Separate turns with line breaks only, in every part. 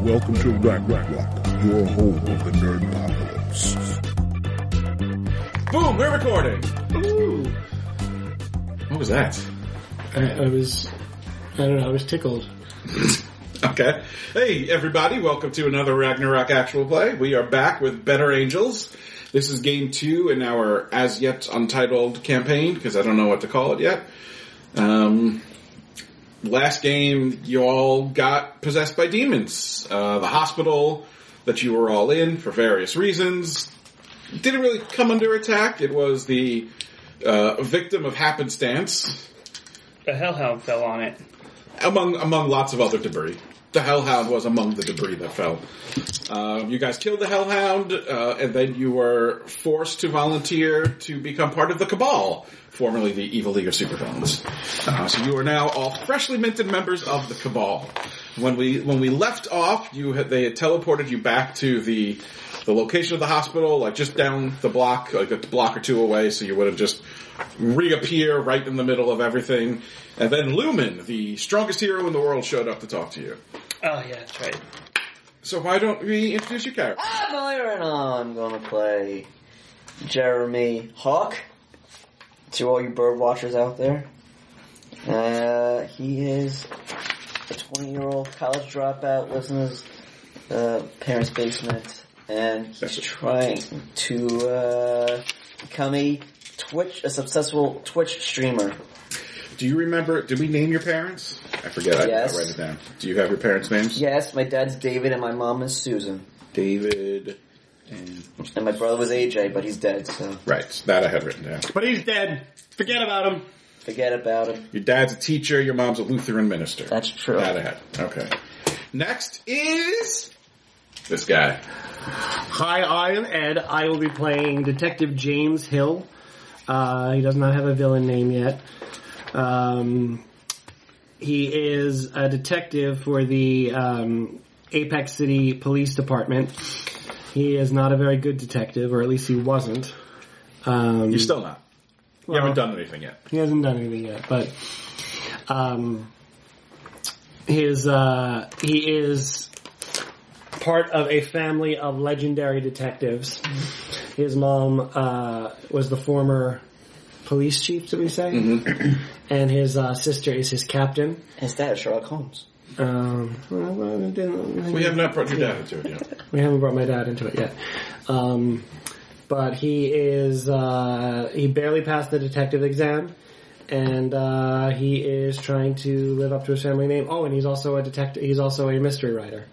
Welcome to Rack Rack Rock, your home of the nerd apocalypse.
Boom, we're recording.
Ooh.
What was that?
I, I was, I don't know, I was tickled.
Okay. Hey, everybody, welcome to another Ragnarok Actual Play. We are back with Better Angels. This is game two in our as yet untitled campaign, because I don't know what to call it yet. Um, last game, you all got possessed by demons. Uh, the hospital that you were all in for various reasons didn't really come under attack. It was the uh, victim of happenstance.
The hellhound fell on it.
among among lots of other debris. The Hellhound was among the debris that fell. Uh, you guys killed the Hellhound, uh, and then you were forced to volunteer to become part of the Cabal, formerly the Evil League of Supervillains. Uh, so you are now all freshly minted members of the Cabal. When we when we left off, you had, they had teleported you back to the the location of the hospital, like just down the block, like a block or two away, so you would have just reappear right in the middle of everything. And then Lumen, the strongest hero in the world, showed up to talk to you.
Oh yeah, that's right.
So why don't we introduce your character?
I'm Iron I'm gonna play Jeremy Hawk. To all you bird watchers out there. Uh, he is a 20 year old college dropout, lives in his uh, parents' basement, and he's trying to uh, become a Twitch, a successful Twitch streamer.
Do you remember? Did we name your parents? I forget. I did not
Yes.
write it down. Do you have your parents' names?
Yes, my dad's David and my mom is Susan.
David and
And my brother was AJ, but he's dead, so
right. That I had written down.
But he's dead. Forget about him.
forget about him.
Your dad's a teacher. Your mom's a Lutheran minister.
That's true.
That I had. Okay. Next is this guy.
Hi, I am Ed. I will be playing Detective James Hill. Uh, he does not have a villain name yet. Um, he is a detective for the um, Apex City Police Department. He is not a very good detective, or at least he wasn't. Um,
You're still not. you
Well-
haven't done anything yet.
He hasn't done anything yet, but um, his uh, he is part of a family of legendary detectives. His mom uh, was the former police chief, did we say? and his uh, sister is his captain.
His dad is Sherlock Holmes.
Um, well, well, I didn't-
We have not brought your dad into it yet.
we haven't brought my dad into it yet. Um, but he is, uh, he barely passed the detective exam. And, uh, he is trying to live up to his family name. Oh, and he's also a detective, he's also a mystery writer.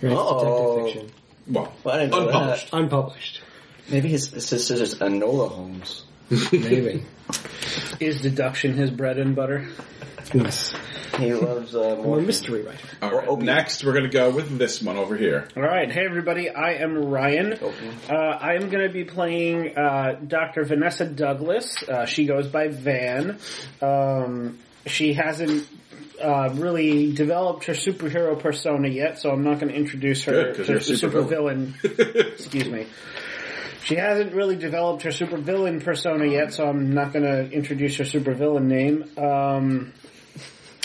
He writes
Oh.
detective fiction.
Well,
Well, I didn't know
unpublished.
Unpublished.
Maybe his sister's Anola Holmes.
Maybe.
Is deduction his bread and butter?
yes.
He loves uh,
I'm a
more.
mystery writer.
All right,
opium.
next, we're going to go with this one over here.
All right, hey everybody, I am Ryan.
Oh,
Opium.
Uh, I'm going to be playing uh, Dr. Vanessa Douglas. Uh, she goes by Van. Um, she hasn't uh, really developed her superhero persona yet, so I'm not going to introduce her
Good, 'cause
to
you're
the
a supervillain.
supervillain. Excuse me. She hasn't really developed her supervillain persona yet, so I'm not going to introduce her supervillain name. Um,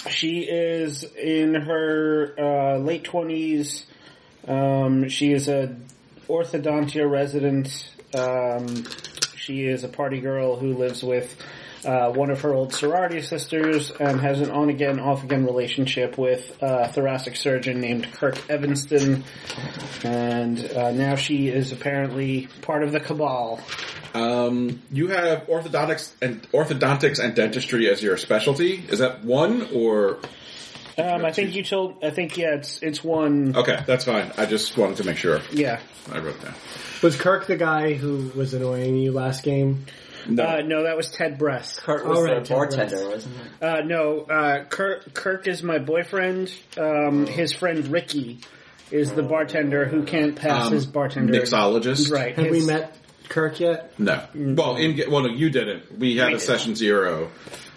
she is in her uh, late twenties. Um, she is a orthodontia resident. Um, she is a party girl who lives with uh, one of her old sorority sisters and has an on again, off again relationship with a thoracic surgeon named Kirk Evanston. And uh, now she is apparently part of the cabal.
Um, you have orthodontics and orthodontics and dentistry as your specialty. Is that one or
Um, I think you told. I think yeah, it's it's one.
okay? That's fine. I just wanted to make sure
Yeah.
I wrote that.
Was Kirk the guy who was annoying you last game?
No,
Uh, no, that was Ted Bress.
Kurt was
All
the
right, Ted
bartender,
Bress.
wasn't it?
Uh, no, uh, Kirk, Kirk is my boyfriend. Um,
Oh.
his friend Ricky is the bartender who can't pass
Um,
his bartender.
mixologist.
Right.
Have we
his-
met Kirk yet?
No. Well, in well, no, you didn't. We had a
didn't.
session zero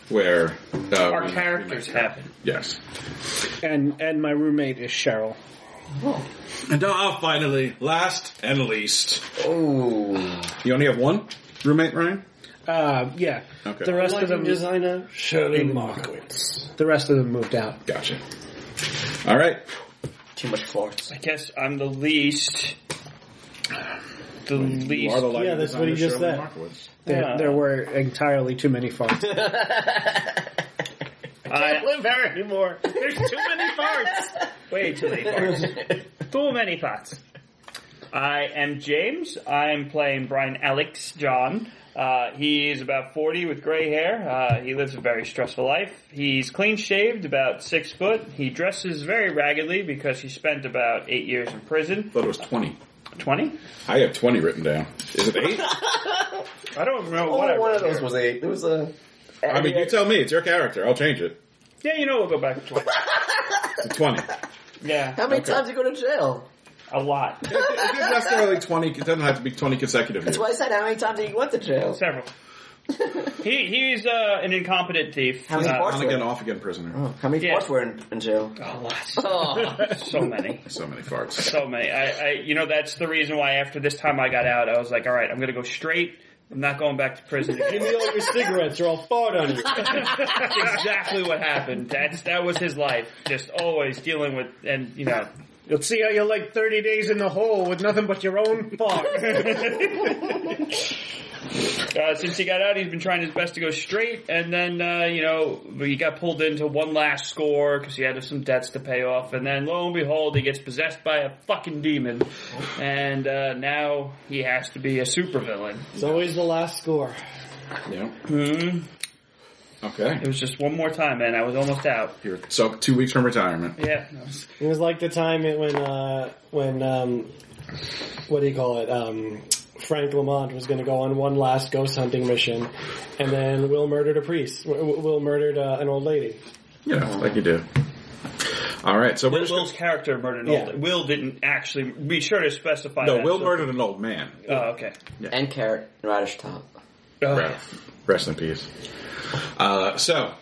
where uh,
Our
we- we
characters
met-
Happened.
Yes.
And and my roommate is Cheryl.
And now, finally, last and least,
Oh,
you only have one roommate, Ryan.
Uh, yeah.
Okay.
The rest of them.
designer Shirley Markowitz.
The rest of them moved out.
Gotcha. All right.
Too much floors.
I guess I'm the least. The
You are
least.
the lighting
Yeah, that's what he
designer, Shirley
just said.
Markowitz.
There,
Yeah.
there were entirely too many farts.
I,
live there anymore. There's too many farts.
way too many parts. too many parts. I am James. I am playing Brian Alex John. Uh, he is about 40 with gray hair. Uh, he lives a very stressful life. He's clean shaved, about six foot. He dresses very raggedly because he spent about eight years in prison.
Thought it was twenty.
20?
I have twenty written down. Is it eight?
I don't
Oh,
remember what I
Only one of
wrote
those
here.
was eight. There was a.
I mean, you tell me. It's your character. I'll change it.
Yeah, you know we'll go back to 20.
It's a twenty.
Yeah,
How many
Okay.
times you go to jail?
a lot.
It's not necessarily twenty. It doesn't have to be twenty consecutive years.
That's why I said how many times did you went to jail?
Several. he, he's uh, an incompetent thief.
How many
Uh,
parts
On again, off again, prisoner.
Oh, how many
Yeah.
parts were in, in jail?
A lot.
Oh.
So many.
So many farts.
So many. I, I, you know, that's the reason why after this time I got out, I was like, all right, I'm going to go straight. I'm not going back to prison.
Give
again."
me all your cigarettes, or I'll fart on you.
that's exactly what happened. That's that was his life, just always dealing with, and you know,
You'll see how you're like 30 days in the hole with nothing but your own fart.
uh, since he got out, he's been trying his best to go straight, and then uh, you know he got pulled into one last score because he had some debts to pay off, and then lo and behold, he gets possessed by a fucking demon, and uh, now he has to be a supervillain.
It's always the last score.
Yeah.
Mhm.
Hmm. Okay.
It was just one more time, man. I was almost out.
You're so two weeks from retirement.
Yeah, that was-
It was like the time it, when, uh, when, um, what do you call it? Um, Frank Lamont was going to go on one last ghost hunting mission, and then Will murdered a priest. W- W- Will murdered uh, an old lady.
You know, like you do. All right. So we're
Will,
just
Will's character murdered an
Yeah.
old. Will didn't actually. Be sure to specify.
no.
that,
Will
so-
murdered an old man.
Oh, okay.
And carrot and radish top.
Oh,
Right. Rest in peace. Uh, so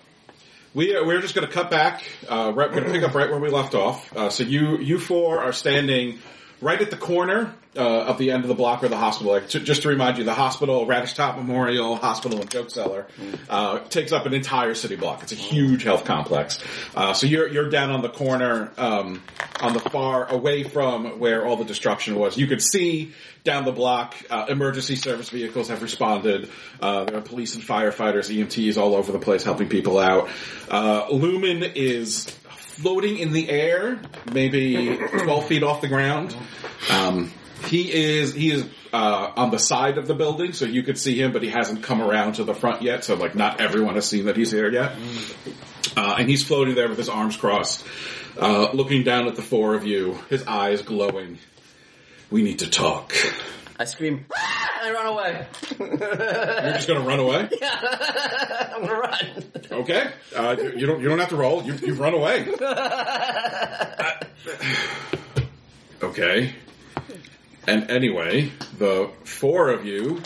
we are, we're just going to cut back. Uh, right, we're going to pick up right where we left off. Uh, so you you four are standing right at the corner uh, of the end of the block where the hospital. Like, ju- just to remind you, the hospital, Radish Top Memorial Hospital and Joke Cellar, uh, takes up an entire city block. It's a huge health complex. Uh, so you're you're down on the corner, um, on the far away from where all the destruction was. You could see down the block. Uh, emergency service vehicles have responded. Uh, there are police and firefighters, EMTs all over the place helping people out. Uh, Lumen is floating in the air, maybe 12 feet off the ground. Um, he is he is uh, on the side of the building, so you could see him, but he hasn't come around to the front yet. So like, not everyone has seen that he's here yet. Uh, and he's floating there with his arms crossed, uh, looking down at the four of you, his eyes glowing. We need to talk.
I scream, ah! and I run away.
You're just gonna run away,
I'm gonna run.
okay? Uh, you, you don't you don't have to roll. You you run away. I- okay. And anyway, the four of you,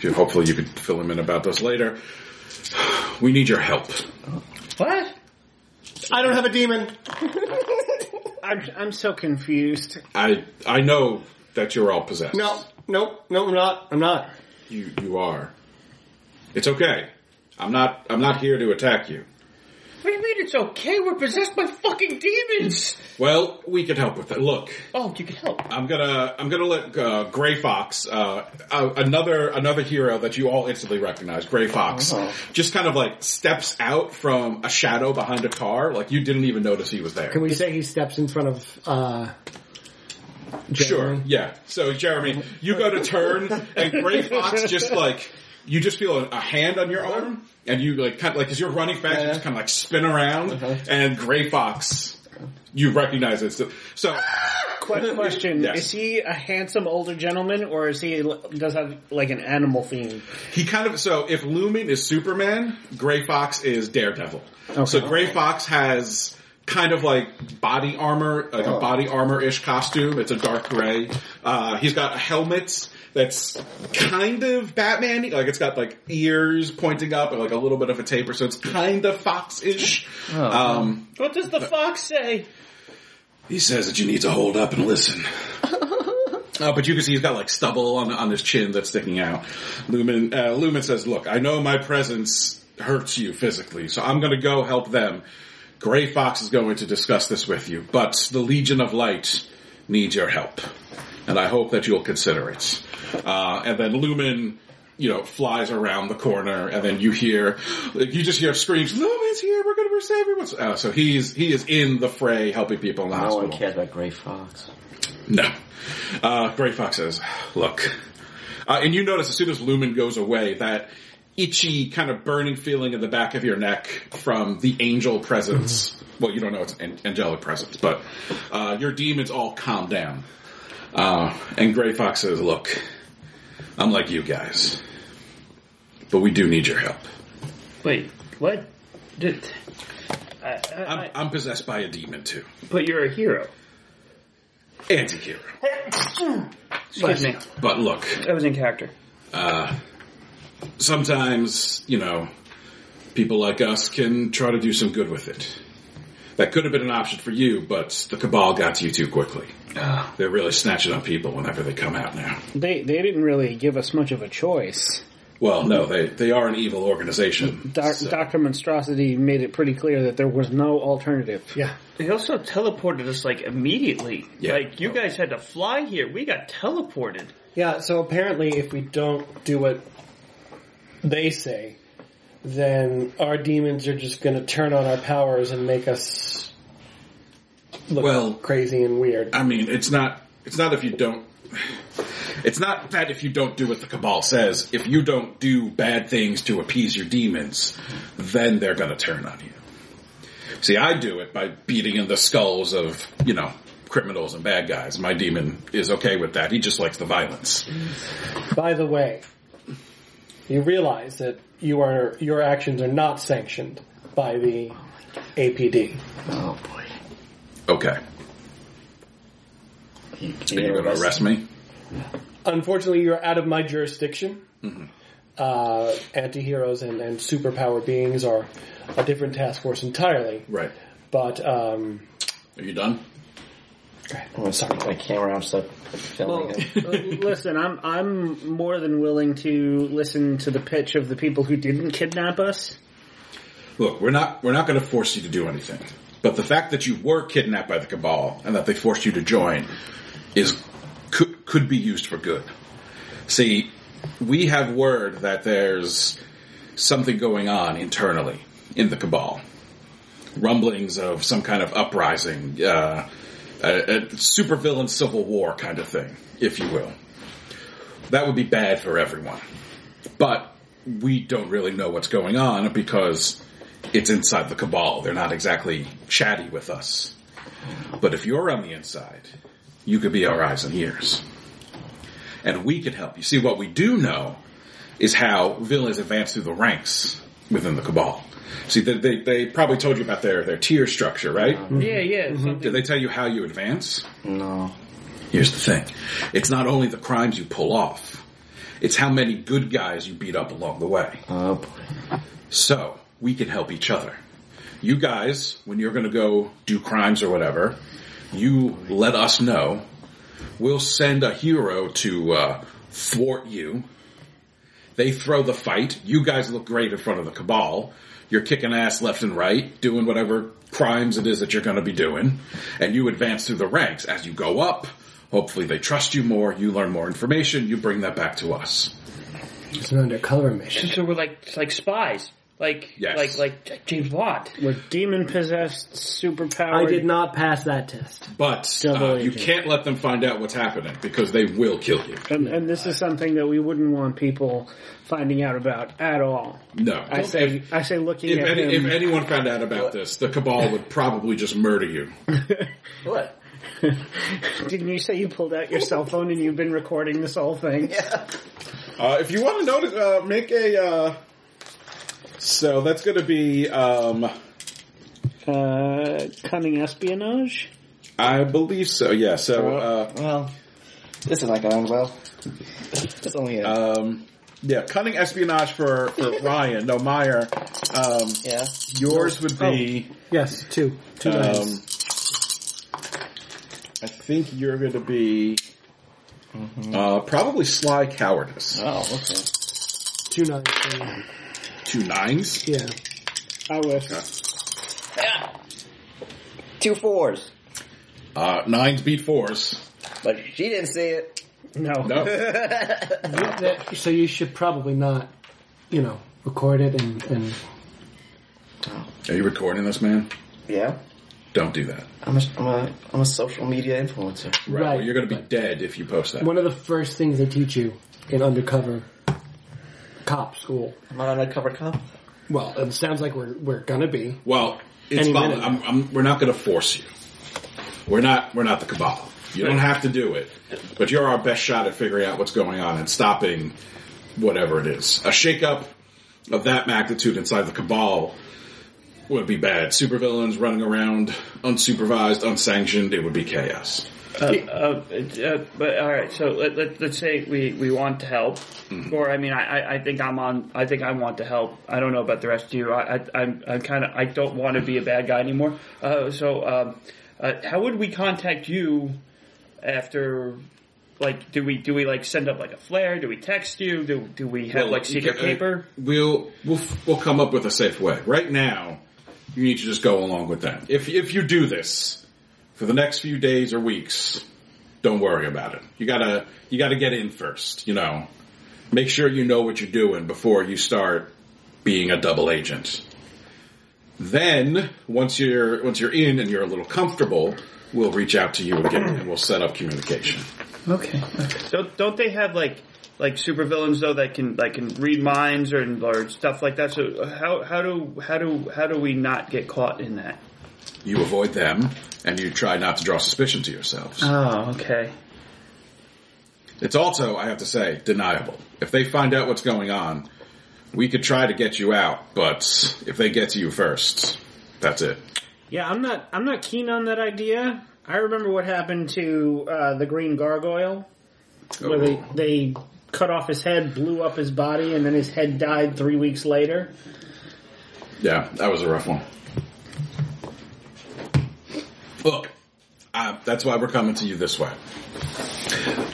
you- hopefully you could fill him in about this later. We need your help.
What?
I don't have a demon.
I'm, I'm so confused.
I I know that you're all possessed.
No, nope, no, I'm not. I'm not.
You you are. It's okay. I'm not I'm not here to attack you.
What do you mean it's okay? We're possessed by fucking demons.
Well, we can help with that. Look,
Oh, you can help.
I'm gonna I'm gonna let uh, Gray Fox, uh, uh, another another hero that you all instantly recognize, Gray Fox,
Uh-huh.
Oh.
just kind of like steps out from a shadow behind a car, like you didn't even notice he was there.
Can we say he steps in front of, uh,
Sure. Yeah. So Jeremy, you go to turn, and Gray Fox just like you just feel a, a hand on your arm, and you like kind of like as you're running fast, you just kind of like spin around, and Gray Fox, you recognize it. So, so
Quick question.
Yes.
Is he a handsome older gentleman, or is he does have like an animal theme?
he kind of so if Lumen is Superman, Gray Fox is Daredevil. So Gray Fox has kind of like body armor, like a body armor ish costume. It's a dark gray. Uh, he's got a helmet that's kind of Batman. Like it's got like ears pointing up and like a little bit of a taper, so it's kind of Fox ish. um,
What does the fox say?
he says that you need to hold up and listen. Uh, but you can see he's got like stubble on on his chin that's sticking out. Lumen uh, Lumen says, "Look, I know my presence hurts you physically, so I'm going to go help them. Gray Fox is going to discuss this with you, but the Legion of Light needs your help, and I hope that you'll consider it. Uh, and then Lumen, you know, flies around the corner, and then you hear, like, you just hear screams, Lumen's here, we're gonna save everyone. Uh, so he's, he is in the fray helping people in the
No
hospital.
one cares about Grey Fox.
No. Uh, Gray Fox says, look. Uh, and you notice as soon as Lumen goes away, that itchy kind of burning feeling in the back of your neck from the angel presence. Well, you don't know it's an angelic presence, but uh, your demons all calm down. Uh, and Gray Fox says, look, I'm like you guys, but we do need your help.
Wait, what? Did, I, I,
I'm,
I,
I'm possessed by a demon too.
but you're a hero.
Anti-hero.
Excuse me.
But look,
That was in character.
sometimes, you know, people like us can try to do some good with it. That could have been an option for you, but the cabal got to you too quickly. They're really snatching up people whenever they come out now.
They they didn't really give us much of a choice.
Well, no, they, they are an evil organization.
Doc,
so-
Doctor Monstrosity made it pretty clear that there was no alternative.
Yeah.
They also teleported us like immediately.
Yeah.
Like you guys had to fly here. We got teleported.
Yeah, so apparently if we don't do what they say, then our demons are just going to turn on our powers and make us look
Well-
crazy and weird.
I mean, it's not it's not if you don't it's not that if you don't do what the cabal says, if you don't do bad things to appease your demons, then they're going to turn on you. See, I do it by beating in the skulls of, you know, criminals and bad guys. My demon is okay with that. He just likes the violence.
By the way, you realize that you are your actions are not sanctioned by the APD.
Oh boy.
Okay.
You,
Are you going to arrest me?
Unfortunately, you're out of my jurisdiction.
Mm-hmm.
Uh, anti-heroes and, and superpower beings are a different task force entirely.
Right.
But um,
Are you done?
I'm gonna start my camera and start filming him.
Uh, listen, I'm I'm more than willing to listen to the pitch of the people who didn't kidnap us.
Look, we're not we're not going to force you to do anything. But the fact that you were kidnapped by the cabal and that they forced you to join is could could be used for good. See, we have word that there's something going on internally in the cabal. Rumblings of some kind of uprising, uh, a, a supervillain civil war kind of thing, if you will. That would be bad for everyone. But we don't really know what's going on because it's inside the cabal. They're not exactly chatty with us. But if you're on the inside, you could be our eyes and ears. And we could help you. See, what we do know is how villains advance through the ranks within the cabal. See, they, they, they probably told you about their, their tier structure, right?
Yeah, yeah.
Mm-hmm.
Did they tell you how you advance?
No.
Here's the thing. It's not only the crimes you pull off. It's how many good guys you beat up along the way.
Oh boy.
So we can help each other. You guys, when you're going to go do crimes or whatever, you let us know. We'll send a hero to uh, thwart you. They throw the fight. You guys look great in front of the cabal. You're kicking ass left and right, doing whatever crimes it is that you're going to be doing, and you advance through the ranks as you go up. Hopefully, they trust you more. You learn more information. You bring that back to us.
it's an undercover mission.
So we're like like spies. Like
Yes.
like like James Bond.
We're demon possessed,
I
superpowered.
did not pass that test.
But
Double
uh, you
agent.
can't let them find out what's happening because they will kill you.
And, and this is something that we wouldn't want people finding out about at all.
No.
I say, I say, looking
If,
at
any,
him.
if anyone found out about this, the cabal would probably just murder you.
What?
Didn't you say you pulled out your cell phone and you've been recording this whole thing?
Uh, if you want to notice, uh, make a. Uh, so that's going to be, um,
Uh, cunning espionage.
I believe so. Yeah. So, uh,
Well, this is not going well. It's only a
um, yeah, cunning espionage for, for Ryan. No, Meyer. Um,
yeah.
yours would be.
Yes, two, two
Uh,
Um,
Oh.
nines.
I think you're going to be
Mm-hmm.
uh, probably sly cowardice.
Oh, okay.
two nines, two nines.
Two nines.
Yeah,
I wish.
Two fours.
Uh, nines beat fours.
But she didn't see it.
No.
No.
That- So you should probably not, you know, record it and, and
Are you recording this, man?
Yeah.
Don't do that.
I'm a, I'm a, I'm a social media influencer.
Right.
Right.
Well, you're going to be dead if you post that.
one of the first things they teach you in undercover cop school.
I'm not an undercover cop.
Well, it sounds like we're we're gonna be.
Well, it's
Any
vol-
minute.
I'm, I'm, we're not going to force you. We're not. We're not the cabal. You don't have to do it, but you're our best shot at figuring out what's going on and stopping whatever it is. A shakeup of that magnitude inside the cabal would be bad. Supervillains running around unsupervised, unsanctioned, it would be chaos.
Uh, uh, uh, but all right, so let, let, let's say we, we want to help, or I mean, I, I- I think I'm on. I think I want to help. I don't know about the rest of you. I, I I'm, I'm kind of. I don't want to be a bad guy anymore. Uh, so, um, uh, how would we contact you after? Like, do we do we like send up like a flare? Do we text you? Do do we have
Well,
like secret
uh,
paper?
We'll we'll we'll come up with a safe way. Right now, you need to just go along with that. If if you do this for the next few days or weeks, don't worry about it. You gotta you gotta get in first. You know, make sure you know what you're doing before you start being a double agent. Then once you're once you're in and you're a little comfortable, we'll reach out to you again and we'll set up communication.
Okay.
Don't don't they have like like supervillains though that can like can read minds or or stuff like that? So how how do how do how do we not get caught in that?
You avoid them and you try not to draw suspicion to yourselves.
Oh, okay.
It's also, I have to say, deniable. If they find out what's going on, we could try to get you out, but if they get to you first, that's it.
Yeah, I'm not. I'm not keen on that idea. I remember what happened to uh, the Green Gargoyle, where they they cut off his head, blew up his body, and then his head died three weeks later.
Yeah, that was a rough one. Look, uh, that's why we're coming to you this way.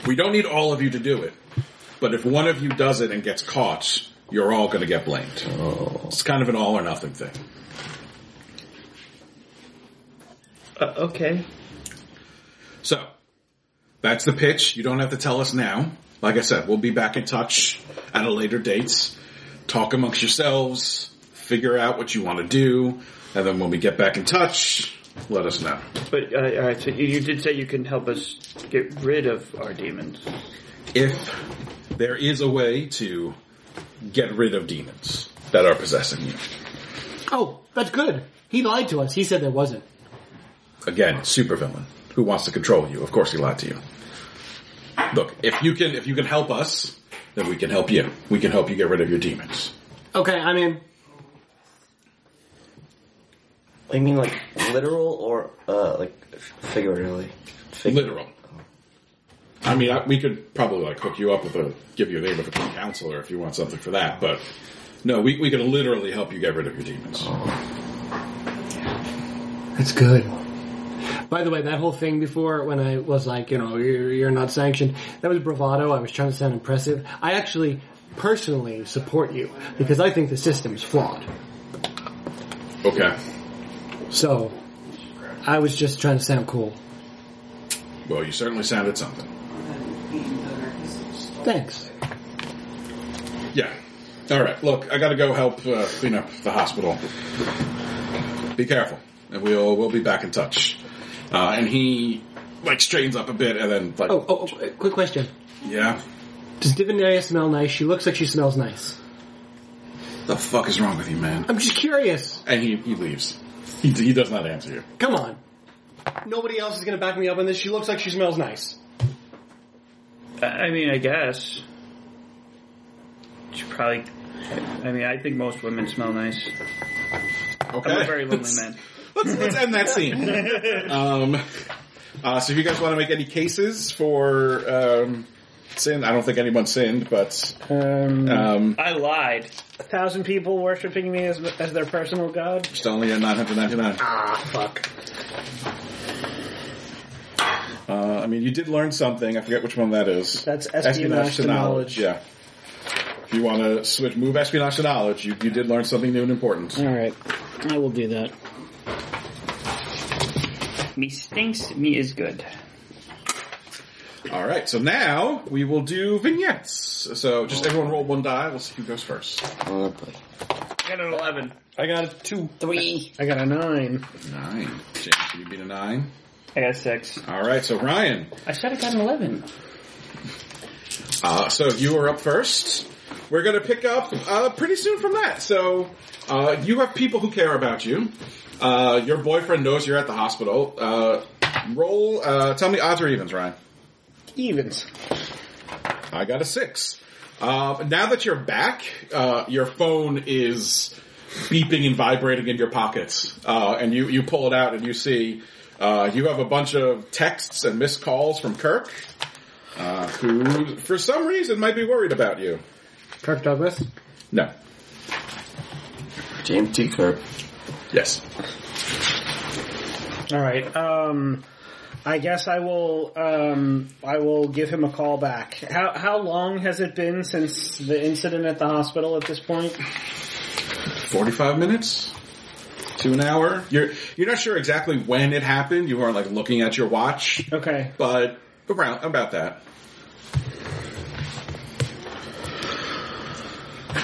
We don't need all of you to do it, but if one of you does it and gets caught, you're all going to get blamed. It's kind of an all or nothing thing.
Uh, okay.
So, that's the pitch. You don't have to tell us now. Like I said, we'll be back in touch at a later date. Talk amongst yourselves, figure out what you want to do, and then when we get back in touch, let us know.
But uh, all right. So you, you did say you can help us get rid of our demons.
If there is a way to get rid of demons that are possessing you.
Oh, that's good. He lied to us. He said there wasn't.
Again, supervillain who wants to control you. Of course he lied to you. Look, if you can if you can help us, then we can help you. We can help you get rid of your demons.
Okay, I mean,
I mean, like literal or uh, like figuratively. Fig-
Literal. I mean, I, we could probably like hook you up with a, give you a name of a counselor if you want something for that, but no, we, we can literally help you get rid of your demons.
that's good. By the way, that whole thing before when I was like, you know, you're, you're not sanctioned, that was bravado. I was trying to sound impressive. I actually personally support you because I think the system is flawed.
Okay.
So I was just trying to sound cool.
Well, you certainly sounded something.
Thanks.
Yeah. All right. Look, I gotta go help uh, clean up the hospital. Be careful, and we'll we'll be back in touch. Uh, and he like straightens up a bit, and then like,
Oh, oh, oh quick question.
yeah,
Does Divinaria smell nice? She looks like she smells nice.
the fuck is wrong with you, man?
I'm just curious.
And he he leaves. He he does not answer you.
Come on. Nobody else is going to back me up on this. She looks like she smells nice.
I, I mean, I guess. Should probably. I mean, I think most women smell nice.
Okay.
I'm a very lonely man.
let's, let's end that scene. Um, uh, so if you guys want to make any cases for um, sin, I don't think anyone sinned, but
Um,
um,
I lied.
a thousand people worshiping me as as their personal god.
just only at 999.
Ah, fuck.
Uh, I mean, you did learn something. I forget which one that is.
That's espionage to knowledge.
Yeah. If you want to switch, move espionage to knowledge, you, you did learn something new and important.
All right, I will do that.
Me stinks, me is good.
All right, so now we will do vignettes. So just everyone roll one die. We'll see who goes first.
Oh, boy.
I got an 11.
I got a two.
Three.
I got a nine.
Nine. James, you beat a nine.
I got a 6.
All right, so Ryan.
I said I got an 11.
Uh, so you are up first. We're going to pick up uh, pretty soon from that. So uh, you have people who care about you. Uh, your boyfriend knows you're at the hospital. Uh, roll. Uh, tell me odds or evens, Ryan.
Evens.
I got a six. Uh, now that you're back, uh, your phone is beeping and vibrating in your pockets, uh, and you you pull it out and you see uh, you have a bunch of texts and missed calls from Kirk, uh, who for some reason might be worried about you.
Kirk Douglas.
No.
James T. Kirk.
Yes.
All right. Um, I guess I will. Um, I will give him a call back. How how long has it been since the incident at the hospital? At this point,
Forty-five minutes to an hour. You're you're not sure exactly when it happened. You aren't like looking at your watch,
okay.
but around about that.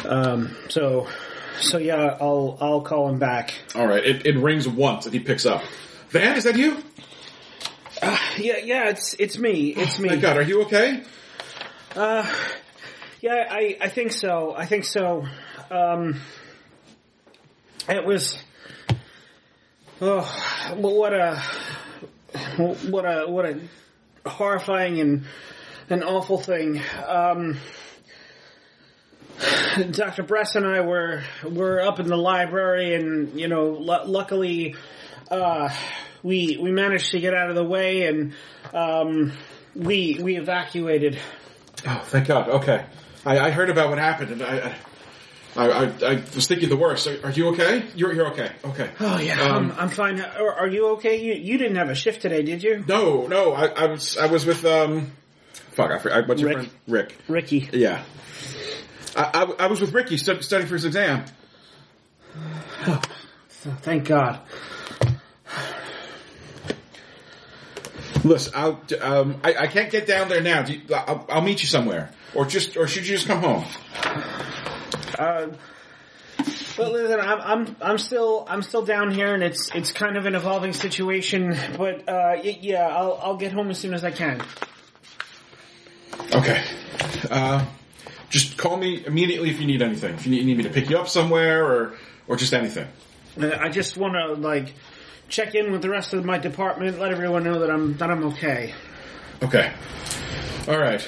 Um, so, so yeah, I'll I'll call him back.
All right. It, it rings once and he picks up. Van, is that you?
Yeah, yeah, it's it's me, it's
My
me.
God, are you okay?
Uh, yeah, I I think so. I think so. Um, it was. Oh, what a what a what a horrifying and an awful thing. Um, Dr. Bress and I were were up in the library, and you know, lu luckily, uh, we we managed to get out of the way, and um, we we evacuated.
Oh, thank God. Okay. I, I heard about what happened and I, I, I, I was thinking the worst. Are, are you okay? You're, you're okay. Okay.
Oh yeah,
Um,
I'm, I'm fine. Are, are you okay? You you didn't have a shift today, did you?
No, no, I, I was, I was with, um, fuck, I forgot, what's your
Rick.
friend? Rick.
Ricky.
Yeah. I, I, I was with Ricky stu- studying for his exam.
Oh, Thank God.
Listen, I'll, um, I, I can't get down there now. Do you, I'll, I'll meet you somewhere. Or just, or should you just come home?
Uh, but listen, I'm, I'm I'm still I'm still down here, and it's it's kind of an evolving situation. But uh, y- yeah, I'll I'll get home as soon as I can.
Okay. Uh, just call me immediately if you need anything. If you need, you need me to pick you up somewhere or, or just anything.
Uh, I just want to like check in with the rest of my department, let everyone know that I'm that I'm okay.
Okay. All right.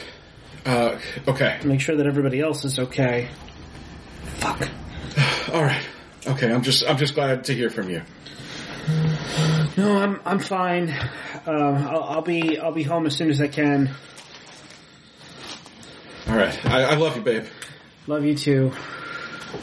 Uh, okay.
Make sure that everybody else is okay. Fuck.
All right. Okay. I'm just I'm just glad to hear from you.
No, I'm I'm fine. Um, I'll, I'll be I'll be home as soon as I can.
All right. I, I love you, babe.
Love you too.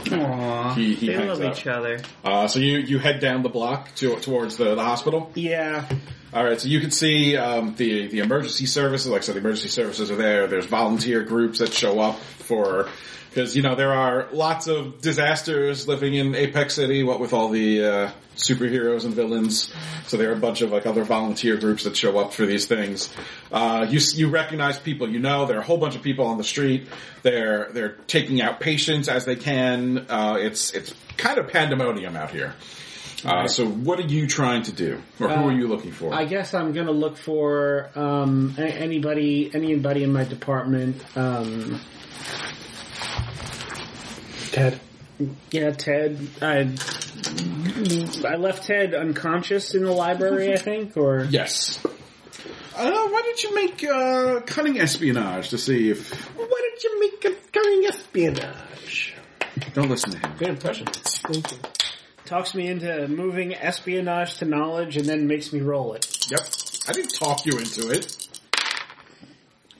Aww.
He- he
they
hangs
love
up.
each other.
Uh, so you you head down the block to, towards the, the hospital.
Yeah.
All right. So you can see um, the the emergency services. Like I said, the emergency services are there. There's volunteer groups that show up for. Because you know there are lots of disasters living in Apex City, what with all the uh, superheroes and villains. So there are a bunch of like other volunteer groups that show up for these things. Uh, you s- you recognize people you know. There are a whole bunch of people on the street. They're they're taking out patients as they can. Uh, it's it's kind of pandemonium out here. Uh, so what are you trying to do, or who are you looking for?
I guess I'm gonna look for um, a- anybody anybody in my department. Um,
Ted.
yeah, Ted. I I left Ted unconscious in the library, I think, or
Yes. Uh, why don't you make uh, cunning espionage to see if?
Why don't you make a cunning espionage?
Don't listen to him.
Good impression. Thank you.
talks me into moving espionage to knowledge, and then makes me roll it.
Yep. I didn't talk you into it.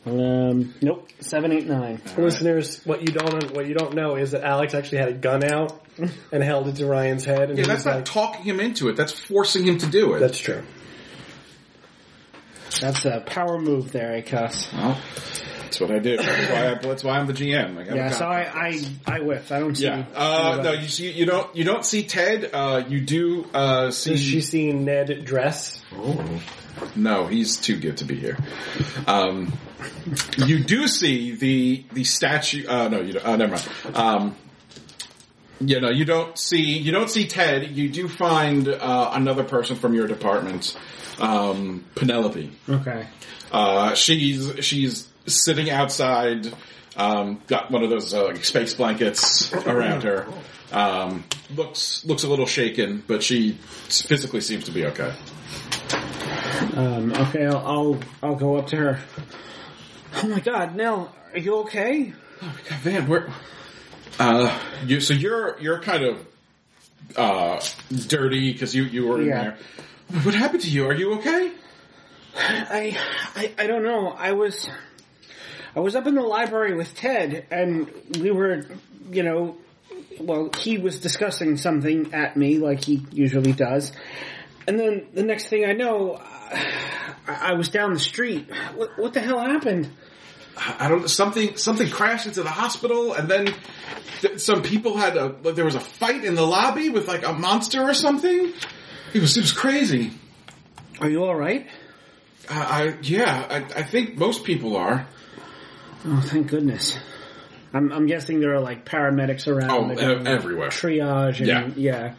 Um, nope, seven, eight, nine.
Listeners, what you don't what you don't know is that Alex actually had a gun out and held it to Ryan's head. And
Yeah,
he
that's
was
not
like,
talking him into it. That's forcing him to do it.
That's true.
That's a power move there, I cuss.
Well, it's That's what I do. That's why, I, that's why I'm the GM. I got a
Yeah, so
conflict.
I, I, I whiffed. I don't see.
Yeah. Uh, no, you see, you don't, you don't see Ted. Uh, you do uh, see.
Does she see Ned dress?
no, he's too good to be here. Um, you do see the the statue. Uh, no, you don't. Uh, never mind. Um, you know, you don't see you don't see Ted. You do find uh, another person from your department, um, Penelope.
Okay.
Uh, she's she's sitting outside, um, got one of those uh, like space blankets around her. Um, looks looks a little shaken, but she physically seems to be okay.
Um, okay, I'll, I'll I'll go up to her. Oh my God, Nell, are you okay?
God, Van, where? Uh, you so you're you're kind of uh, dirty because you you were in
Yeah.
there. What happened to you? Are you okay?
I, I I don't know. I was I was up in the library with Ted, and we were, you know, well, he was discussing something at me like he usually does, and then the next thing I know, I, I was down the street. What, what the hell happened?
I don't something something crashed into the hospital and then th- some people had a like, there was a fight in the lobby with like a monster or something. It was it was crazy.
Are you all right?
I, I yeah, I, I think most people are.
Oh, thank goodness. I'm, I'm guessing there are like paramedics around.
Oh,
that
e-
can
everywhere.
Triage and yeah.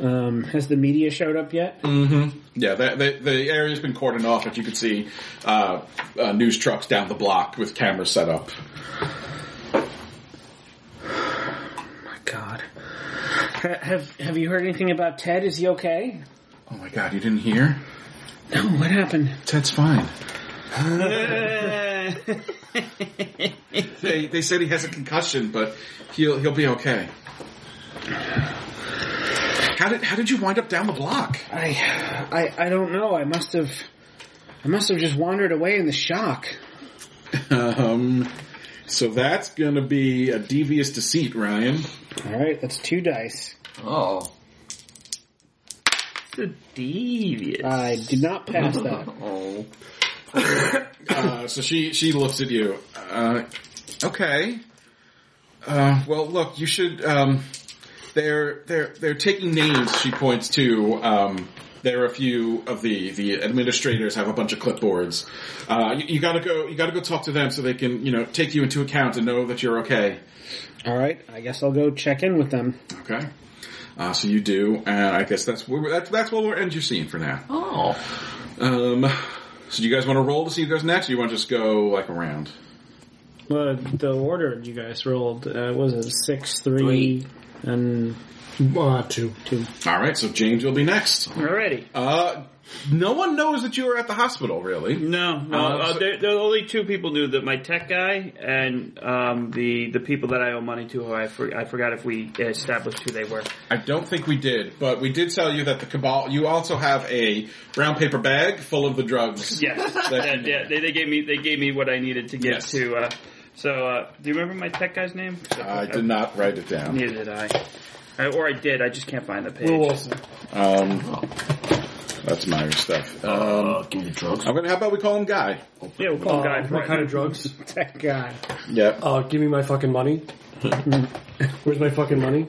Um, has the media showed up yet?
Mm. Yeah, that, that, the area's been cordoned off, but you could see uh, uh, news trucks down the block with cameras set up.
My God. Ha- have Have you heard anything about Ted? Is he okay?
Oh my god, you didn't hear?
No. What happened?
Ted's fine. They they said he has a concussion, but he'll he'll be okay. How did how did you wind up down the block?
I, I I don't know. I must have. I must have just wandered away in the shock.
Um, so that's gonna be a devious deceit, Ryan.
All right, that's two dice.
Oh.
The devious.
I did not pass that.
Oh.
Uh, so she she looks at you. Uh, okay. Uh, well, look, you should. Um, they're they're they're taking names. She points to. Um, there are a few of the the administrators have a bunch of clipboards. Uh, you, you gotta go. You gotta go talk to them so they can you know take you into account and know that you're okay.
All right, I guess I'll go check in with them.
Okay. Uh, so you do, and I guess that's where we're, that's that's where we'll end your scene for now.
Oh.
Um, so do you guys want to roll to see who goes next, or you want to just go like around?
Well, the order you guys rolled uh, was it six, three, and
Uh, two.
two.
All right, so James will be next.
Already.
Uh, no one knows that you were at the hospital, really.
No, no.
Uh,
Uh,
so-
there, there are only two people knew that my tech guy and um, the the people that I owe money to. Who I for, I forgot if we established who they were.
I don't think we did, but we did tell you that the cabal. You also have a brown paper bag full of the drugs.
Yes, yeah,
you
yeah, they, they gave me they gave me what I needed to get
Yes.
to. Uh, so, uh, do you remember my tech guy's name?
I did not write it down.
Neither did I. I. Or I did. I just can't find the page.
Will Wilson.
Um, that's my stuff. Um,
give me the drugs.
I'm gonna. How about we call him Guy?
yeah, we'll call
Uh,
guy.
what kind of drugs?
Oh,
Thank God.
Yeah.
Uh, give me my fucking money. Where's my fucking money?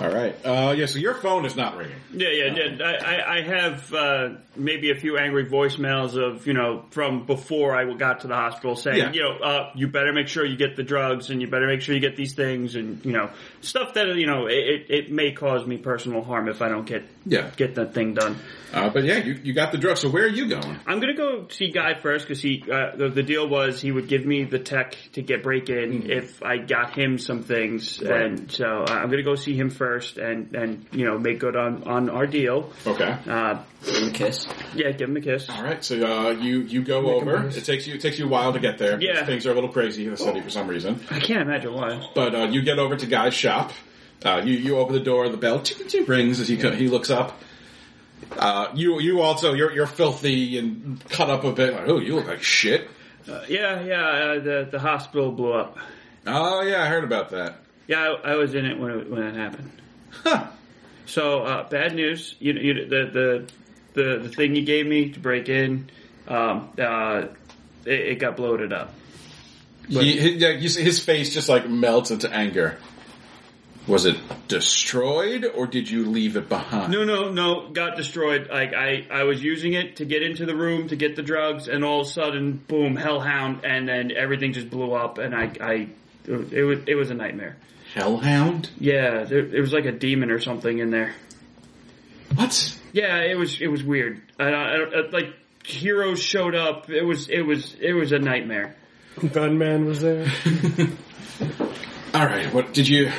All right. Uh, yeah. So your phone is not ringing.
Yeah, yeah, yeah. I, I- I have uh, maybe a few angry voicemails of you know from before I got to the hospital saying
Yeah.
you know uh, you better make sure you get the drugs and you better make sure you get these things and you know stuff that you know it, it, it may cause me personal harm if I don't get
Yeah.
get that thing done.
Uh, but yeah, you, you got the drugs. So where are you going?
I'm gonna go see Guy first because he uh, the, the deal was he would give me the tech to get break in if I got him some things, and so uh, I'm gonna go see him first and and you know make good on on our deal.
Okay.
Uh,
Give him a kiss.
yeah, give him a kiss.
All right, so uh, you you go over. It takes you it takes you a while to get there.
Yeah.
things are a little crazy in the city for some reason.
I can't imagine why.
But uh, you get over to Guy's shop. Uh, you you open the door. The bell tick, tick, tick, rings as he co- he looks up. Uh, you you also you're you're filthy and cut up a bit. Like, oh, you look like shit.
Uh, yeah, yeah, uh, the the hospital blew up.
Oh yeah, I heard about that.
Yeah, I, I was in it when it, when it happened.
Huh.
So uh, bad news. You, you the, the the the thing you gave me to break in. Um, uh, it, it got bloated up.
He, he, yeah, you see his face just like melts into anger. Was it destroyed or did you leave it behind?
No, no, no, got destroyed. Like I, I was using it to get into the room to get the drugs, and all of a sudden, boom, hellhound, and then everything just blew up, and I, I, it was, it was a nightmare.
Hellhound?
Yeah, there, it was like a demon or something in there.
What?
Yeah, it was, it was weird. I, I, I, like heroes showed up. It was, it was, it was a nightmare.
Gunman was there.
All right. What did you?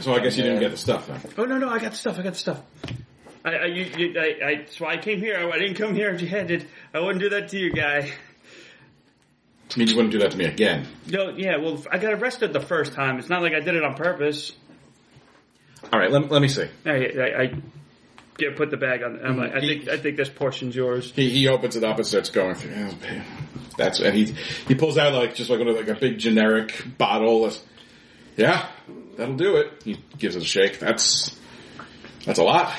So I guess you didn't get the stuff then.
Oh no, no, I got the stuff. I got the stuff. I, I, you, you, I, I so I came here. I, I didn't come here empty-handed. I wouldn't do that to you, guy.
I mean, you wouldn't do that to me again.
No, yeah, well, I got arrested the first time. It's not like I did it on purpose.
All right. Let, let me see.
I, I, I get put the bag on. I'm like, I think, I think this portion's yours.
He, he opens it up and starts going through. "Oh, man." That's and he he pulls out like just like one of like a big generic bottle. Of, yeah, that'll do it. He gives it a shake. That's that's a lot.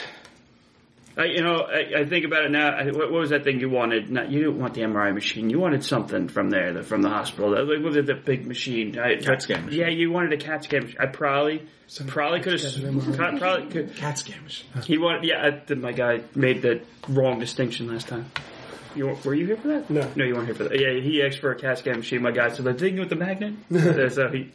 I, you know, I, I think about it now. I, what, what was that thing you wanted? Not, you didn't want the MRI machine. You wanted something from there, the, from the hospital. That, like, what was it, the big machine? I,
CAT scan machine.
Yeah, you wanted a CAT scan machine. I probably, probably could have, probably could.
Cat scamish.
He wanted, yeah. I, th- my guy made the wrong distinction last time. You wa- were you here for that?
No.
no, you weren't here for that. Yeah, he asked for a CAT scan machine. My guy said the thing with the magnet. so, so he.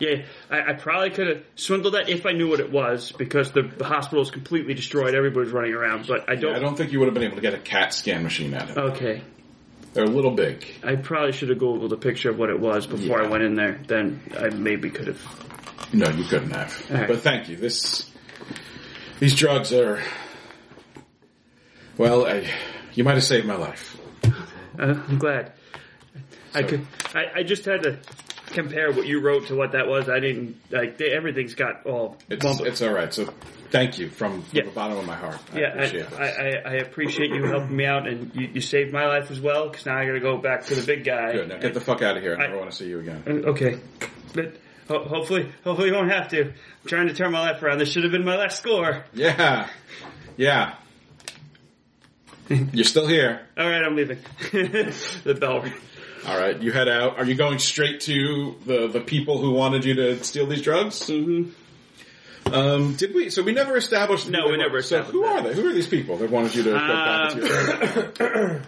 Yeah, I, I probably could have swindled that if I knew what it was because the, the hospital is completely destroyed. Everybody's running around, but I don't.
I don't think you would have been able to get a CAT scan machine out of it.
Okay,
They're a little big.
I probably should have googled a picture of what it was before
Yeah.
I went in there. Then I maybe could have.
No, you couldn't have.
All right.
But thank you. This these drugs are well. I, you might have saved my life.
Uh, I'm glad. I
So-
could. I, I just had to compare what you wrote to what that was. I didn't like. They, everything's got all.
It's it's all right. So thank you from, from
Yeah.
the bottom of my heart. I
Yeah,
appreciate
I, I,
this.
I, I appreciate you helping me out, and you, you saved my life as well. Because now I got to go back to the big guy.
Good. Now get the fuck out of here. I
I-
never want to see you again.
Uh, Okay, but ho- hopefully, hopefully you won't have to. I'm trying to turn my life around. This should have been my last score.
Yeah, yeah. You're still here.
All right, I'm leaving. the bell. rang.
All right. You head out. Are you going straight to the the people who wanted you to steal these drugs? Mm-hmm. Um, did we? So we never established. who
No,
they
we
were.
never
So who are
established Um,
they? Who are these people that wanted you to? go back into your-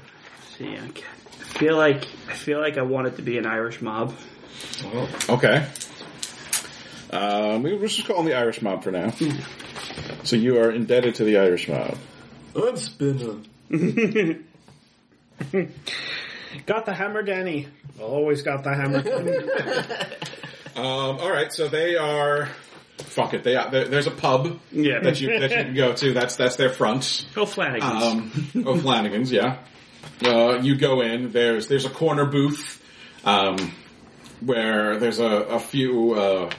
See, I ca- I feel like I feel like I want it to be an Irish mob.
Okay. Um, we- we're just calling the Irish mob for now. So you are indebted to the Irish mob.
I'm spinning.
Got the hammer, Danny. Always got the hammer.
Um, all right, so they are. Fuck it. They are, there- there's a pub
Yeah,
that you that you can go to. That's that's their front.
Go Flanagan's.
Um, oh, Flanagan's, yeah. Uh, you go in. There's there's a corner booth um, where there's a, a few uh,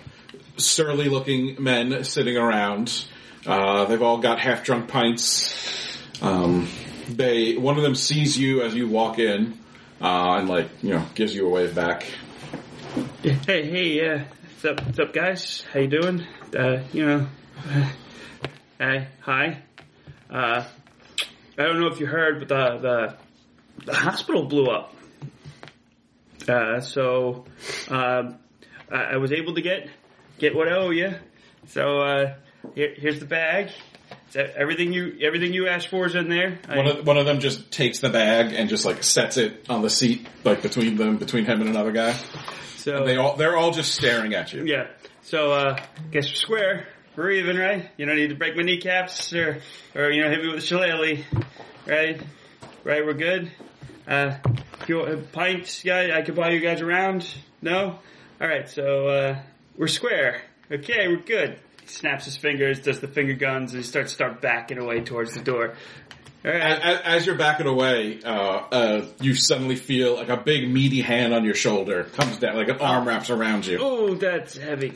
surly looking men sitting around. Uh, they've all got half drunk pints. Um, they one of them sees you as you walk in uh, and like you know gives you a wave back.
hey, hey, uh, what's up, what's up, guys? How you doing? Uh, you know, hey, hi. Uh, I don't know if you heard, but the the, the hospital blew up. Uh, so, um, I, I was able to get get what I owe you. So uh, here, here's the bag. It's e- everything you everything you asked for is in there. I-
One of, one of them just takes the bag and just like sets it on the seat like between them between him and another guy.
so
They all they're all just staring at you.
Yeah. So uh guess we're square. We're even, right? You don't need to break my kneecaps or or you know hit me with a shillelagh, right? Right, we're good. Uh, if you want a pint, guy, I could buy you guys around. No, all right. So uh, we're square. Okay, we're good. He snaps his fingers, does the finger guns, and he starts start backing away towards the door. All right.
as, as you're backing away, uh, uh, you suddenly feel like a big meaty hand on your shoulder comes down, like an arm wraps around you.
Oh, that's heavy.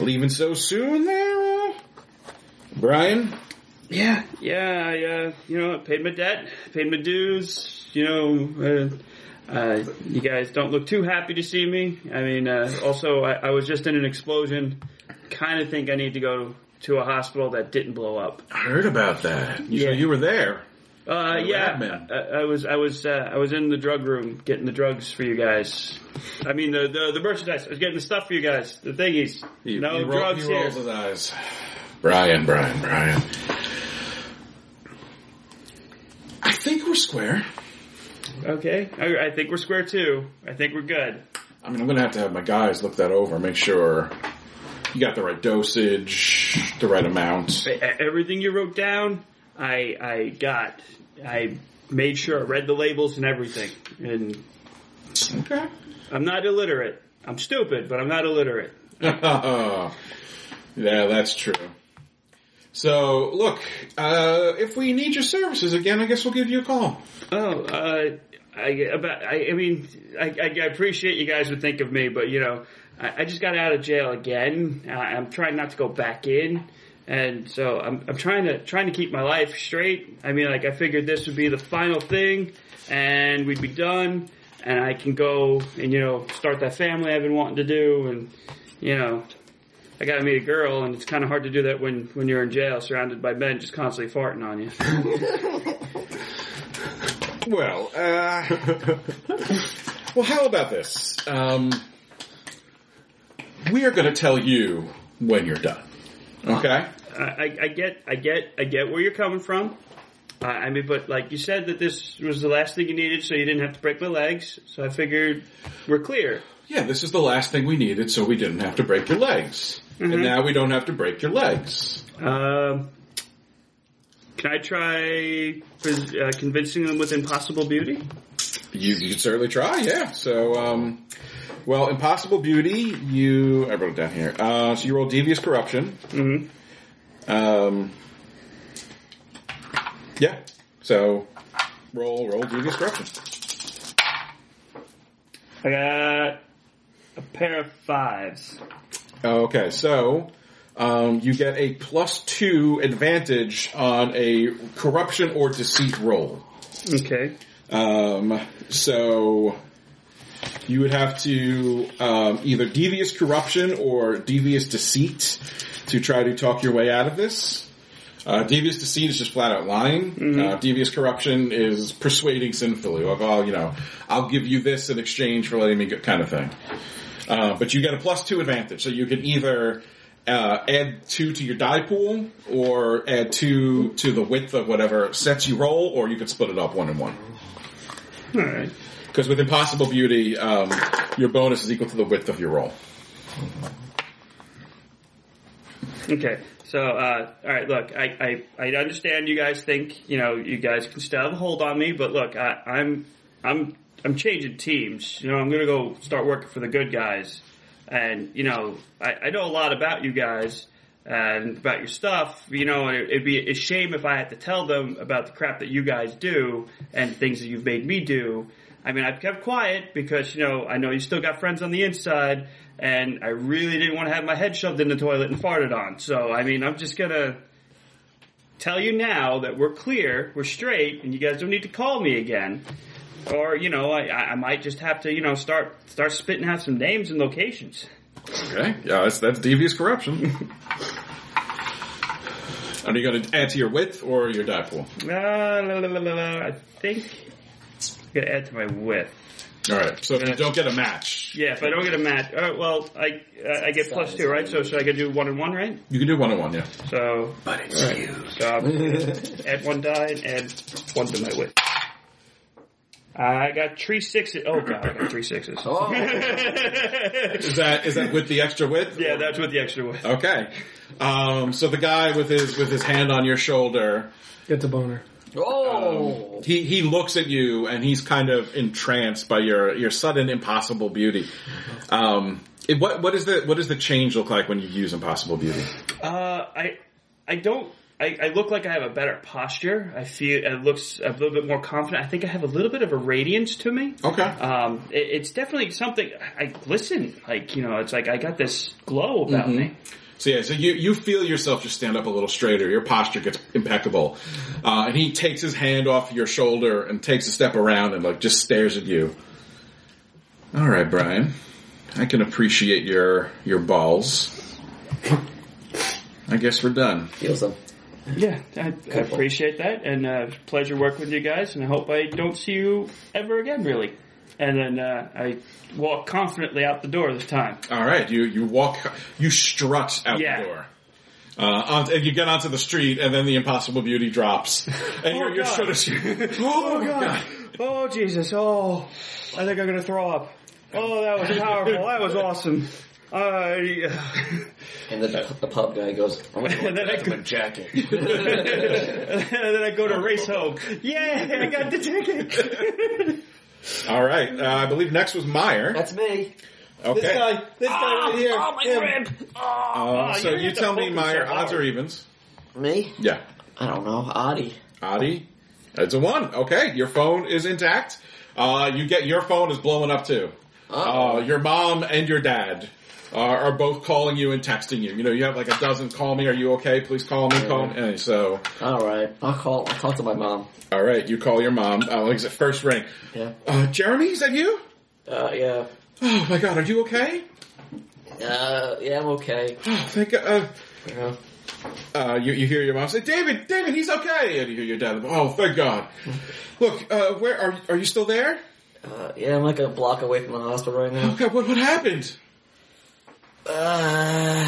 Leaving so soon there, uh, Brian?
Yeah, yeah, I, uh, you know, paid my debt, paid my dues, you know, uh, uh, you guys don't look too happy to see me. I mean, uh, also, I, I was just in an explosion. Kind of think I need to go to a hospital that didn't blow up.
I heard about that. You,
Yeah.
you were there.
Uh, yeah,
madman.
I, I was, I was, uh, I was in the drug room getting the drugs for you guys. I mean, the the, the merchandise. I was getting the stuff for you guys. The thingies.
He,
no
he roll-
drugs
he rolls
here.
his eyes. Brian, Brian, Brian. I think we're square.
Okay, I, I think we're square too. I think we're good.
I mean, I'm going to have to have my guys look that over, make sure you got the right dosage, the right amount.
E- Everything you wrote down, I I got. I made sure I read the labels and everything. And
Okay.
I'm not illiterate. I'm stupid, but I'm not illiterate.
yeah, that's true. So, look, uh, if we need your services again, I guess we'll give you a call.
Oh, uh, I about. I, I mean, I, I, I appreciate you guys would think of me, but you know, I, I just got out of jail again. I, I'm trying not to go back in, and so I'm, I'm trying to trying to keep my life straight. I mean, like I figured this would be the final thing, and we'd be done, and I can go and you know start that family I've been wanting to do, and you know. I gotta meet a girl, and it's kind of hard to do that when, when you're in jail, surrounded by men just constantly farting on you.
Well, uh, well, how about this? Um, we are going to tell you when you're done. Okay?
I, I- I get, I get, I get where you're coming from. I, I mean, but like you said that this was the last thing you needed, so you didn't have to break my legs. So I figured we're clear.
Yeah, this is the last thing we needed, so we didn't have to break your legs, and now we don't have to break your legs.
Um, can I try uh, convincing them with impossible beauty?
You, you could certainly try, yeah. So, um, well, Impossible Beauty, you, I wrote it down here. Uh, so you roll Devious Corruption.
Mhm.
Um, yeah. So, roll, roll Devious Corruption.
I got a pair of fives.
Okay, so, um, you get a plus two advantage on a corruption or deceit roll.
Okay.
Um, so you would have to um, either devious corruption or devious deceit to try to talk your way out of this. Uh, devious deceit is just flat out lying. Uh, devious corruption is persuading sinfully, like, oh, you know, I'll give you this in exchange for letting me go, kind of thing. Uh, but you get a plus two advantage, so you can either uh, add two to your die pool or add two to the width of whatever sets you roll, or you could split it up one and one.
All right.
Because with Impossible Beauty, um, your bonus is equal to the width of your roll.
Okay. So, uh, all right. Look, I, I, I understand you guys think you know you guys can still have a hold on me, but look, I, I'm I'm I'm changing teams. You know, I'm gonna go start working for the good guys, and you know, I, I know a lot about you guys and about your stuff. You know, and it, it'd be a shame if I had to tell them about the crap that you guys do and things that you've made me do. I mean, I've kept quiet because, you know, I know you still got friends on the inside, and I really didn't want to have my head shoved in the toilet and farted on. So, I mean, I'm just gonna tell you now that we're clear, we're straight, and you guys don't need to call me again. Or, you know, I, I I might just have to, you know, start, start spitting out some names and locations.
Okay, yeah, that's, that's devious corruption. Are you going to add to your width or your die pool?
Uh, la, la, la, la, la. I think I'm gonna add to my width.
All right, so if you don't get a match,
Yeah, if I don't get a match, all right, well, I, uh, I get plus two, right? So, so I can do one and one, right?
you can do one on one, yeah.
So, but it's So I'm gonna add one die and add one to my wit. I got three sixes. Oh god, I got three sixes.
Oh,
Is that is that with the extra width?
yeah, that's with the extra wit.
Okay. Um, so the guy with his with his hand on your shoulder,
It's a boner.
oh.
he he looks at you and he's kind of entranced by your your sudden impossible beauty. Um, it, what what is the what does the change look like when you use impossible beauty?
Uh, I, I don't. I, I look like I have a better posture. I feel it looks a little bit more confident. I think I have a little bit of a radiance to me.
Okay.
Um, it, it's definitely something. I listen, like you know, it's like I got this glow about me.
So yeah, so you, you feel yourself just stand up a little straighter. Your posture gets impeccable, uh, and he takes his hand off your shoulder and takes a step around and like just stares at you. All right, Brian, I can appreciate your your balls. I guess we're done.
Feels them.
Yeah, I, I appreciate that, and uh, it's a pleasure working with you guys. And I hope I don't see you ever again, really. And then uh, I walk confidently out the door this time.
All right, you you walk, you strut out
Yeah.
the door. Uh, on, and you get onto the street, and then the Impossible Beauty drops, and you're, you're
God.
sort of. oh god!
Oh Jesus! Oh, I think I'm gonna throw up. Oh, that was powerful. that was awesome. Uh, I
And the, the pub guy goes, I'm going to
and then I go,
my jacket.
and then I go to race home. Yeah, I got the ticket.
All right, uh, I believe next was Meyer.
That's me.
Okay,
This guy, this guy right here. him.
Uh,
Ah,
so
you
you
have to
tell me,
focus
Meyer,
so hard.
odds or evens?
Me?
Yeah,
I don't know. Adi.
Adi, it's a one. Okay, your phone is intact. Uh, you get your phone is blowing up too.
Uh-oh.
Uh, your mom and your dad are, are both calling you and texting you. You know, you have like a dozen. Call me. Are you okay? Please call me. Call me. And so,
All right. I'll call. I'll call to my mom.
all right, you call your mom. Uh, like I said, first ring.
Yeah.
Uh, Jeremy, is that you?
Uh, yeah.
Oh my God, are you okay?
Uh, yeah, I'm okay.
Oh, thank God. Uh,
Yeah.
uh, you, you hear your mom say, "David, David, he's okay," and you hear your dad. Oh, thank God! Look, uh, where are are you still there?
Uh, yeah, I'm like a block away from the hospital right
Oh
now.
God, what what happened?
Uh,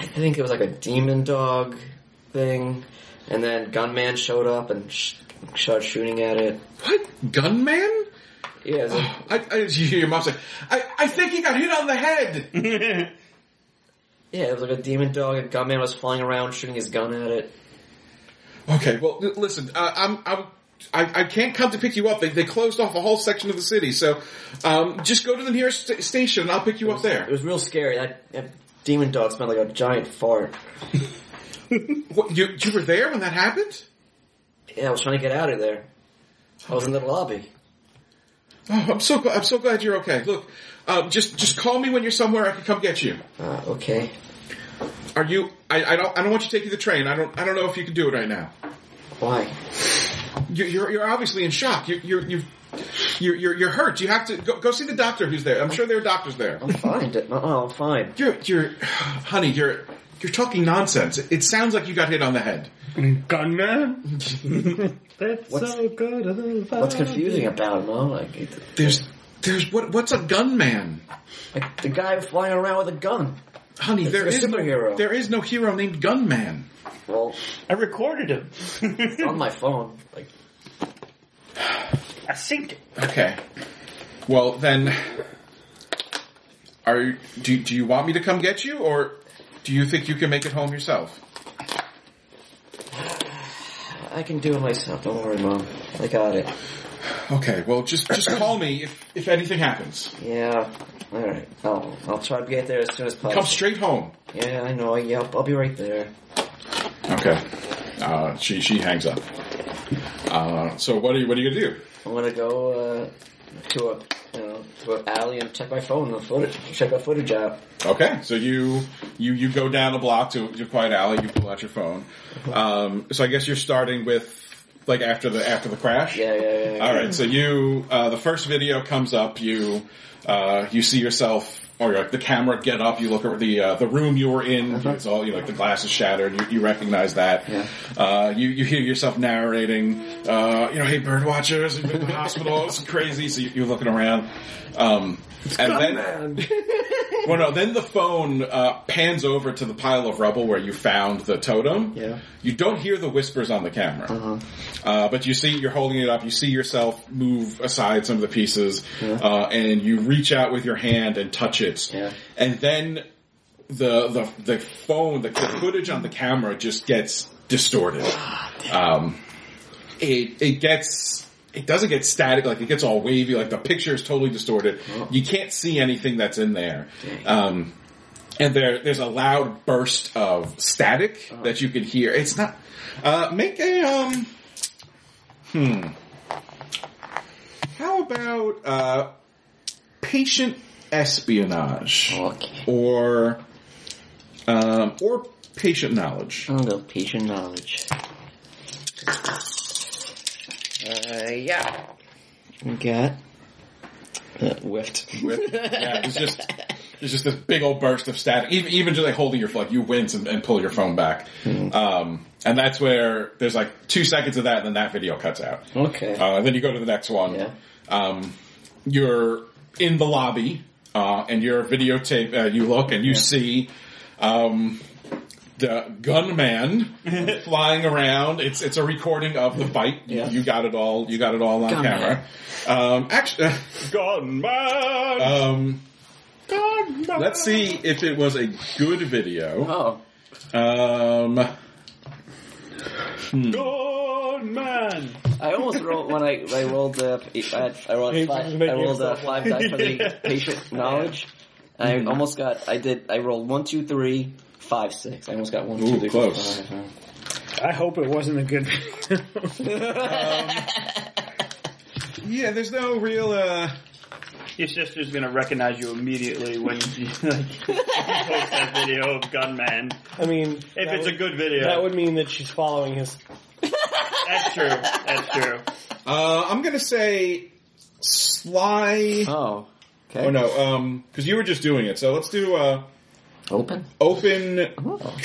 I think it was like a demon dog thing, and then gunman showed up and sh- started shooting at it.
What gunman?
Yeah, it was like,
I, I you hear your mom say, I, "I think he got hit on the head."
yeah, it was like a demon dog. and gunman was flying around shooting his gun at it.
okay, well, l- listen, uh, I'm I'm. I, I can't come to pick you up. They, they closed off a whole section of the city, so um, just go to the nearest st- station and I'll pick you up
It
there.
was real scary. That, that demon dog smelled like a giant fart.
What, you you were there when that happened?
Yeah, I was trying to get out of there. I was in the lobby.
Oh, I'm so glad, I'm so glad you're okay. Look, um, just just call me when you're somewhere. I can come get you.
Uh, okay.
Are you? I, I don't. I don't want you to take the train. I don't. I don't know if you can do it right now.
Why?
You, you're you're obviously in shock. You you you. You're, you're, you're hurt. You have to go, go see the doctor who's there. I'm sure there are doctors there.
I'm fine. Di- No, no, I'm fine.
You're, you're, honey, you're, you're talking nonsense. It sounds like you got hit on the head.
Gunman.
That's
What's-
so good.
What's confusing about it, Mom? Like, it-
There's, there's, what, what's a gunman?
like the guy flying around with a gun.
Honey, there
It's
is
a
no,
superhero.
there is no hero named gunman.
Well,
I recorded him.
on my phone. Like,
I synced it.
Okay. Well, then, are you- do do you want me to come get you, or do you think you can make it home yourself?
I can do it myself. Don't worry, Mom. I got it.
Okay. Well, just just call me if if anything happens.
Yeah. All right. I'll I'll try to get there as soon as possible.
Come straight home.
Yeah, I know. Yeah, I'll, I'll be right there.
Okay. Uh, she she hangs up. Uh, so what are you what are you gonna do?
I'm gonna go uh, to a you know to an alley and check my phone. The footage. Check my footage out.
Okay, so you you you go down a block to, to a quiet alley. You pull out your phone. Um, so I guess you're starting with like after the after the crash.
Yeah, yeah, yeah. yeah.
All right. So you, uh, the first video comes up. You, uh, you see yourself, or like the camera get up. You look at the uh, the room you were in. It's all you know, like the glass is shattered. You, you recognize that. Uh, you you hear yourself narrating. Uh, you know, hey, bird watchers, you've been to the hospital. It's crazy. So you, you're looking around. Um, and then, well, no. Then the phone uh, pans over to the pile of rubble where you found the totem.
Yeah.
You don't hear the whispers on the camera. Uh, but you see, you're holding it up. You see yourself move aside some of the pieces, uh, and you reach out with your hand and touch it.
Yeah.
And then the the the phone, the, the footage on the camera just gets distorted. Um, it it gets. It doesn't get static, like it gets all wavy, like the picture is totally distorted. You can't see anything that's in there. Um, and there there's a loud burst of static that you can hear. It's not. Uh, make a um. Hmm. How about uh, patient espionage
Okay.
or um, or patient knowledge?
I'm gonna patient knowledge. Uh, yeah. We got. Uh, whiffed.
With- yeah, it was just It's just this big old burst of static. Even, even just like holding your phone, like, you wince and, and pull your phone back. Um, and that's where there's like two seconds of that, and then that video cuts out.
Okay.
Uh, then you go to the next one.
Yeah.
Um, you're in the lobby, uh, and you're videotape. Uh, you look and you see um, the gunman flying around. It's it's a recording of the fight. You-
Yeah.
You, got it all. You got it all on camera. Um, actually,
Gunman!
um,
Gunman!
let's see if it was a good video.
Oh. Uh-huh.
Um,
Gunman!
I almost rolled when I I rolled the I, had, I rolled
Hey,
five,
just make
I rolled uh,
yourself-
five dice for the patient knowledge. I almost got I did I rolled one two three five six. I almost got one
Ooh,
two three
close.
five, huh?
I hope it wasn't a good video.
yeah, there's no real. Uh,
Your sister's gonna recognize you immediately when she like posts that video of gunman.
I mean,
If
that
it's a
would-
good video,
that would mean that she's following his.
that's true. That's true.
uh, I'm gonna say sly.
Oh. Okay.
Oh no, um, because you were just doing it. So let's do uh,
Open.
open
Oh.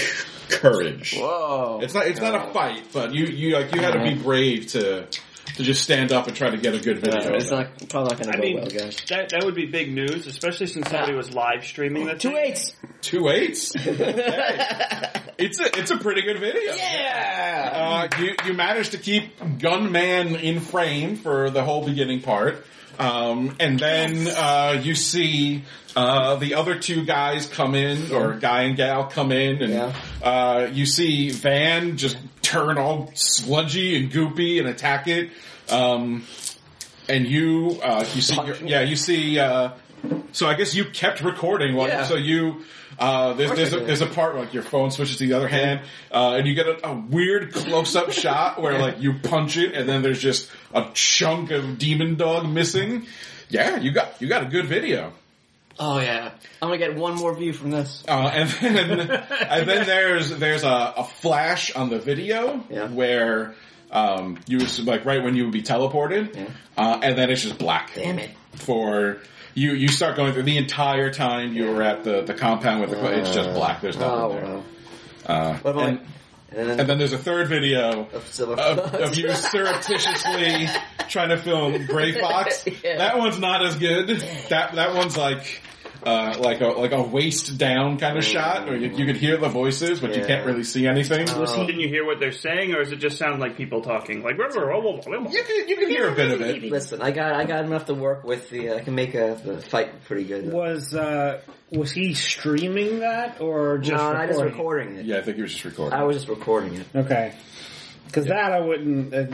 courage.
Whoa.
It's not it's not a fight, but you you like you had to be brave to to just stand up and try to get a good
Uh,
video.
it's not probably not gonna
I
go
mean,
well, guys.
that that would be big news, especially since somebody was live streaming that.
Two
thing.
eights.
Two eights. it's a it's a pretty good video.
Yeah.
Uh, you you managed to keep Gunman in frame for the whole beginning part, um, and then uh, you see uh, the other two guys come in, or guy and gal come in, and
Yeah.
uh, you see Van just turn all sludgy and goopy and attack it. Um, and you uh, you see your, yeah you see uh, so I guess you kept recording while
Yeah.
so you uh, there's there's a, there's a part where like your phone switches to the other hand uh, and you get a, a weird close up shot where like you punch it and then there's just a chunk of demon dog missing. Yeah, you got you got a good video.
Oh yeah. I'm gonna get one more view from this.
Uh, and then and then there's there's a, a flash on the video
Yeah.
where um, you was like right when you would be teleported,
Yeah.
uh, and then it's just black.
Damn it.
For you, you start going through the entire time you were at the, the compound with the. it's just black. There's nothing
Oh
there.
wow.
Uh,
What about Oh,
and,
and
and then there's a third video
of silver
of, of you surreptitiously trying to film Gray Fox.
Yeah.
That one's not as good. That that one's like uh, like a like a waist down kind of shot, where you, you could hear the voices, but you
Yeah. Uh-huh.
can't really see anything.
Can you hear what they're saying, or does it just sound like people talking? Like, blah, blah, blah, blah, blah.
You can you can hear a bit of it.
Listen, I got I got enough to work with. The uh, I can make a, the fight pretty good.
was uh, was he streaming that or just?
no, I just
recording?
recording it.
Yeah, I think he was just recording.
I was just recording it.
Okay. Because that I wouldn't. Uh,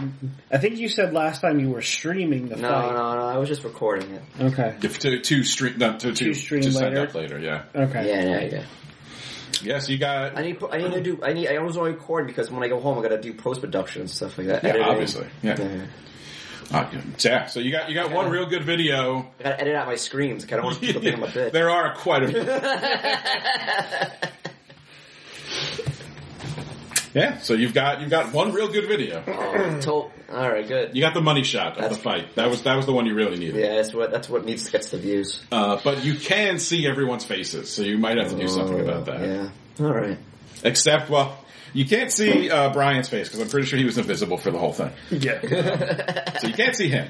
I think you said last time you were streaming the
No,
fight.
no, no. I was just recording it.
Okay.
If to, to stream, not to, to,
To stream
to send
later.
up later, yeah.
Okay.
Yeah, yeah, yeah.
Yes, you got,
I need I need to do I need I always want to record because when I go home I gotta do post production and stuff like that.
yeah,
editing.
obviously, yeah.
Yeah.
Uh, yeah. So you got, you got one real good video.
I gotta edit out my screams. I don't want people to think I'm a bitch.
there are quite a few. yeah, so you've got you've got one real good video.
Tol- all right, good.
You got the money shot of the fight. That was that was the one you really needed.
Yeah, that's what that's what needs to get the views.
Uh, but you can see everyone's faces, so you might have to do something about that.
Oh, Yeah. All right.
Except, well, you can't see uh, Brian's face because I'm pretty sure he was invisible for the whole thing,
Yeah.
so you can't see him.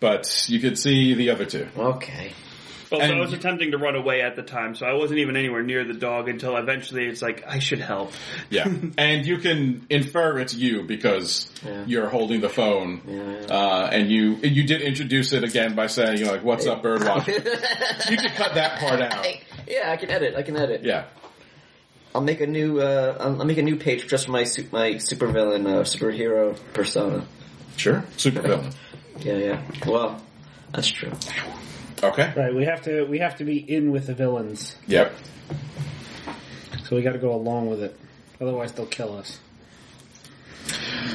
But you could see the other two.
Okay.
Well,
And-
I was attempting to run away at the time, so I wasn't even anywhere near the dog until eventually it's like, I should help.
Yeah, and you can infer it's you because
Yeah.
you're holding the phone,
Yeah.
Uh, and you you did introduce it again by saying you're like, "What's up, Birdwatch?" you could cut that part out.
yeah, I can edit. I can edit.
Yeah,
I'll make a new uh, I'll I'll make a new page just for my su- my supervillain uh, superhero persona.
sure, super villain.
Yeah, yeah. Well, that's true.
Okay,
Right. We have to we have to be in with the villains,
yep.
so we got to go along with it. Otherwise, they'll kill us.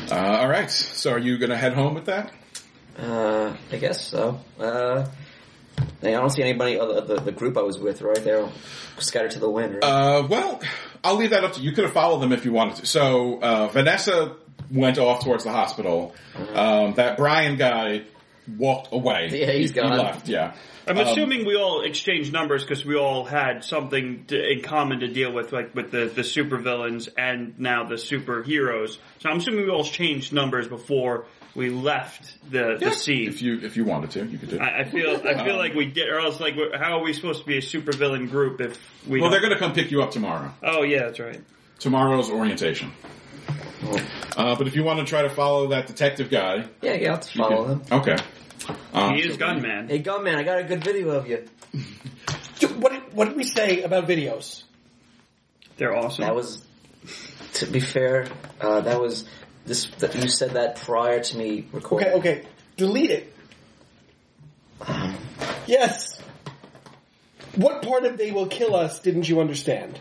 Uh, all right. So, are you gonna head home with that?
Uh, I guess so. Uh, I don't see anybody other the, the group I was with right there scattered to the wind. Right?
Uh, well, I'll leave that up to you. You could have followed them if you wanted to. So uh, Vanessa went off towards the hospital. Um, that Brian guy walked away.
Uh-huh. Yeah, he's
he,
gone.
He left. Yeah.
I'm
Um,
assuming we all exchanged numbers because we all had something to, in common to deal with, like with the the supervillains and now the superheroes. So I'm assuming we all changed numbers before we left the the scene.
If you if you wanted to, you could do. it.
I, I feel I
Um,
feel like we did, or else like we're- how are we supposed to be a supervillain group if we?
well,
don't-
they're going to come pick you up tomorrow.
Oh yeah, that's right.
Tomorrow's orientation. Uh, but if you want to try to follow that detective guy,
Yeah, yeah, I'll just follow him.
okay. Um,
He is gunman.
Hey, Gunman, I got a good video of you.
What, what did we say about videos?
They're awesome.
That was, to be fair, uh, that was this. That you said that prior to me recording.
Okay, okay. Delete it. Yes. What part of they will kill us didn't you understand?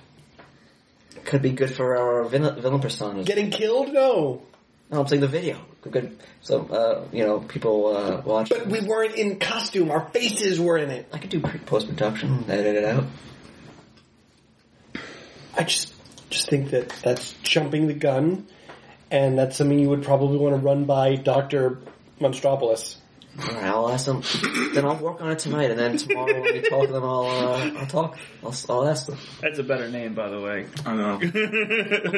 Could be good for our villain, villain personas.
Getting killed? No.
no, I'm saying the video. Good. So, uh, you know, people uh, watch.
But we weren't in costume. Our faces were in it.
I could do post production, edit it out.
I just just think that that's jumping the gun, and that's something you would probably want to run by Doctor Monstropoulos.
All right, I'll ask them. then I'll work on it tonight, and then tomorrow when we talk, then I'll uh, I'll talk. I'll, I'll ask them.
That's a better name, by the way.
I know.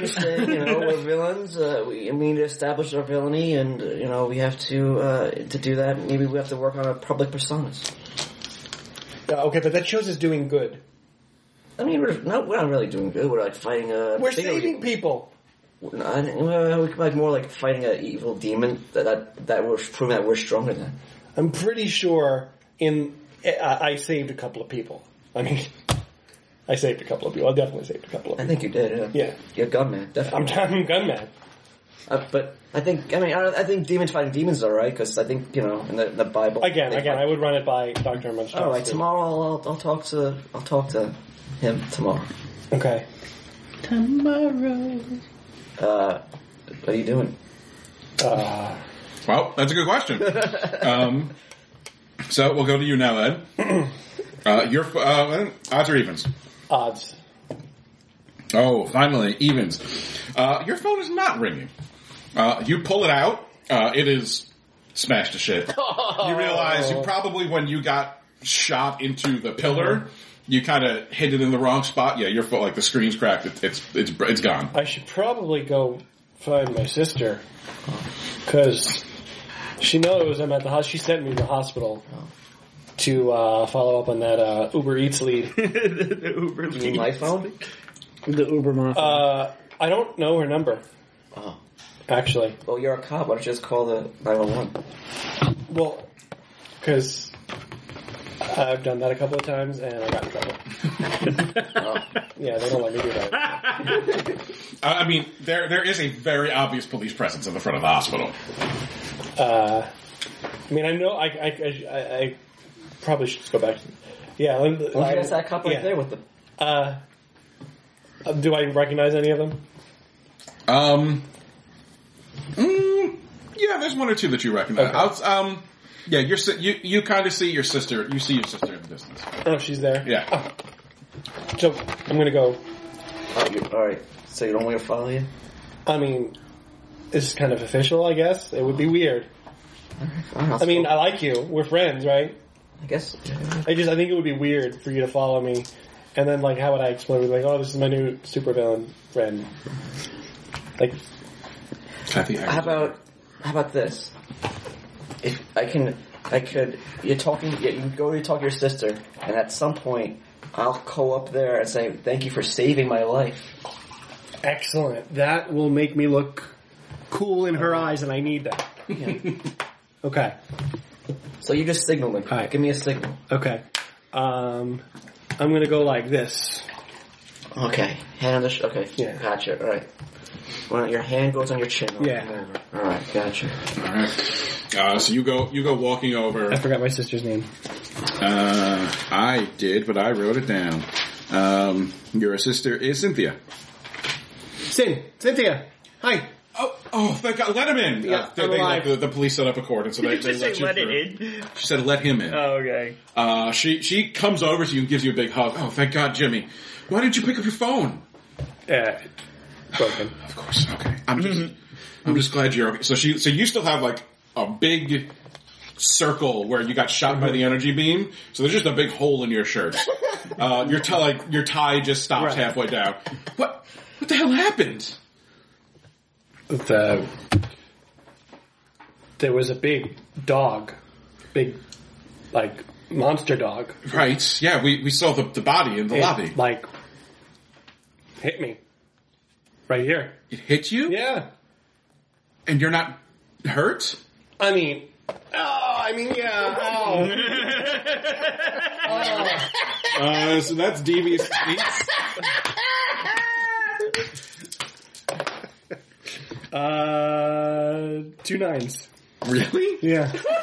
Just saying, you know, we're villains. Uh, we I mean to establish our villainy, and uh, you know, we have to uh, to do that. Maybe we have to work on our public personas.
Uh, okay, but that shows us doing good.
I mean, we're not we're not really doing good. We're like fighting a.
We're
bigger-
saving people.
No, I uh, think- well, we're like more like fighting an evil demon that that, that we're proving that we're stronger than.
I'm pretty sure in I, I saved a couple of people. I mean, I saved a couple of people. I definitely saved a couple of
I
people.
think you did. Yeah.
Yeah,
You're a gunman,
I'm,
definitely.
I'm gunman.
Uh, but I think I mean I, I think demons fighting demons is all right because I think you know in the, the Bible
Again,
they
again,
fight-
I would run it by Doctor Monstropoulos.
All right, tomorrow I'll, I'll I'll talk to I'll talk to him tomorrow.
Okay.
Uh, what are you doing?
Uh,
Well, that's a good question. um, so we'll go to you now, Ed. Uh, your uh, odds or evens?
odds.
Oh, finally, evens. Uh, your phone is not ringing. Uh, you pull it out. Uh, it is smashed to shit. You realize you probably when you got shot into the pillar, you kind of hit it in the wrong spot. Yeah, your phone, like the screen's cracked. It, it's it's it's gone.
I should probably go find my sister because she knows I'm at the hospital. She sent me to the hospital to uh, follow up on that uh, Uber Eats lead.
the, the Uber
You mean
lead.
my phone?
The Uber mafia.
uh, I don't know her number
Uh-huh.
Oh,
actually.
well, Oh, you're a cop. Why don't you just call the nine one one?
Well, because I've done that a couple of times and I got in trouble. yeah, they don't let me do that.
I, I mean, there there is a very obvious police presence in the front of the hospital.
Uh, I mean, I know I I, I, I I probably should just go back. To, yeah, let me-
Well, that's that cop right
yeah.
there with them.
Uh, uh, do I recognize any of them?
Um, mm, yeah, there's one or two that you recognize.
Okay.
Outs- um, yeah, you're, si- you you kind of see your sister. You see your sister in the distance.
Oh, she's there.
Yeah,
So I'm gonna go.
Oh, you, all right. So you don't want me to follow you?
I mean, this is kind of official, I guess. It would be weird.
All right, I'll
I mean,
follow-
I like you. We're friends, right?
I guess.
I just I think it would be weird for you to follow me, and then like, how would I explain? Like, oh, this is my new supervillain friend. Like,
Kathy.
How about how about this? If I can, I could. You're talking. You you go to talk to your sister, and at some point, I'll go up there and say, "Thank you for saving my life."
excellent.
That will make me look cool in her eyes, and I need that. okay.
So you just signal me.
Alright.
Give me a signal.
Okay. Um, I'm gonna go like this.
Okay. Hand on the sh- okay.
Yeah.
Gotcha. All right. Well, your hand goes on your chin. I'll
Yeah.
come over. All right. Gotcha.
All right. Uh, so you go you go walking over.
I forgot my sister's name.
Uh, I did, but I wrote it down. Um, your sister is Cynthia.
Sin, Cynthia. Hi.
Oh, oh, thank God! Let him in. Uh,
Yeah,
they,
I'm
they
alive.
let the, the police set up a cordon, so they,
Did you
they
say
let you
let
through.
it in?
She said, "Let him in."
Oh, okay.
Uh, she she comes over to you and gives you a big hug. Oh, thank God, Jimmy! Why didn't you pick up your phone?
Uh, broken.
Of course. Okay. I'm just I'm just glad you're okay. So she so you still have like a big circle where you got shot by the energy beam. So there's just a big hole in your shirt. Uh, your tie, like your tie, just stops halfway down. What? What the hell happened?
the there was a big dog, big like monster dog,
Right? Yeah, we, we saw the, the body in the
It,
lobby.
like hit me right here.
It hit you,
Yeah,
and you're not hurt.
I mean, oh, I mean, yeah, ow.
Uh, so that's devious. Eight.
uh, two nines.
Really?
Yeah,
You go,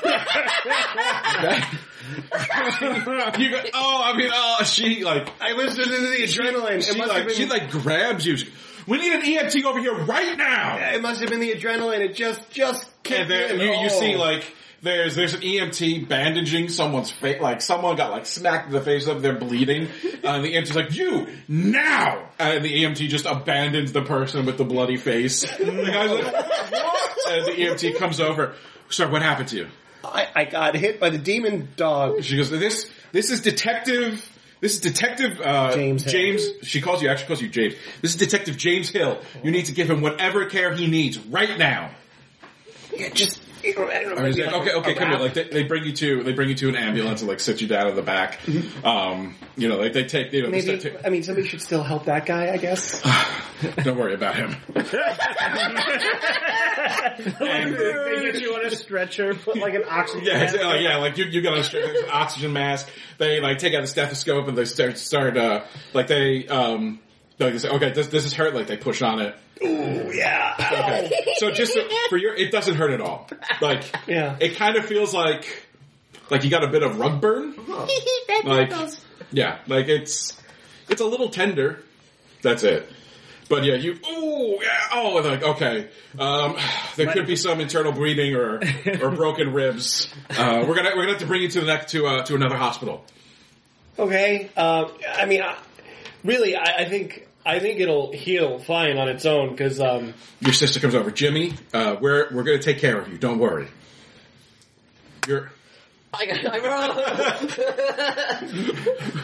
oh, I mean, oh, she like,
I was into the adrenaline.
she
it must
like,
have been.
she like grabs you. She- We need an EMT over here right now.
it must have been the adrenaline. It just just kicked
And there,
in.
you, you
Oh.
see like, there's, there's an EMT bandaging someone's face, like someone got like smacked in the face of, they're bleeding, uh, and the EMT's like, you, now! And the EMT just abandons the person with the bloody face. The guy's like, what? And the EMT comes over, sir, what happened to you?
I, I got hit by the demon dog.
She goes, "This this is detective. This is detective uh,
James Hill.
She calls you actually calls you James. This is detective James Hill. You need to give him whatever care he needs right now."
Yeah, just. You know, I don't know,
And he's
maybe
like,
like
"Okay,
a-
okay,
a
come
wrap."
here." Like they, they bring you to they bring you to an ambulance and like sit you down in the back.
Mm-hmm.
Um, you know, like they take you know. they
Maybe
start ta-
I mean somebody should still help that guy. I guess.
don't worry about him.
They get you on a stretcher, put like an oxygen.
Yeah, it's,
mask
uh,
on.
yeah, like you, you got a strip, there's an oxygen mask. They like take out the stethoscope and they start start uh like they um like they say, okay, this this is hurt. Like they push on it. Ooh, yeah. Okay. So just so- for your, it doesn't hurt at all. Like
Yeah.
it kind of feels like like you got a bit of rug burn.
that
Like
tickles.
yeah, like it's it's a little tender. That's it. But yeah, you. Ooh, yeah, oh, and like okay. Um, there could be some internal bleeding or or broken ribs. Uh, we're gonna we're gonna have to bring you to the next to uh, to another hospital.
Okay. Um, I mean, I, really, I, I think I think it'll heal fine on its own because um,
Your sister comes over, Jimmy. Uh, we're we're gonna take care of you. Don't worry. You're.
I got I'm wrong.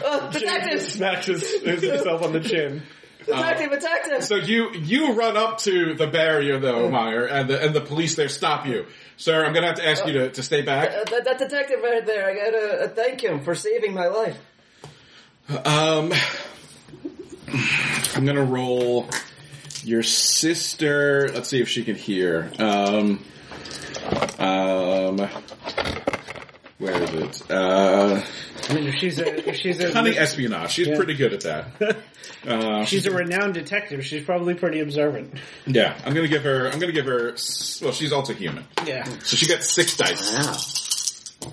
oh, detective!
smacks his, himself on the chin.
Detective, detective!
So you you run up to the barrier though, Meyer, and the and the police there stop you, sir. I'm gonna have to ask you to, to stay back.
Uh, that, that detective right there, I gotta uh, thank him for saving my life.
Um, I'm gonna roll your sister. Let's see if she can hear. Um, um, where is it? Uh,
I mean, if she's a if she's
hunting
a
espionage. She's pretty good at that. Uh,
she's a renowned detective. She's probably pretty observant.
yeah, I'm gonna give her. I'm gonna give her. s- Well, she's also human,
Yeah.
so she got six dice.
Wow.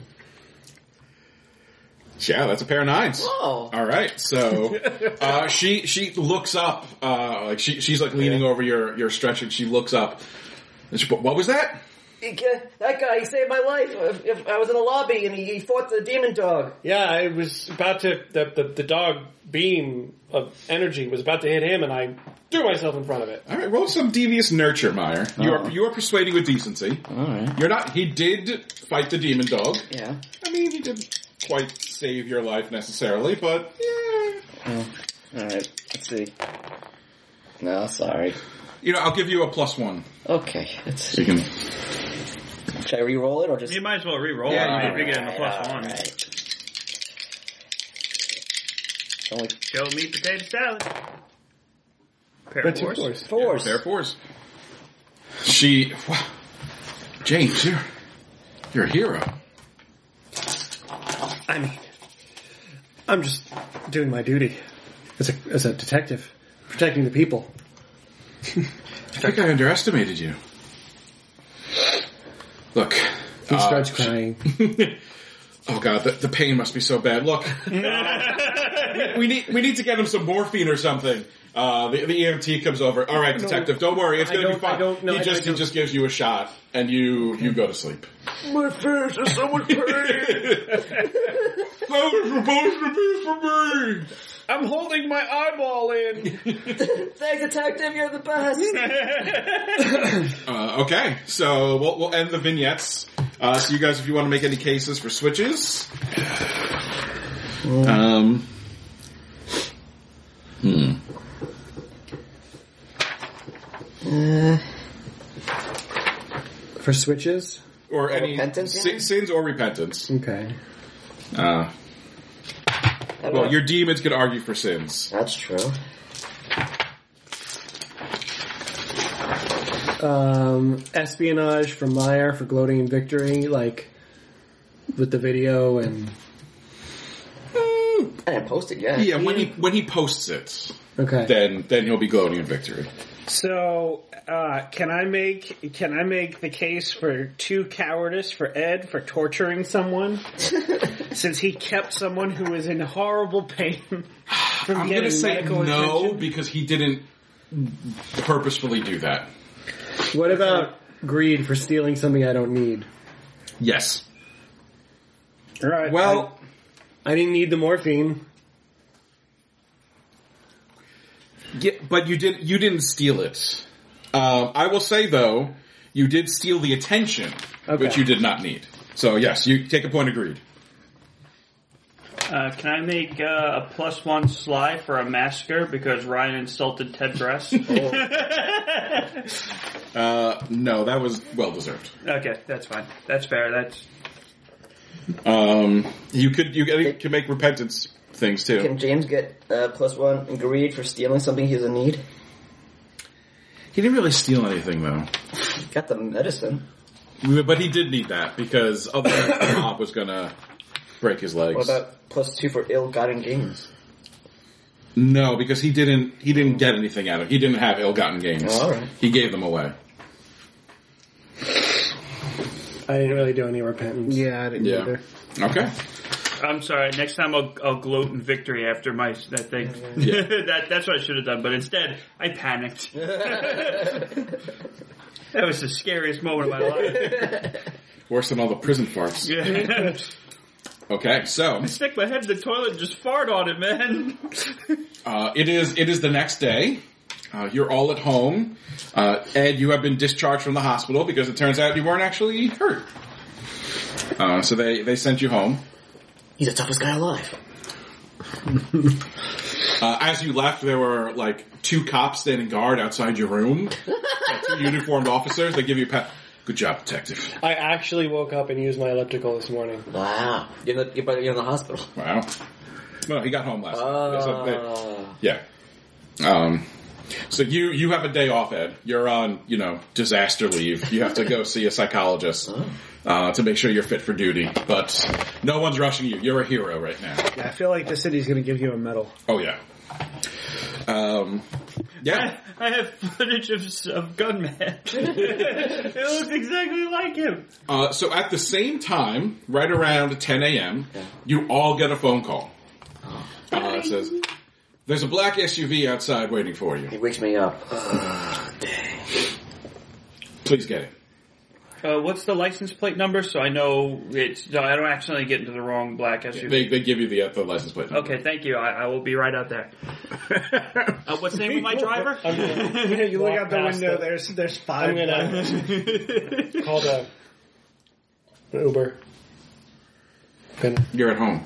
Yeah, that's a pair of nines.
Oh.
All right, so uh, she she looks up, uh, like she she's like leaning over your your stretcher. and She looks up, and she, what was that?
He ca- that guy, he saved my life. If, if I was in the lobby and he, he fought the demon dog.
Yeah, I was about to the, the the dog beam of energy was about to hit him, and I threw myself in front of it.
All right, roll some devious nurture, Meyer. You are you are persuading with decency.
Alright.
You're not. He did fight the demon dog.
Yeah.
I mean, he didn't quite save your life necessarily, but yeah.
Alright, let's see. No, sorry.
you know, I'll give you a plus one.
Okay, let's
You can.
Should I re-roll it or just...
You might as well re-roll
Yeah,
it.
you
You'd be getting a plus one.
Alright. Only
Show me potato salad. Pair of fours.
fours.
There, fours. She, wow, James, you're you're a hero.
I mean, I'm just doing my duty as a as a detective, protecting the people.
I think I underestimated you. Look.
He
uh,
starts crying.
oh god, the, the pain must be so bad. Look, uh, we need we need to get him some morphine or something. Uh, the, the EMT comes over. All right, detective, don't worry, it's
I
gonna be
don't-
fine.
I don't- no,
he
I-
just
I
he
don't-
just gives you a shot, and you you go to sleep.
My parents are so much
That was supposed to be for me.
I'm holding my eyeball in.
Thanks, detective, you're the best.
Uh, okay, so we'll, we'll end the vignettes. Uh, so you guys, if you want to make any cases for switches, um, hmm.
For switches?
or any
repentance, you
si-
mean?
sins or repentance.
Okay.
Uh, well, your demons can argue for sins.
That's true.
Um, espionage from Meyer for gloating in victory, like with the video and
I didn't post it yet.
Yeah, when he when he posts it,
okay.
then then he'll be gloating in victory.
So, uh, can I make can I make the case for two cowardice for Ed for torturing someone since he kept someone who was in horrible pain from
I'm
getting
gonna say
medical
no
attention?
because he didn't purposefully do that.
What about greed for stealing something I don't need?
Yes.
All right.
Well,
I didn't need the morphine.
yeah, but you did you didn't steal it. Um, I will say though, you did steal the attention, which
Okay.
you did not need. So yes, you take a point of greed.
Uh, can I make uh, a plus one sly for a massacre because Ryan insulted Ted Oh, Bress?
Uh, no, that was well deserved.
okay, that's fine. That's fair. That's
Um, you could you can, can make repentance things too.
Can James get uh, plus one and greed for stealing something he doesn't need?
He didn't really steal anything though,
He got the medicine.
but he did need that because otherwise the mob was gonna break his legs.
What about plus two for ill-gotten gains?
No, because he didn't. He didn't get anything out of. it. He didn't have ill-gotten gains.
Oh, all right.
He gave them away.
I didn't really do any repentance.
yeah, I didn't
Yeah.
either.
Okay.
I'm sorry. Next time I'll, I'll gloat in victory after my that thing.
Yeah.
that that's what I should have done, but instead I panicked. that was the scariest moment of my life.
Worse than all the prison farts.
Yeah.
Okay, so
Stick my head in the toilet and just fart on it, man.
uh, it is. It is the next day. Uh, you're all at home. Uh, Ed, you have been discharged from the hospital because it turns out you weren't actually hurt. Uh, so they they sent you home.
He's the toughest guy alive.
Uh, as you left, there were like two cops standing guard outside your room. Uh, two uniformed officers. They give you a pat. Good job, detective.
I actually woke up and used my elliptical this morning.
Wow. You're in the, you're, probably- you're in the hospital.
Wow. Well, he got home last night. So they-
Oh.
yeah. Um, so you you have a day off, Ed. You're on you know disaster leave. You have to go see a psychologist uh, to make sure you're fit for duty. But no one's rushing you. You're a hero right now.
I feel like the city's going to give you a medal.
Oh yeah. Um, yeah.
I have footage of, of Gunman. it looks exactly like him.
Uh, so at the same time, right around 10 a.m., you all get a phone call. Uh, it says, "There's a black SUV outside waiting for you.
He wakes me up.
Please get it."
Uh, what's the license plate number so I know it's so I don't accidentally get into the wrong black SUV?
They, they give you the, uh, the license plate. number.
okay, thank you. I, I will be right out there. uh, what's the name of my driver?
Yeah, you look
Walk
out the
past
window.
it.
There's there's
I'm
five.
gonna call the an Uber. Gonna-
You're at home.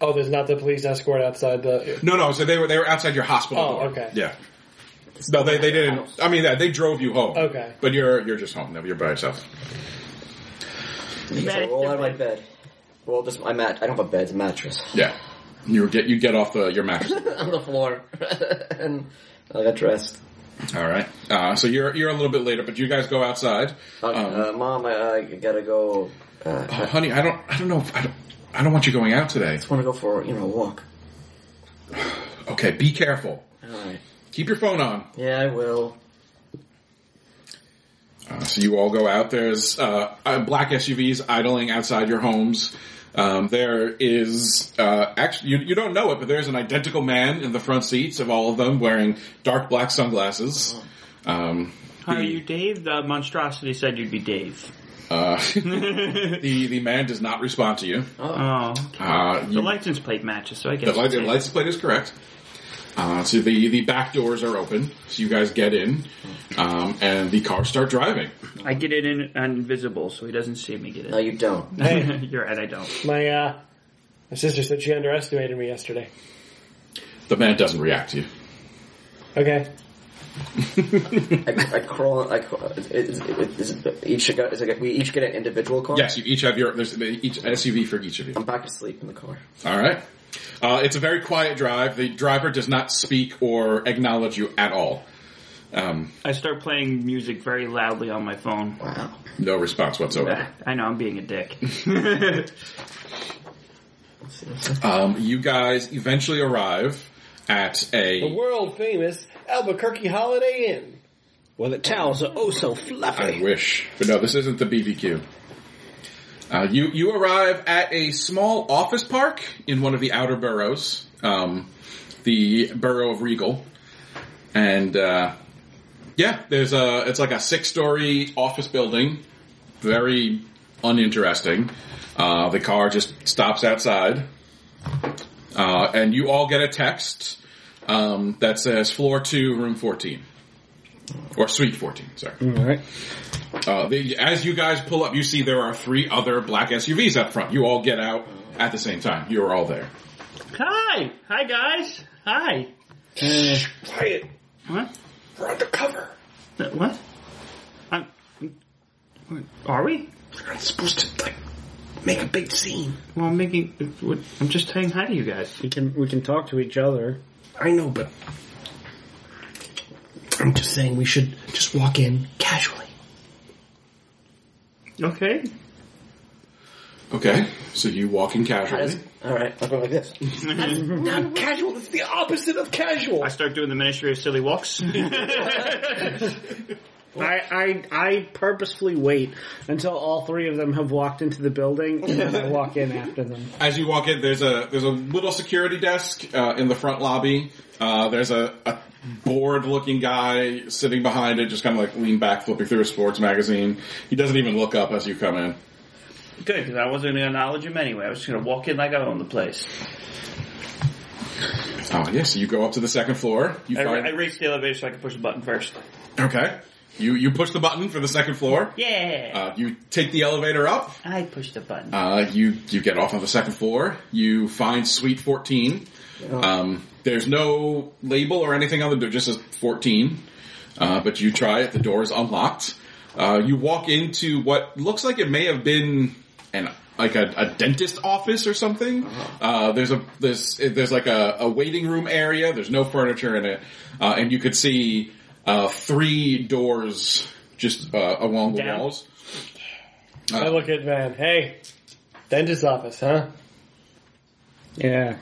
oh, there's not the police escort outside the.
No, no. So they were they were outside your hospital.
Oh,
door.
okay.
Yeah. No, they, they didn't. I mean, yeah, they drove you home.
Okay.
But you're you're just home. now. You're by yourself.
I roll out of my bed. Roll this. I'm at. I don't have a bed. It's a mattress.
Yeah. You get you get off the your mattress.
on the floor, and I got dressed.
All right. Uh, so you're you're a little bit later, but you guys go outside.
Okay,
Um,
uh, Mom, I, I gotta go. Uh,
oh, honey, I don't I don't know. If, I don't I don't want you going out today.
I want to go for you know a walk.
Okay. Be careful.
All right.
Keep your phone on.
Yeah, I will.
Uh, so you all go out. There's uh, uh, black SUVs idling outside your homes. Um, there is uh, actually you, you don't know it, but there's an identical man in the front seats of all of them, wearing dark black sunglasses.
Oh.
Um,
Hi, are you Dave? The monstrosity said you'd be Dave.
uh, the the man does not respond to you.
Oh,
Uh, you
the license plate matches, so I guess
the, li- the license plate is correct. Uh, so the the back doors are open, so you guys get in, um, and the cars start driving.
I get it in invisible, so he doesn't see me get
No,
it.
you don't.
Hey.
You're right, I don't.
My uh, my sister said she underestimated me yesterday.
The man doesn't react to you.
Okay.
I, I crawl. I crawl. Is, is, is, each got, is it, we each get an individual
Oh.
car.
Yes, you each have your there's each SUV for each of you.
I'm back to sleep in the car.
All right. Uh, it's a very quiet drive. The driver does not speak or acknowledge you at all. Um,
I start playing music very loudly on my phone.
Wow.
no response whatsoever.
I know I'm being a dick.
Um, you guys eventually arrive at
The
a.
world famous Albuquerque Holiday Inn.
Well, the towels are oh so fluffy.
I wish, but no, this isn't the BBQ. Uh, you you arrive at a small office park in one of the outer boroughs, um, the borough of Regal, and uh, yeah, there's a it's like a six story office building, very uninteresting. Uh, the car just stops outside, uh, and you all get a text um, that says floor two, room fourteen, or suite fourteen. Sorry. Uh, they, as you guys pull up, you see there are three other black SUVs up front. You all get out at the same time. You're all there.
Hi! Hi, guys! Hi!
Quiet.
What?
We're undercover.
The- What? I'm, are we?
You're not supposed to like make a big scene.
Well, I'm making. what- I'm just saying hi to you guys.
We can we can talk to each other.
I know, but I'm just saying we should just walk in casually.
Okay.
Okay, so you walk in casually.
All right. I'll go like this.
Not casual. It's the opposite of casual.
I start doing the Ministry of Silly Walks.
I, I I purposefully wait until all three of them have walked into the building and then I walk in after them.
As you walk in, there's a there's a little security desk uh, in the front lobby. Uh, there's a, a bored looking guy sitting behind it, just kind of like lean back, flipping through a sports magazine. He doesn't even look up as you come in.
Good, because I wasn't going to acknowledge him anyway. I was just going to walk in like I own the place.
Oh yes, you go up to the second floor. You
I,
find
I reached the elevator so I could push the button first.
okay. You you push the button for the second floor.
Yeah!
Uh, you take the elevator up.
I pushed the button.
Uh, you you get off on the second floor. You find Suite 14. Um, there's no label or anything on the door, just says 14. Uh, but you try it. The door is unlocked. Uh, you walk into what looks like it may have been an like a, a dentist office or something. Uh, there's a there's there's like a, a waiting room area. There's no furniture in it, uh, and you could see uh, three doors just uh, along the
Down.
walls.
I look at Van. Hey, dentist office, huh?
Yeah.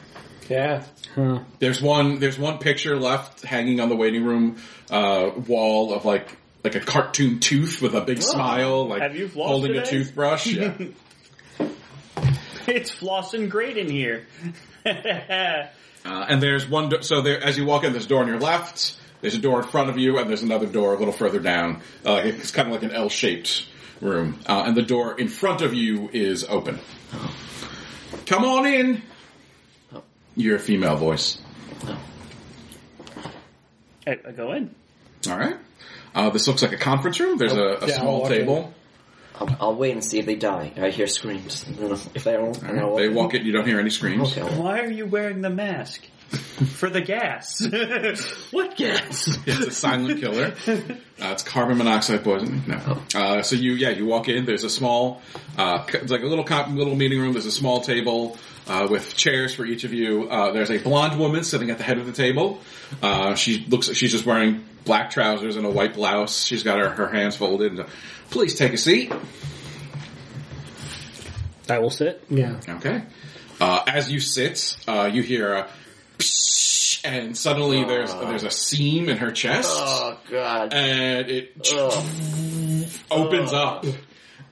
Yeah.
Huh.
There's one. There's one picture left hanging on the waiting room uh, wall of like like a cartoon tooth with a
Oh,
big smile, like
Have you flossed
holding a
today?
toothbrush. Yeah.
it's flossing great in here.
uh, and there's one. Do- so there, as you walk in, there's a door on your left. There's a door in front of you, and there's another door a little further down. Uh, it's kind of like an L-shaped room, uh, and the door in front of you is open. Come on in. You're a female voice.
I, I go in.
All right. Uh, this looks like a conference room. There's a, a
Oh, Yeah, I'll
small
walk in.
table.
I'll, I'll wait and see if they die. If I hear screams. And then If they don't, then I'll
They walk in, you don't hear any screams.
Okay.
Why are you wearing the mask? For the gas. what gas?
It's a silent killer. Uh, it's carbon monoxide poisoning. No. Uh, so you, yeah, you walk in. There's a small, uh, c- it's like a little co- little meeting room. There's a small table uh, with chairs for each of you. Uh, there's a blonde woman sitting at the head of the table. Uh, she looks. She's just wearing black trousers and a white blouse. She's got her, her hands folded. Please take a seat.
I will sit. Yeah.
Okay. Uh, as you sit, uh, you hear a psh, and suddenly there's there's a seam in her chest.
Oh god.
and it
Ugh.
opens up.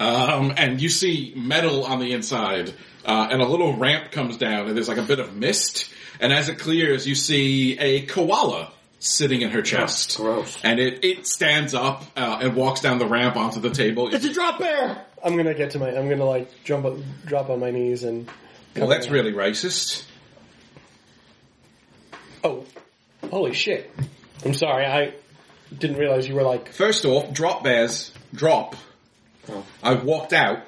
Um, and you see metal on the inside, uh, and a little ramp comes down, and there's like a bit of mist. And as it clears, you see a koala sitting in her chest.
gross.
And it, it stands up uh, and walks down the ramp onto the table.
It's a drop bear. I'm gonna get to my. I'm gonna like jump, up, drop on my knees and.
well, that's really racist.
Oh, Holy shit! I'm sorry, I didn't realize you were like.
First off, drop bears. Drop. I've walked out.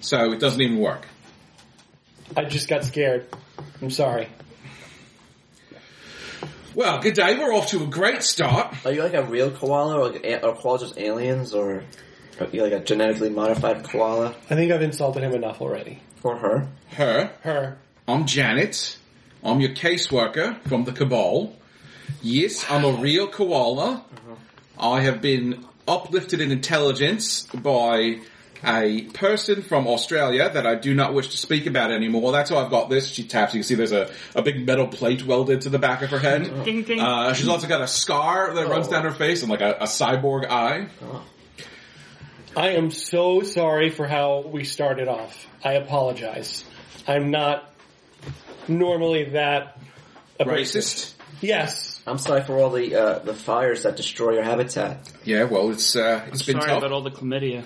So it doesn't even work.
I just got scared. I'm sorry.
Well, good day. We're off to a great start.
Are you like a real koala, or like a- are koalas just aliens, or are you like a genetically modified koala
I think I've insulted him enough already.
or her?
Her.
Her.
I'm Janet. I'm your caseworker from the Cabal. Yes, I'm a real koala.
Uh-huh.
I have been uplifted in intelligence by a person from Australia that I do not wish to speak about anymore. That's why I've got this. She taps. You can see there's a, a big metal plate welded to the back of her head.
Ding, ding. Oh.
Uh, she's also got a scar that runs down her face and like a, a cyborg eye.
I am so sorry for how we started off. I apologize. I'm not normally that abrasive.
Racist.
Yes.
I'm sorry for all the uh, the fires that destroy your habitat.
Yeah, well, it's uh, it's been
Sorry
tough.
about all the chlamydia.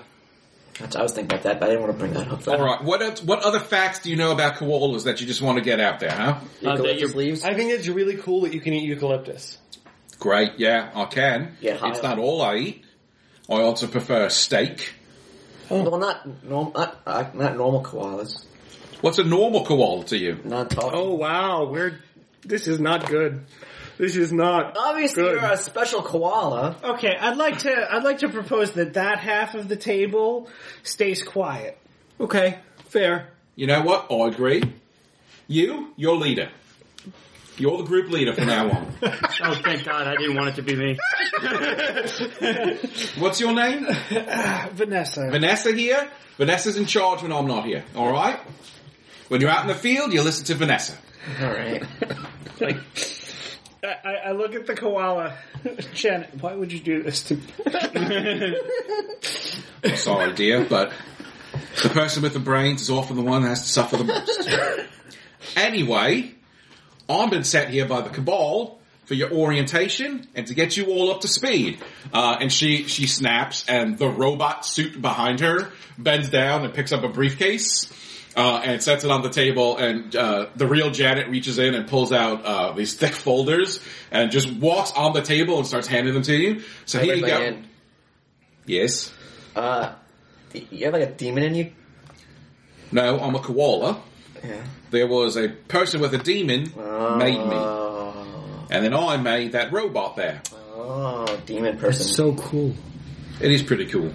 That's, I was thinking about that, but I didn't want to bring that up.
All right. What else, what other facts do you know about koalas that you just want to get out there, huh?
Uh, that
Eucalyptus
you're-
leaves.
I think it's really cool that you can eat eucalyptus.
Great. Yeah, I can.
Yeah, hi.
it's not all I eat. I also prefer steak.
Well, not norm, not, uh, not normal koalas.
What's a normal koala to you?
Non talking.
Oh wow, we're this is not good. This is not
Obviously,
good.
you're a special koala.
Oh,
Okay, I'd like to I'd like to propose that that half of the table stays quiet.
okay, fair.
You know what? I agree. You, your leader. You're the group leader from now on.
Oh, thank God! I didn't want it to be me.
What's your name?
Vanessa.
Vanessa here. Vanessa's in charge when I'm not here. All right. When you're out in the field, you listen to Vanessa.
All right.
I, I- I look at the koala. Jen, why would you do this to
I'm sorry, dear, but the person with the brains is often the one that has to suffer the most. anyway, I've been sent here by the cabal for your orientation and to get you all up to speed. Uh, and she she snaps, and the robot suit behind her bends down and picks up a briefcase. Uh, and sets it on the table, and uh, the real Janet reaches in and pulls out uh, these thick folders, and just walks on the table and starts handing them to you. So here
Raise
you
my
go.
hand.
Yes.
Uh, y- you have like a demon in you.
No, I'm a koala.
Yeah. Uh,
There was a person with a demon made me,
Oh,
and then I made that robot there.
oh demon person.
cool.
It is pretty cool.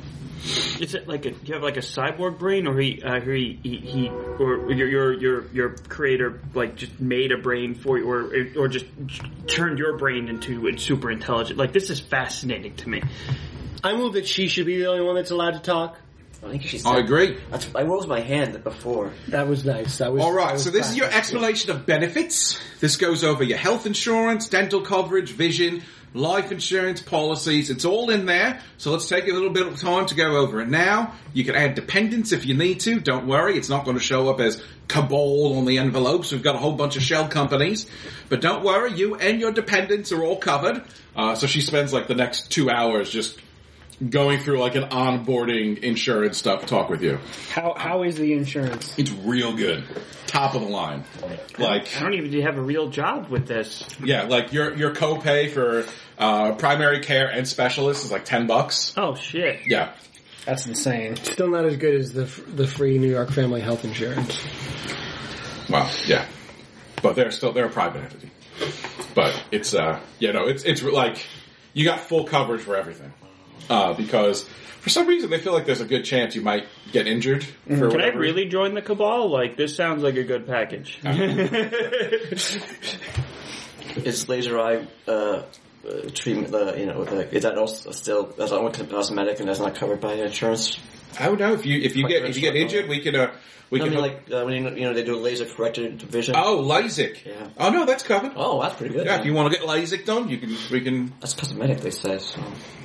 Is it like a? Do you have like a cyborg brain, or he, uh, he, he, he, or your, your, your, your creator like just made a brain for you, or, or just turned your brain into a super intelligent? Like this is fascinating to me.
I move that she should be the only one that's allowed to talk.
I think she's.
I agree.
That's- I rose my hand before.
That was nice. That was
All
that
right,
was
so this is your explanation of benefits. This goes over your health insurance, dental coverage, vision, life insurance policies. It's all in there. So let's take a little bit of time to go over it now. You can add dependents if you need to. Don't worry, it's not going to show up as cabal on the envelopes. We've got a whole bunch of shell companies, but don't worry, you and your dependents are all covered. Uh, so she spends like the next two hours just going through like an onboarding insurance stuff talk with you.
how how is the insurance?
It's real good. Top of the line. Like
I don't even have a real job with this.
yeah, like your your copay for uh, primary care and specialist is like ten bucks.
Oh shit!
Yeah.
That's insane.
still not as good as the f- the free New York family health insurance.
Wow. Yeah. But they're still they're a private entity. But it's uh you know it's it's like you got full coverage for everything uh, because for some reason they feel like there's a good chance you might get injured. For
Can I
whatever reason.
really join the cabal? Like this sounds like a good package.
Is laser eye uh, uh, treatment? Uh, you know, like, is that also still that's only cosmetic and that's not covered by insurance?
I don't know if you if you get if you get injured we can uh we
I
can
mean, like uh, when you, you know they do laser corrected vision.
oh LASIK
Yeah.
oh no that's covered
Oh, that's pretty good.
yeah
then.
if you want to get LASIK done you can we can
that's cosmetic, they say. So.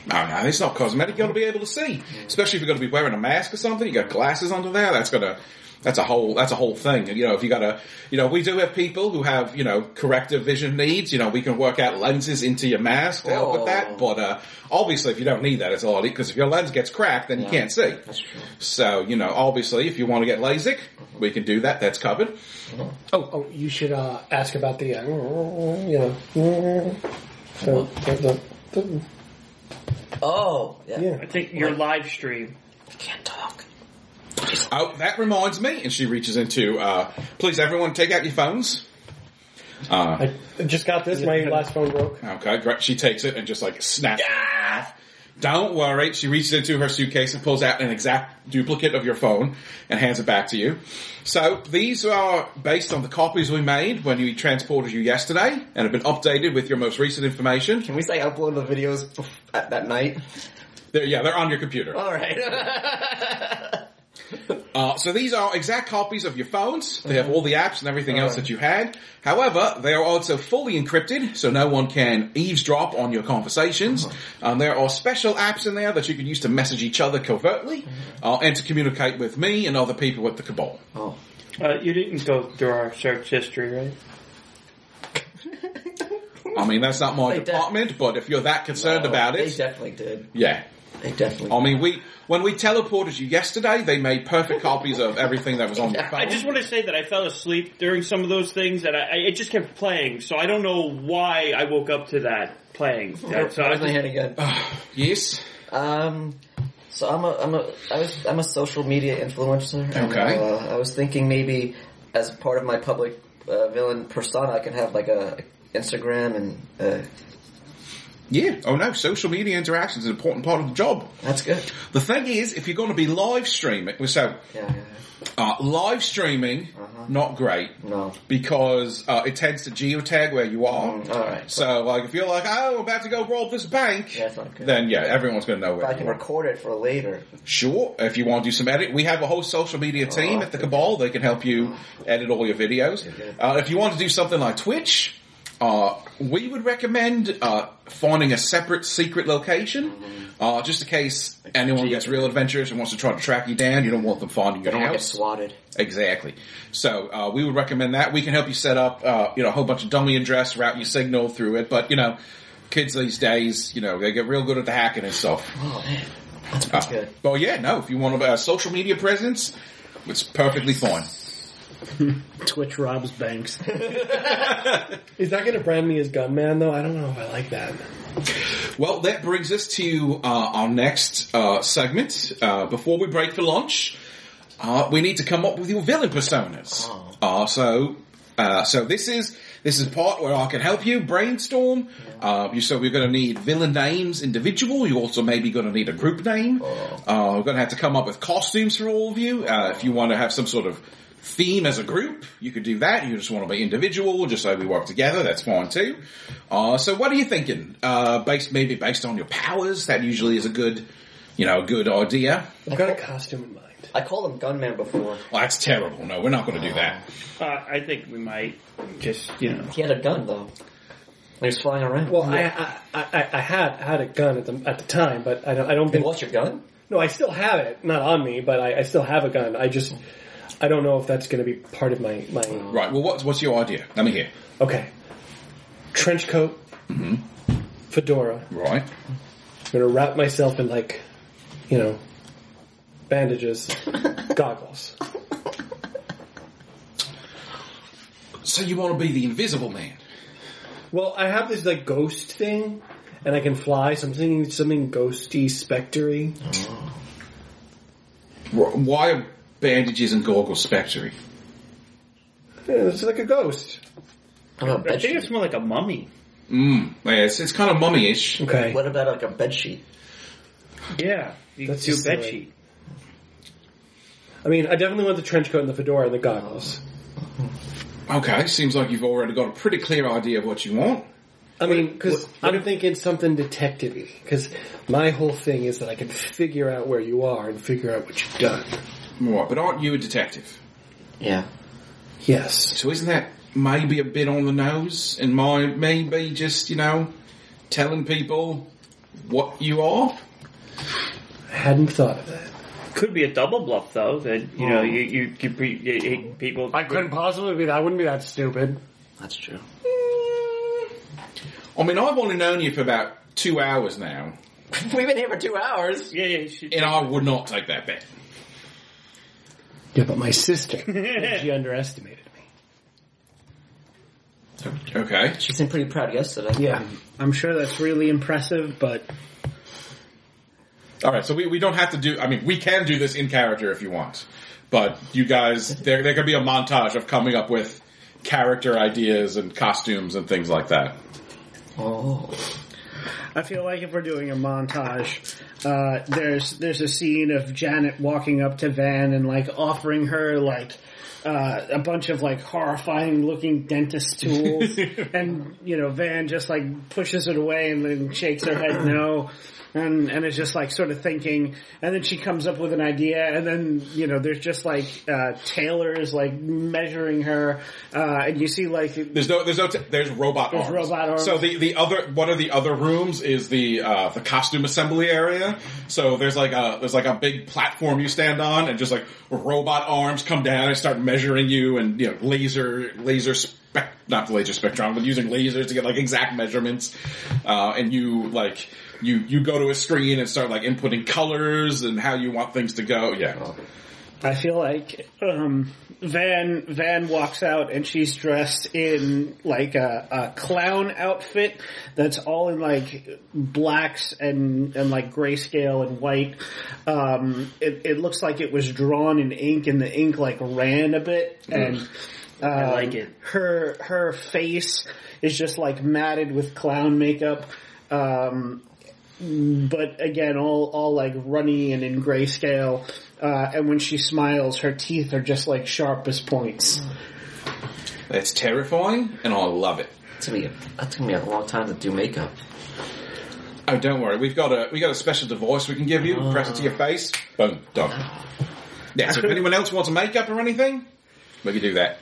No, no, it's not cosmetic. You're going to be able to see, especially if you're going to be wearing a mask or something. You got glasses under there. That's going to that's a whole that's a whole thing. And, you know, if you got to, you know, we do have people who have you know corrective vision needs. You know, we can work out lenses into your mask to help with that.
Oh.
But uh, obviously, if you don't need that, it's all because if your lens gets cracked, then you can't see. That's true. So you know, obviously, if you want to get LASIK, we can do that. That's covered.
Oh, oh, you should uh, ask about the, uh, you know, so, the, the, the,
Oh, yeah.
yeah.
I think your live stream.
I can't talk.
Oh, that reminds me. And she reaches into. Uh, Please, everyone, take out your phones. Uh,
I just got this. My last phone broke.
Okay, great. She takes it and just like snaps it in half. Don't worry. She reaches into her suitcase and pulls out an exact duplicate of your phone and hands it back to you. So these are based on the copies we made when we transported you yesterday and have been updated with your most recent information.
Can we say upload the videos bef- at that night?
They're, yeah, they're on your computer.
All right.
Uh, so these are exact copies of your phones. They have all the apps and everything else that you had. However, they are also fully encrypted, so no one can eavesdrop on your conversations. Um, there are special apps in there that you can use to message each other covertly uh, and to communicate with me and other people at the cabal.
oh.
Uh, you didn't go through our search history, right?
I mean, that's not my
They def-
department, but if you're that concerned
Oh,
about
They
it, Oh,
definitely did.
yeah.
They definitely
I mean, we when we teleported you yesterday, they made perfect copies of everything that was on your phone.
I just want to say that I fell asleep during some of those things, and I, I, it just kept playing. So I don't know why I woke up to that playing.
did.
That- so I
Where's my
just-
hand again?
yes.
Um, so I'm a I'm a I was I'm a social media influencer. and,
Okay.
uh, I was thinking maybe as part of my public uh, villain persona, I could have like a Instagram, and uh,
Yeah. Oh no, social media interaction is an important part of the job.
that's good.
The thing is, if you're going to be live streaming, so
Yeah. yeah,
uh, live streaming,
Uh-huh.
not great
yeah. No.
because uh, it tends to geotag where you are.
Mm, all right.
Oh. So, like, if you're like, "Oh, I'm about to go rob this bank,"
Yeah, that's not good.
then yeah, everyone's going to know
But I
where.
can
You are.
record it for later.
Sure, if you want to do some edit, we have a whole social media team
Oh,
at the Cabal. They can help you edit all your videos. Uh, if you want to do something like Twitch. Uh, we would recommend uh, finding a separate secret location,
Mm-hmm.
uh, just in case anyone gets real adventurous and wants to try to track you down. You don't want them finding
I
your
don't want to get
house.
swatted.
Exactly. So uh, we would recommend that. We can help you set up, uh, you know, a whole bunch of dummy address, route your signal through it. But you know, kids these days, you know, they get real good at the hacking and stuff. Uh,
Oh man, that's pretty good.
Well, yeah, no. If you want a uh, social media presence, it's perfectly fine.
Twitch robs banks.
Is that going to brand me as gunman though? I don't know if I like that.
Well, that brings us to uh, our next uh, segment. Uh, before we break for lunch, uh, we need to come up with your villain personas. Uh, so, uh, so this is this is part where I can help you brainstorm. Uh, you, so we're going to need villain names, individual. You also maybe going to need a group name. Uh, we're going to have to come up with costumes for all of you. Uh, if you want to have some sort of theme as a group, you could do that. You just want to be individual, just so we work together. That's fine too. Uh, so what are you thinking? Uh, based maybe based on your powers, that usually is a good, you know, good idea.
I've got a costume in mind.
I called him gunman before.
Well, that's terrible. No, we're not going to do that.
uh, I think we might just you know.
He had a gun though. He was flying around.
Well, I, I I I had had a gun at the at the time, but I don't I don't
you
think
lost your gun?
no I still have it not on me, but I, I still have a gun. I just I don't know if that's going to be part of my my
Right. Well, what's what's your idea? Let me hear.
okay trench coat, fedora.
Right.
I'm going to wrap myself in like you know bandages, goggles.
So you want to be the Invisible Man?
Well, I have this like ghost thing, and I can fly. So I'm thinking something ghosty, spectery.
Wh- Why are bandages and goggles spectry?
Yeah, it's like a ghost.
I'm a
I
bed
think it's
sheet.
more like a mummy.
Mm, yeah, it's, it's kind of mummy-ish.
Okay.
What about like a bed sheet?
Yeah, you
That's
do
just the
bed
way-
sheet.
I mean, I definitely want the trench coat and the fedora and the goggles.
Okay, seems like you've already got a pretty clear idea of what you want.
I mean, because I'm thinking something detective-y. Because my whole thing is that I can figure out where you are and figure out what you've done.
Right, but aren't you a detective?
Yeah.
Yes.
So isn't that maybe a bit on the nose? And my maybe just you know telling people what you are.
I hadn't thought of that.
Could be a double bluff though. That you know you you, you, pre- you, you people.
I couldn't possibly be that. I wouldn't be that stupid.
That's true.
I mean, I've only known you for about two hours now,
We've been here for two hours.
Yeah, yeah. you should-
and I would not take that bet.
Yeah, but my sister, she underestimated me.
Okay.
She seemed pretty proud yesterday.
Yeah.
I'm sure that's really impressive, but
All right. So we, we don't have to do. I mean, we can do this in character if you want, but you guys, there there could be a montage of coming up with character ideas and costumes and things like that.
Oh.
I feel like if we're doing a montage, uh, there's there's a scene of Janet walking up to Van and like offering her like uh, a bunch of like horrifying looking dentist tools, and you know Van just like pushes it away and then shakes her head no. And, and is just like sort of thinking, and then she comes up with an idea, and then you know there's just like uh, Taylor's like measuring her, uh, and you see like
There's no there's no t- there's robot
There's
arms.
robot arms.
So the the other one of the other rooms is the uh, the costume assembly area. So there's like a there's like a big platform you stand on, and just like robot arms come down and start measuring you, and you know laser laser spec not laser spectron, but using lasers to get like exact measurements, uh, and you like. You, you go to a screen and start like inputting colors and how you want things to go. Yeah.
I feel like um, Van Van walks out and she's dressed in like a, a clown outfit that's all in like blacks and and like grayscale and white. Um, it, it looks like it was drawn in ink and the ink like ran a bit and. I
Hmm. like it.
Her her face is just like matted with clown makeup. Um, but again, all all like runny and in grayscale. Uh, and when she smiles, her teeth are just like sharp as points.
It's terrifying and I love it.
That took me a, that took me a long time to do makeup.
Oh, don't worry. We've got a we got a special device we can give you. Press it to your face. Boom, done. Yeah. So if anyone else wants makeup or anything, we can do that.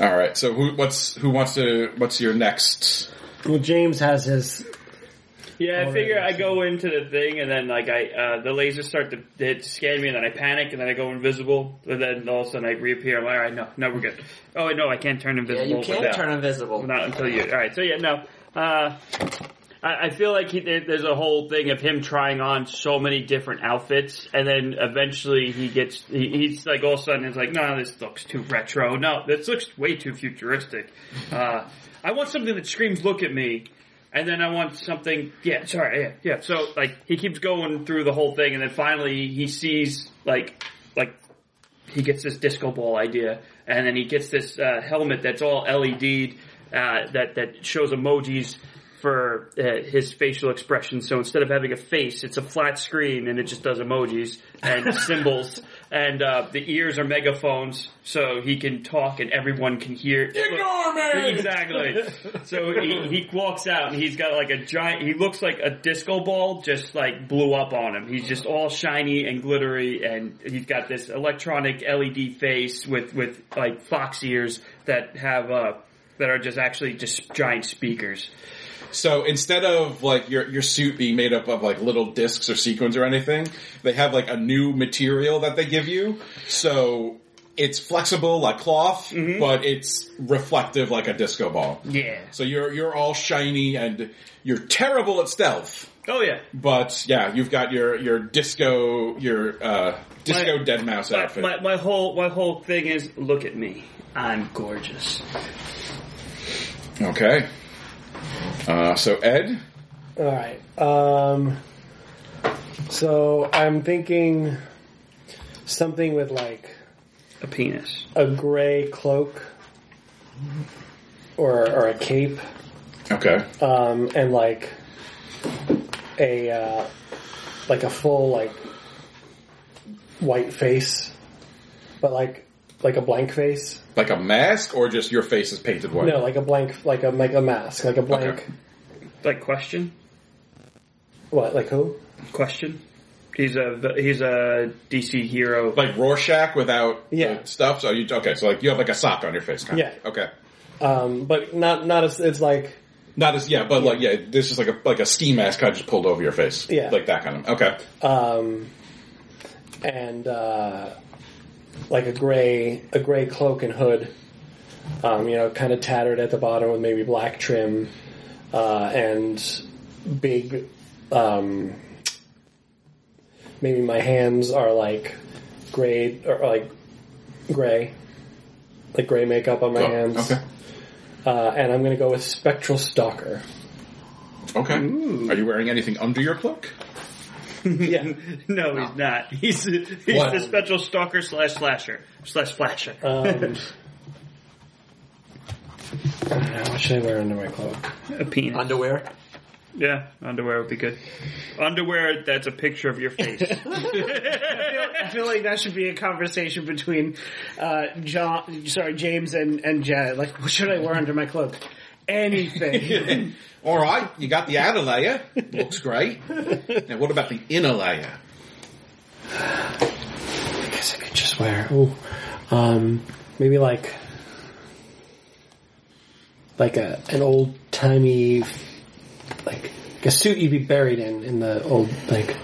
All right. So who what's who wants to what's your next?
Well, James has his.
Yeah, I
Or
figure I
anything.
go into the thing and then like I uh, the lasers start to they scan me and then I panic and then I go invisible and then all of a sudden I reappear. I'm like, all right, no, no, we're good. Oh wait, no, I can't turn
Yeah,
invisible.
you can't
without-
turn invisible.
not until you. All right, so yeah, no. Uh, I, I feel like he, there- there's a whole thing of him trying on so many different outfits, and then eventually he gets he, he's like all of a sudden is like, no, this looks too retro. No, this looks way too futuristic. Uh, I want something that screams, "Look at me." And then I want something, yeah, sorry, yeah, yeah. So, like, he keeps going through the whole thing, and then finally he sees, like, like he gets this disco ball idea, and then he gets this uh, helmet that's all LED uh, that that shows emojis for uh, his facial expression. So instead of having a face, it's a flat screen, and it just does emojis and symbols. And uh, the ears are megaphones, so he can talk, and everyone can hear. Exactly. So he, he walks out and he's got like a giant, he looks like a disco ball just like blew up on him. He's just all shiny and glittery and he's got this electronic LED face with, with like fox ears that have, uh, that are just actually just giant speakers.
So instead of like your your suit being made up of like little discs or sequins or anything, they have like a new material that they give you. So it's flexible like cloth, but it's reflective like a disco ball.
Yeah.
So you're you're all shiny and you're terrible at stealth.
Oh yeah.
But yeah, you've got your your disco your uh, disco dead mouse
My,
outfit.
my, my whole, my whole thing is look at me. I'm gorgeous.
okay. Uh, so Ed,
All right. Um, so I'm thinking something with like
A penis.
a gray cloak or or a cape,
okay,
um, and like a uh, like a full like white face, but like like a blank face.
like a mask or just your face is painted white?
No, like a blank, like a like a mask, like a blank.
Okay.
Like question?
What? Like who?
Question? He's a, he's a DC hero.
Like Rorschach without the
Yeah.
stuff. So you okay? So like you have like a sock on your face. Kind
Yeah.
Of. Okay.
Um, but not not as it's like
Not as yeah, but like yeah, this is like a like a ski mask kind of just pulled over your face.
Yeah.
like that kind of okay.
um, and uh, like a gray a gray cloak and hood, um, you know, kind of tattered at the bottom with maybe black trim, uh, and big. Um, maybe my hands are like gray or like gray, like gray makeup on my
Oh,
hands.
Okay,
Uh, and I'm gonna go with spectral stalker.
okay. Are you wearing anything under your cloak?
yeah.
No, he's not. He's he's
What?
the special stalker slash slasher slash flasher.
Um, I don't know, what should I wear under my cloak?
a penis.
Underwear.
yeah, underwear would be good. Underwear that's a picture of your face.
I feel like that should be a conversation between uh, John, sorry, James and, and Janet. Like, what should I wear under my cloak? Anything.
All right, you got the outer layer. Looks great. Now, what about the inner layer?
I guess I could just wear. Ooh, um, maybe like like a an old timey like a suit you'd be buried in in the old like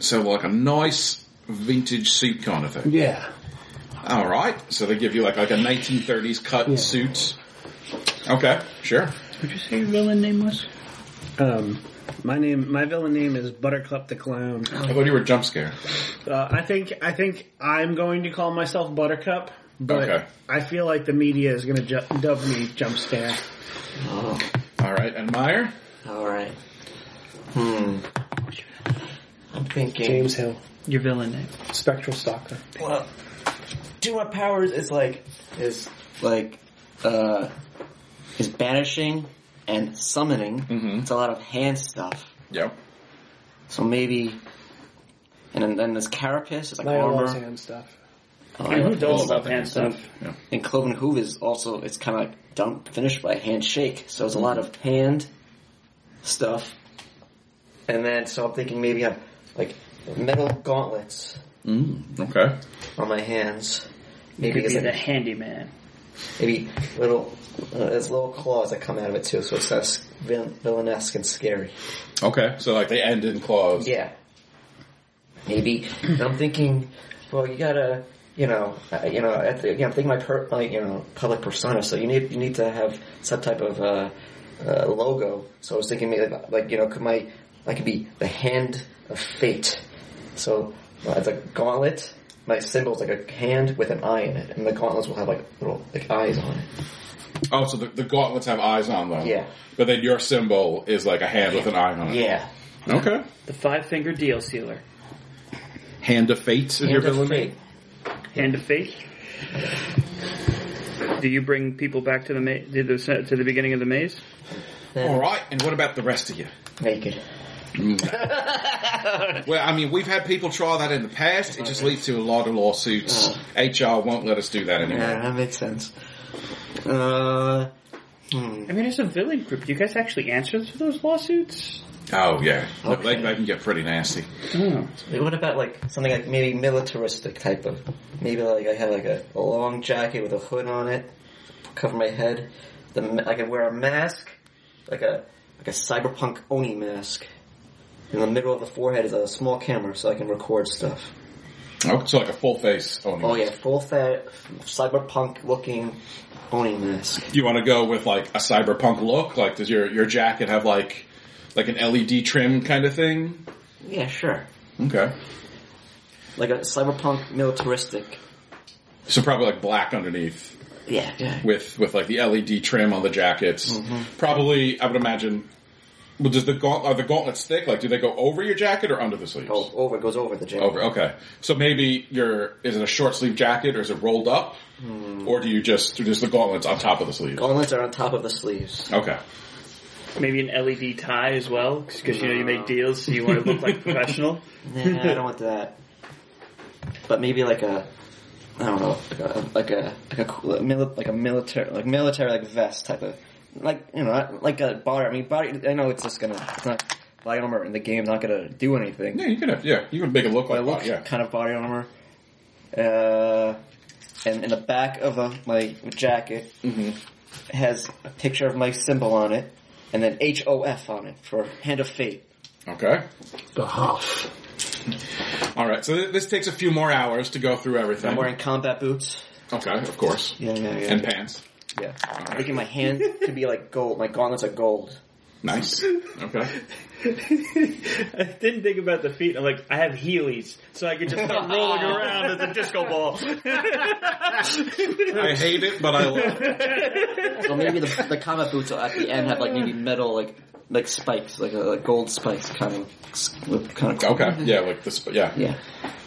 So, like a nice vintage suit kind of thing.
yeah
All right, so they give you like like a 1930s cut
Yeah.
suit. Okay, sure.
um, my name, my villain name is Buttercup the Clown.
I thought you were jump scare.
Uh, I think I think I'm going to call myself Buttercup, but
Okay.
I feel like the media is going to ju- dub me Jump Scare.
Oh,
All right, and Meyer.
all right. Hmm. I'm thinking.
James Hill
your villain name.
spectral stalker
Well, do my powers is like is like uh is banishing and summoning.
Mhm.
It's a lot of hand stuff.
Yep.
So maybe. And then, then this carapace is like
I
armor.
love hand stuff
Oh, I
And who
love
does
hand
love hand stuff?
And cloven hoof is also it's kind of like done finished by handshake, so it's a lot of hand stuff. And then so I'm thinking maybe I'm like metal gauntlets
Mm, okay.
on my hands.
You
Maybe
could
it's
be the
like,
handyman.
maybe little uh, there's little claws that come out of it too, so it's kind of vill- villainesque and scary.
Okay, so like they end in claws.
Yeah. Maybe. And I'm thinking, well, you gotta, you know, uh, you know, at the, you know, I'm thinking my, per, like, you know, public persona. So you need, you need to have some type of uh, uh, logo. So I was thinking, maybe, like, like, you know, could my, I could be the hand of fate. So uh, it's a gauntlet. My symbol's like a hand with an eye in it, and the gauntlets will have like little like eyes on it.
Oh, so the, the gauntlets have eyes on them.
Yeah.
But then your symbol is like a hand with an eye on it.
Yeah.
Okay.
The five finger deal sealer.
Hand of fate is your
Hand of
villain
fate.
name.
Hand of fate. Do you bring people back to the ma- to the to the beginning of the maze?
All right, and what about the rest of you?
Naked.
Well, I mean, we've had people try that in the past. It just leads to a lot of lawsuits. HR won't let us do that anymore.
Yeah, that makes sense. Uh,
I mean, it's a villain group. Do you guys actually answer to those lawsuits?
Oh, yeah. No,
Okay.
They, they can get pretty nasty.
Oh.
What about like something like maybe militaristic type of? Maybe like I have like a, a long jacket with a hood on it, cover my head. The ma- I could wear a mask, like a like a cyberpunk oni mask. In the middle of the forehead is a small camera, so I can record stuff.
Oh, so like a full face. Only.
Oh yeah, full fat cyberpunk looking oni mask.
You want to go with like a cyberpunk look? Like, does your, your jacket have like, like an LED trim kind of thing?
Yeah, sure.
Okay.
Like a cyberpunk militaristic.
So probably like black underneath.
Yeah, yeah.
with with like the LED trim on the jackets.
Mm-hmm.
Probably, I would imagine. Well, does the gaunt, are the gauntlets thick? Like, do they go over your jacket or under the sleeves?
Oh, over it goes over the jacket.
Over. Okay, so maybe your is it a short sleeve jacket or is it rolled up,
Hmm.
or do you just just the gauntlets on top of the sleeve?
Gauntlets are on top of the sleeves.
Okay,
Maybe an LED tie as well, because you know you make deals, so you want to look like professional.
Nah, I don't want that. But maybe like a, I don't know, like a like a like a, cool- mili- like a military like military like vest type of like you know not- like a body. I mean body. I know it's just gonna it's not body armor in the game's not gonna do anything.
yeah, you can have yeah, you can make it look
But
like
it looks
that, yeah.
kind of body armor.
Mm-hmm.
Uh, and in the back of the, my uh, jacket, has a picture of my symbol on it, and then H O F on it for Hand of Fate.
Okay.
The Hoff.
All right. So th- this takes a few more hours to go through everything.
I'm wearing combat boots.
Okay, of course.
Yeah, yeah, yeah.
And pants.
yeah. I'm making my hand to be like gold. My gauntlets are gold.
Nice. Okay.
I didn't think about the feet. I'm like, I have Heelys, so I could just start rolling around as a disco ball.
I hate it, but I love it.
So maybe the, the combat boots at the end have like maybe metal like like spikes, like a like gold spikes kind of with kind of
Okay. Yeah, like this. Yeah.
Yeah.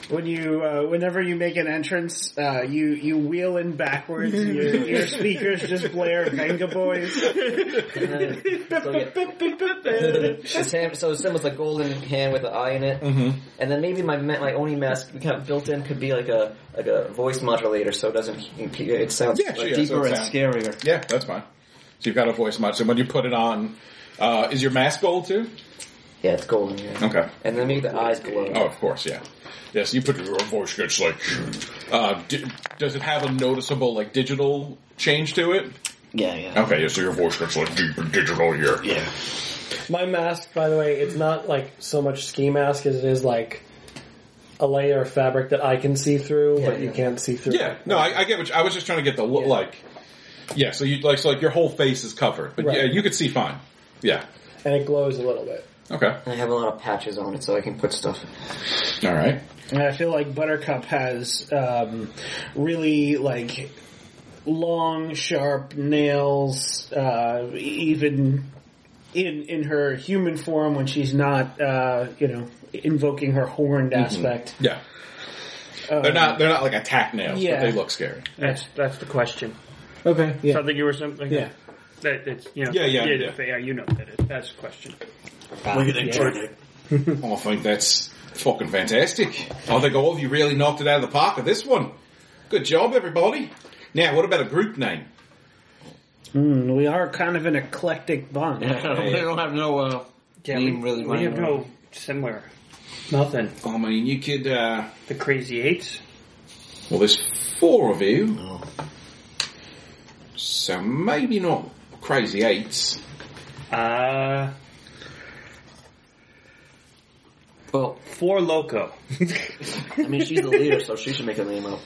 When you, uh, whenever you make an entrance, uh, you you wheel in backwards. and your, your speakers just blare Venga Boys.
So, yeah. Sam, so Sim was a golden hand with an eye in it,
Mm-hmm.
and then maybe my ma- my Oni mask we kind of built in could be like a like a voice modulator, so it doesn't it sounds
Yeah,
like
yeah, so
deeper
it
and
sounds-
scarier.
Yeah, that's fine. So you've got a voice match, and when you put it on, uh, is your mask gold too?
Yeah, it's golden. Yeah.
Okay.
And then maybe the eyes glow.
Oh, of course, yeah. Yes, you put your voice. It's like, uh, di- does it have a noticeable like digital change to it?
Yeah, yeah.
Okay, yeah, so your voice gets like deep and digital here. Yeah.
My mask, by the way, it's not like so much ski mask as it is like a layer of fabric that I can see through, but you
yeah.
can't see through.
Yeah. No, I, I get what you, I was just trying to get the look like. Yeah. So you like so like your whole face is covered, but
Right.
yeah, you could see fine. Yeah.
And it glows a little bit.
Okay.
I have a lot of patches on it, so I can put stuff.
All right.
And I feel like Buttercup has um, really like long, sharp nails, uh, even in in her human form when she's not, uh, you know, invoking her horned
Mm-hmm.
aspect.
Yeah. they're not they're not like attack nails,
yeah.
but they look scary.
That's that's the question.
Okay, yeah.
Something you were something.
Yeah.
That it's you know.
Yeah, yeah, yeah.
that- yeah, you know that it, that's the question.
Oh, I think that's fucking fantastic. Oh, they go, oh, you really knocked it out of the park with this one. Good job, everybody. Now, what about a group name?
Hmm, we are kind of an eclectic bunch.
we don't have no uh,
Yeah,
name
we,
really.
we have
running around.
no similar. Nothing.
I mean, you could, uh,
The crazy eights.
well, there's four of you. So maybe not crazy eights.
Uh,
Well,
four loco.
I mean, she's the leader, so she should make a name up.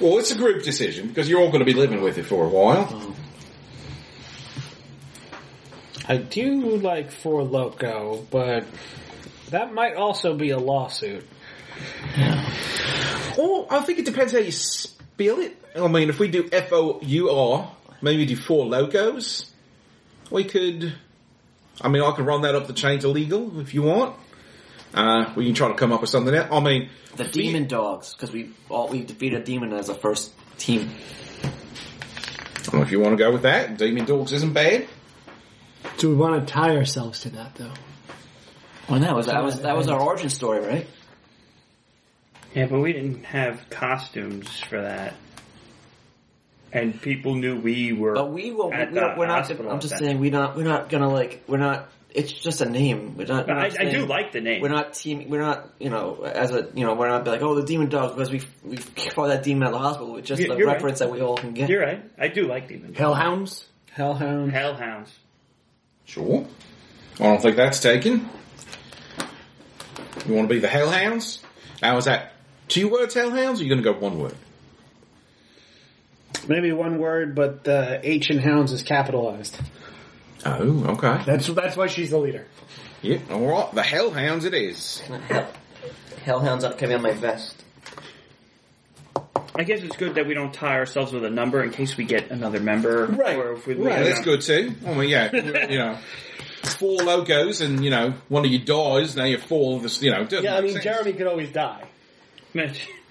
Well, it's a group decision because you're all going to be living with it for a while.
I do like Four Loco, but that might also be a lawsuit.
Or I think it depends how you spell it. I mean, if we do F O U R, maybe do four locos. We could. I mean, I could run that up the chain to legal if you want. Uh, we can try to come up with something else. I mean,
The Demon Dogs, because we all we defeated a demon as a first team.
well, if you want to go with that, Demon Dogs isn't bad.
Do we want to tie ourselves to that though?
Well, that was that was that was our origin story, right?
Yeah, but we didn't have costumes for that, and people knew we were.
But we will. We,
at
don't-
the
we're not.
hospital
I'm
at
just
that
saying we're not. We're not gonna like. We're not. It's just a name. We're not.
But
we're
I,
not
I do
saying-
like the name.
We're not team. We're not. You know, as a. You know, we're not like oh the demon dogs because we we fought that demon at the hospital. It's just
You-
a
you're right.
reference that we all can get.
You're right. I do like Demon Dogs.
Hellhounds?
Hellhound.
Hellhounds.
Sure. I don't think that's taken. You want to be the Hellhounds? Now, is that two words, Hellhounds, or are you going to go one word?
Maybe one word, but the H in Hounds is capitalized.
Oh, okay.
That's that's why she's the leader.
Yeah, all right. The Hellhounds it is.
Hell, hellhounds up coming on my vest.
I guess it's good that we don't tie ourselves with a number in case we get another member.
Right.
Or if we
Yeah,
you
that's
know.
good too. I mean, oh, yeah, you know, four logos and you know one of you dies. Now you're four of this. You know, it doesn't
Yeah, I
make
mean,
sense.
Jeremy could always die.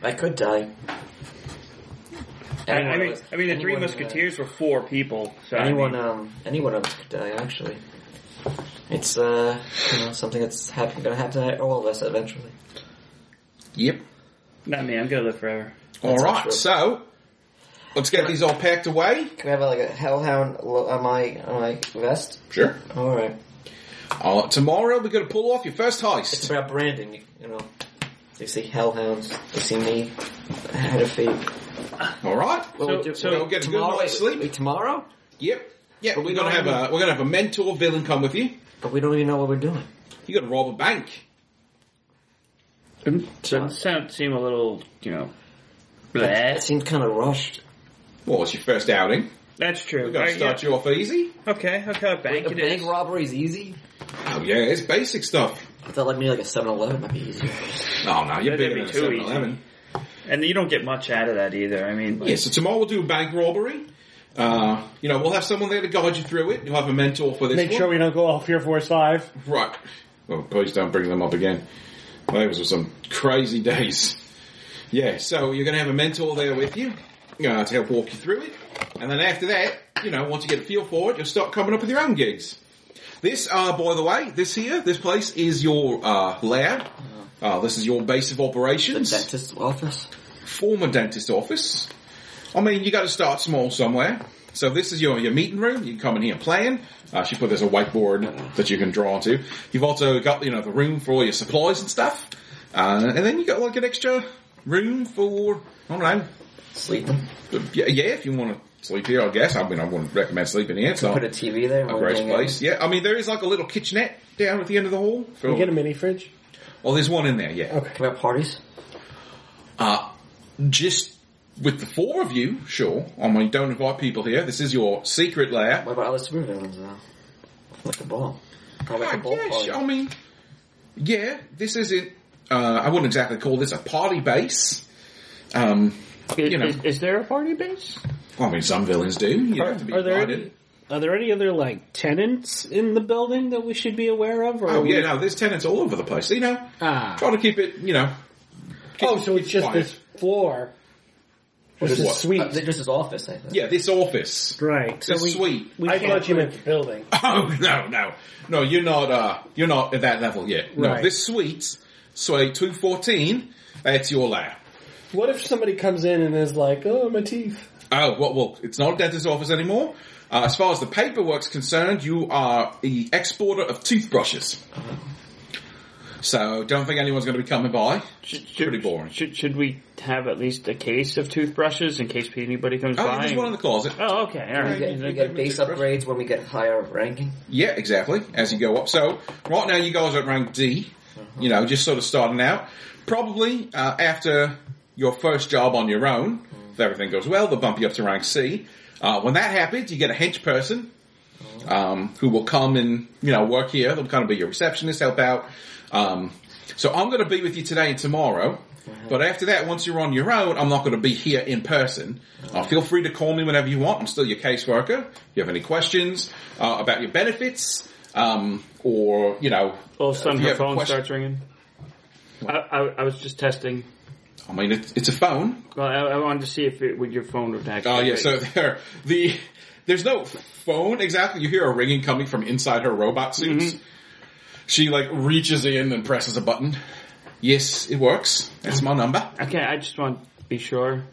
I could die.
I, I
Anyone
mean,
was-
I mean, the Three
anyone, uh,
Musketeers were four people. So I
anyone
mean,
um anyone else could die actually it's uh you know something that's happen- gonna happen to all of us eventually
Yep.
not me. I'm gonna live forever.
All
not
right.
true.
So let's get these all packed away.
can we have like a hellhound lo- on my on my vest
Sure.
all right
Uh, tomorrow we're going to pull off your first
it's
heist.
about branding you, you know they see hellhounds they see me I had a fate
All right.
Well,
we'll get a good night's sleep.
tomorrow
Yep. Yeah, we're gonna have a we're gonna have a mentor villain come with you.
But we don't even know what we're doing.
You're gonna rob a bank.
Doesn't sound seem a little, you know.
That seems kind of rushed.
Well, it's your first outing.
That's true.
We're gonna
Right,
start you off easy.
yeah. Okay, okay, bank
A
it
bank
is.
robbery is easy.
Oh yeah, it's basic stuff. Oh,
I thought like maybe like a 7-Eleven might be easier.
No, no, you're
That'd
bigger
be
than
too easy.
7-Eleven.
And you don't get much out of that either. I mean,
Yeah, so tomorrow we'll do a bank robbery. Uh, you know, we'll have someone there to guide you through it. You'll have a mentor for this
Make
one.
sure we don't go all fear force five.
Right. Well, please don't bring them up again. Those were some crazy days. Yeah, so you're going to have a mentor there with you uh, to help walk you through it. And then after that, you know, once you get a feel for it, you'll start coming up with your own gigs. This, uh, by the way, this here, this place is your uh, lab.
Uh-huh.
Uh, this is your base of
The
operations.
dentist's office.
Former dentist office. I mean, you got to start small somewhere. So this is your, your meeting room. You can come in here playing. Uh, she put there's a whiteboard that you can draw onto. You've also got you know the room for all your supplies and stuff, uh, and then you got like an extra room for I don't
Sleeping.
know. Yeah, yeah if you want to sleep here, I guess. I mean, I wouldn't recommend sleeping here. It's not
Put a TV there.
a great place. Yeah, I mean there is like a little kitchenette down at the end of the hall.
We get
For,
a mini fridge.
oh, there's one in there. Yeah.
Can we have parties?
Uh, just with the four of you, sure. I mean, don't invite people here. This is your secret lair.
What about other supervillains though? Like a ball. Probably like a
I
ball
guess,
party.
Ah, I mean, yeah, this isn't, uh, I wouldn't exactly call this a party base. Um,
is,
you know.
is, is there a party base?
I mean, some villains do. You
Are,
have to be
are there
invited.
any, are there any other like tenants in the building that we should be aware of? Or are
Oh,
we-
yeah, no, there's tenants all over the place. You know,
Ah.
try to keep it, you know. keep-
Oh, so it's
keep
just
quiet.
this floor. Just
What?
this suite.
Uh, just his office, I think.
Yeah, this office.
Right. So
this
we,
suite.
we
I
can't-
thought you meant the building.
Oh no, no, no! You're not. Uh, you're not at that level yet. No,
Right.
this suite, suite two fourteen. That's your lab.
What if somebody comes in and is like, "Oh, my teeth."
Oh well, well, it's not a dentist's office anymore. Uh, as far as the paperwork's concerned, you are the exporter of toothbrushes. So don't think anyone's going to be coming by.
Should, should,
Pretty boring.
Should, should we have at least a case of toothbrushes in case anybody comes
Oh,
by?
there's
and-
one in the closet.
oh, okay, all
We
right.
get, we
Then-
get base upgrades when we get higher ranking.
Yeah, exactly. As you go up. So right now you guys are at rank D. You know, just sort of starting out. Probably uh, after your first job on your own, if everything goes well, they'll bump you up to rank C. Uh, when that happens, you get a hench person um, who will come and you know work here. They'll kind of be your receptionist, help out. Um, so I'm going to be with you today and tomorrow. But after that, once you're on your own, I'm not going to be here in person. Uh, feel free to call me whenever you want. I'm still your caseworker. If you have any questions uh, about your benefits, um, or you know,
All of a sudden,
if you
her
have a
phone
question-
starts ringing. I, I, I was just testing.
I mean, it's, it's a phone.
Well, I, I wanted to see if it, would your phone would actually.
Oh yeah, so there the there's no phone exactly. You hear a ringing coming from inside her robot suits. She like reaches in and presses a button. Yes, it works. That's my number.
Okay, I just want to be sure.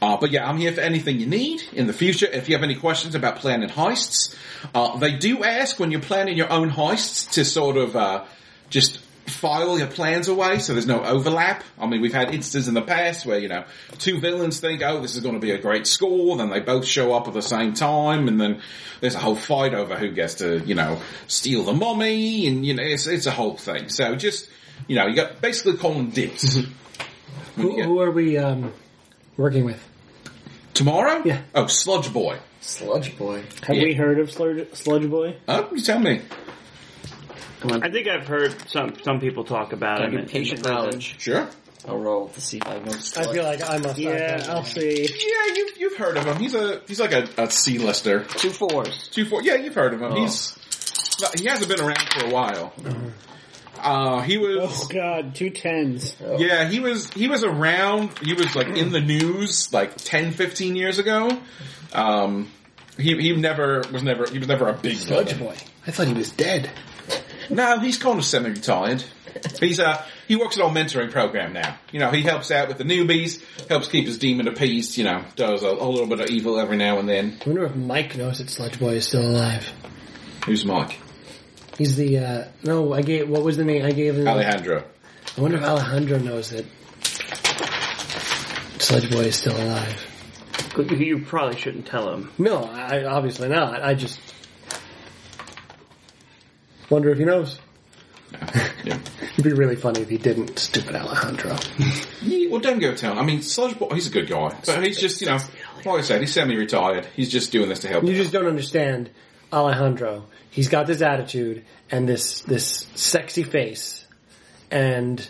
Uh, but yeah, I'm here for anything you need in the future. If you have any questions about planning heists, uh, they do ask when you're planning your own heists to sort of uh, just file your plans away so there's no overlap. I mean, we've had instances in the past where, you know, two villains think, oh, this is going to be a great score, then they both show up at the same time, and then there's a whole fight over who gets to, you know, steal the mummy, and, you know, it's, it's a whole thing. So just, you know, you got basically calling dibs.
Who,
Yeah.
Mm-hmm. who are we um, working with?
Tomorrow?
Yeah.
Oh, Sludge Boy.
Sludge boy.
have we heard of Sludge, Sludge Boy?
Oh, you tell me.
I think I've heard some some people talk about it.
Patient knowledge.
Sure.
I'll roll to see if I know.
I
Sludge.
feel like I must.
Yeah, I'll see.
Yeah, you, you've heard of him. He's a he's like a, a C-lister.
two fours.
Two four. Yeah, you've heard of him. He's he hasn't been around for a while. Uh, he
Oh
was
God, two tens.
yeah he was he was around. He was like in the news like 10, 15 years ago. Um, he he never was never he was never a big
Sludge
villain.
boy. I thought he was dead.
No, he's kind of semi-retired. He's uh he works at our mentoring program now. You know, he helps out with the newbies, helps keep his demon appeased. You know, does a, a little bit of evil every now and then.
I wonder if Mike knows that Sludge Boy is still alive.
Who's Mike?
He's the, uh, no, I gave, what was the name I gave him?
Alejandro.
I wonder if Alejandro knows that Sludge Boy is still alive.
You- You probably shouldn't tell him.
No, I obviously not. I just wonder if he knows. It'd be really funny if he didn't, stupid Alejandro.
Yeah, well, don't go tell him. I mean, Sludge Boy, he's a good guy, but he's just, you know, like I said, he's semi-retired. He's just doing this to help.
You just don't understand Alejandro. He's got this attitude and this this sexy face, and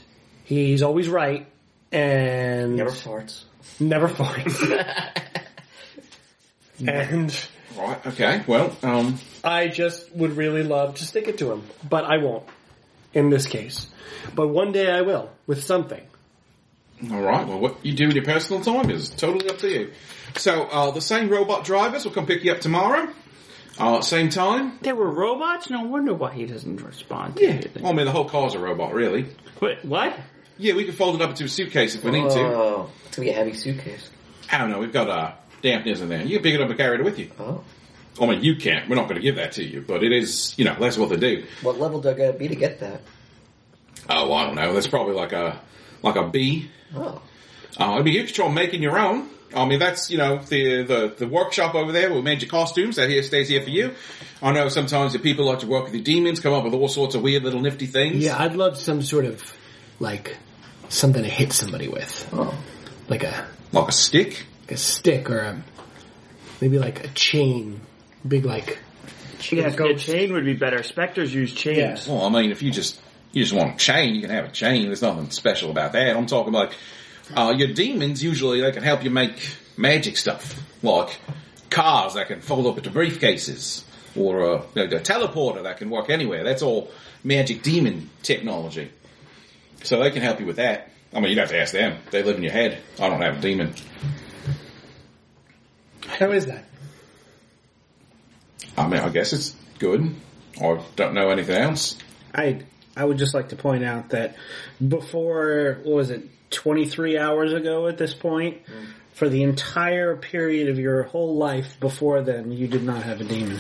he's always right and
Never farts.
never farts. and
Right? Okay. Well, um,
I just would really love to stick it to him, but I won't in this case. But one day I will with something.
All right. Well, what you do with your personal time is totally up to you. So uh, the same robot drivers will come pick you up tomorrow, uh, same time.
They were robots? No wonder why he doesn't respond to anything.
Well, I mean, the whole car's a robot, really.
Wait, what?
Yeah, we could fold it up into a suitcase if we need to.
Oh, it's gonna be a heavy suitcase.
I don't know. We've got uh, dampeners in there. You can pick it up and carry it with you.
Oh.
I mean, you can't. We're not going to give that to you, but it is. You know, that's what they do.
What level do I gotta be to get that?
Oh, I don't know. That's probably like a like a B.
Oh.
Uh, I mean, you control making your own. I mean, that's, you know, the, the, the workshop over there will make your costumes. That here stays here for you. I know sometimes the people like to work with the demons, come up with all sorts of weird little nifty things.
Yeah, I'd love some sort of like something to hit somebody with,
Oh.
like a
Like a stick.
like a stick or a maybe like a chain, big like
Yes, a chain would be better. Spectres use chains.
Well, I mean, if you just, you just want a chain, you can have a chain. There's nothing special about that. I'm talking like, uh, your demons usually, they can help you make magic stuff. Like cars that can fold up into briefcases. Or a, like a teleporter that can work anywhere. That's all magic demon technology. So they can help you with that. I mean, you'd have to ask them. They live in your head. I don't have a demon.
How is that?
I mean, I guess it's good. I don't know anything else.
I I would just like to point out that before what was it 23 hours ago at this point
Mm.
for the entire period of your whole life before then you did not have a demon.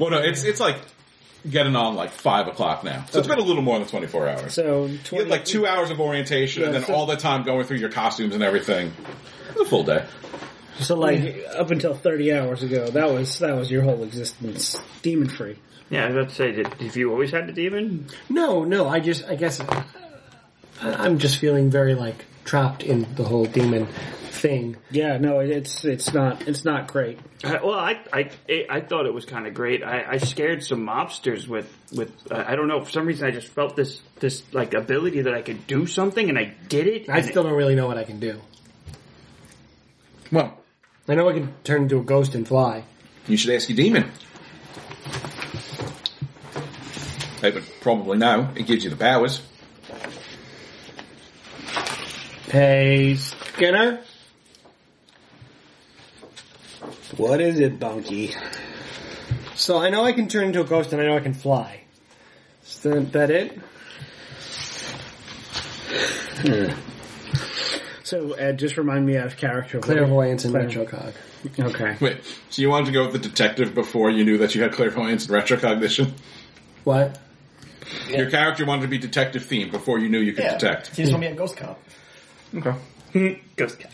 Well, no, it's it's like getting on like five o'clock now. So it's been a little more than twenty four hours.
So
You had
20,
like two hours of orientation and
Yeah,
then
so-
all the time going through your costumes and everything. It was a full day.
so like up until 30 hours ago that was that was your whole existence demon free.
Yeah, I was about to say, did, have you always had a demon?
No, no, I just, I guess, I, I'm just feeling very like trapped in the whole demon thing.
Yeah, no, it- it's it's not it's not great.
I, Uh, well, I, I, I- I thought it was kind of great. I, I scared some mobsters with, with uh, I don't know, for some reason I just felt this, this, like, ability that I could do something, and I did it.
I still don't really know what I can do.
Well,
I know I can turn into a ghost and fly.
you should ask your demon. They would probably know. It gives you the powers.
Hey, Skinner?
What is it, Bunky?
So I know I can turn into a ghost and I know I can fly. Is that, that it?
Hmm. So Ed, just remind me out of character. what-
Clairvoyance and
Clairvoyance.
retrocog.
Okay.
Wait, so you wanted to go with the detective before you knew that you had clairvoyance and retrocognition?
What?
Your character wanted to be detective themed before you knew you could detect.
She just want to be a ghost cop.
Okay.
Ghost cat.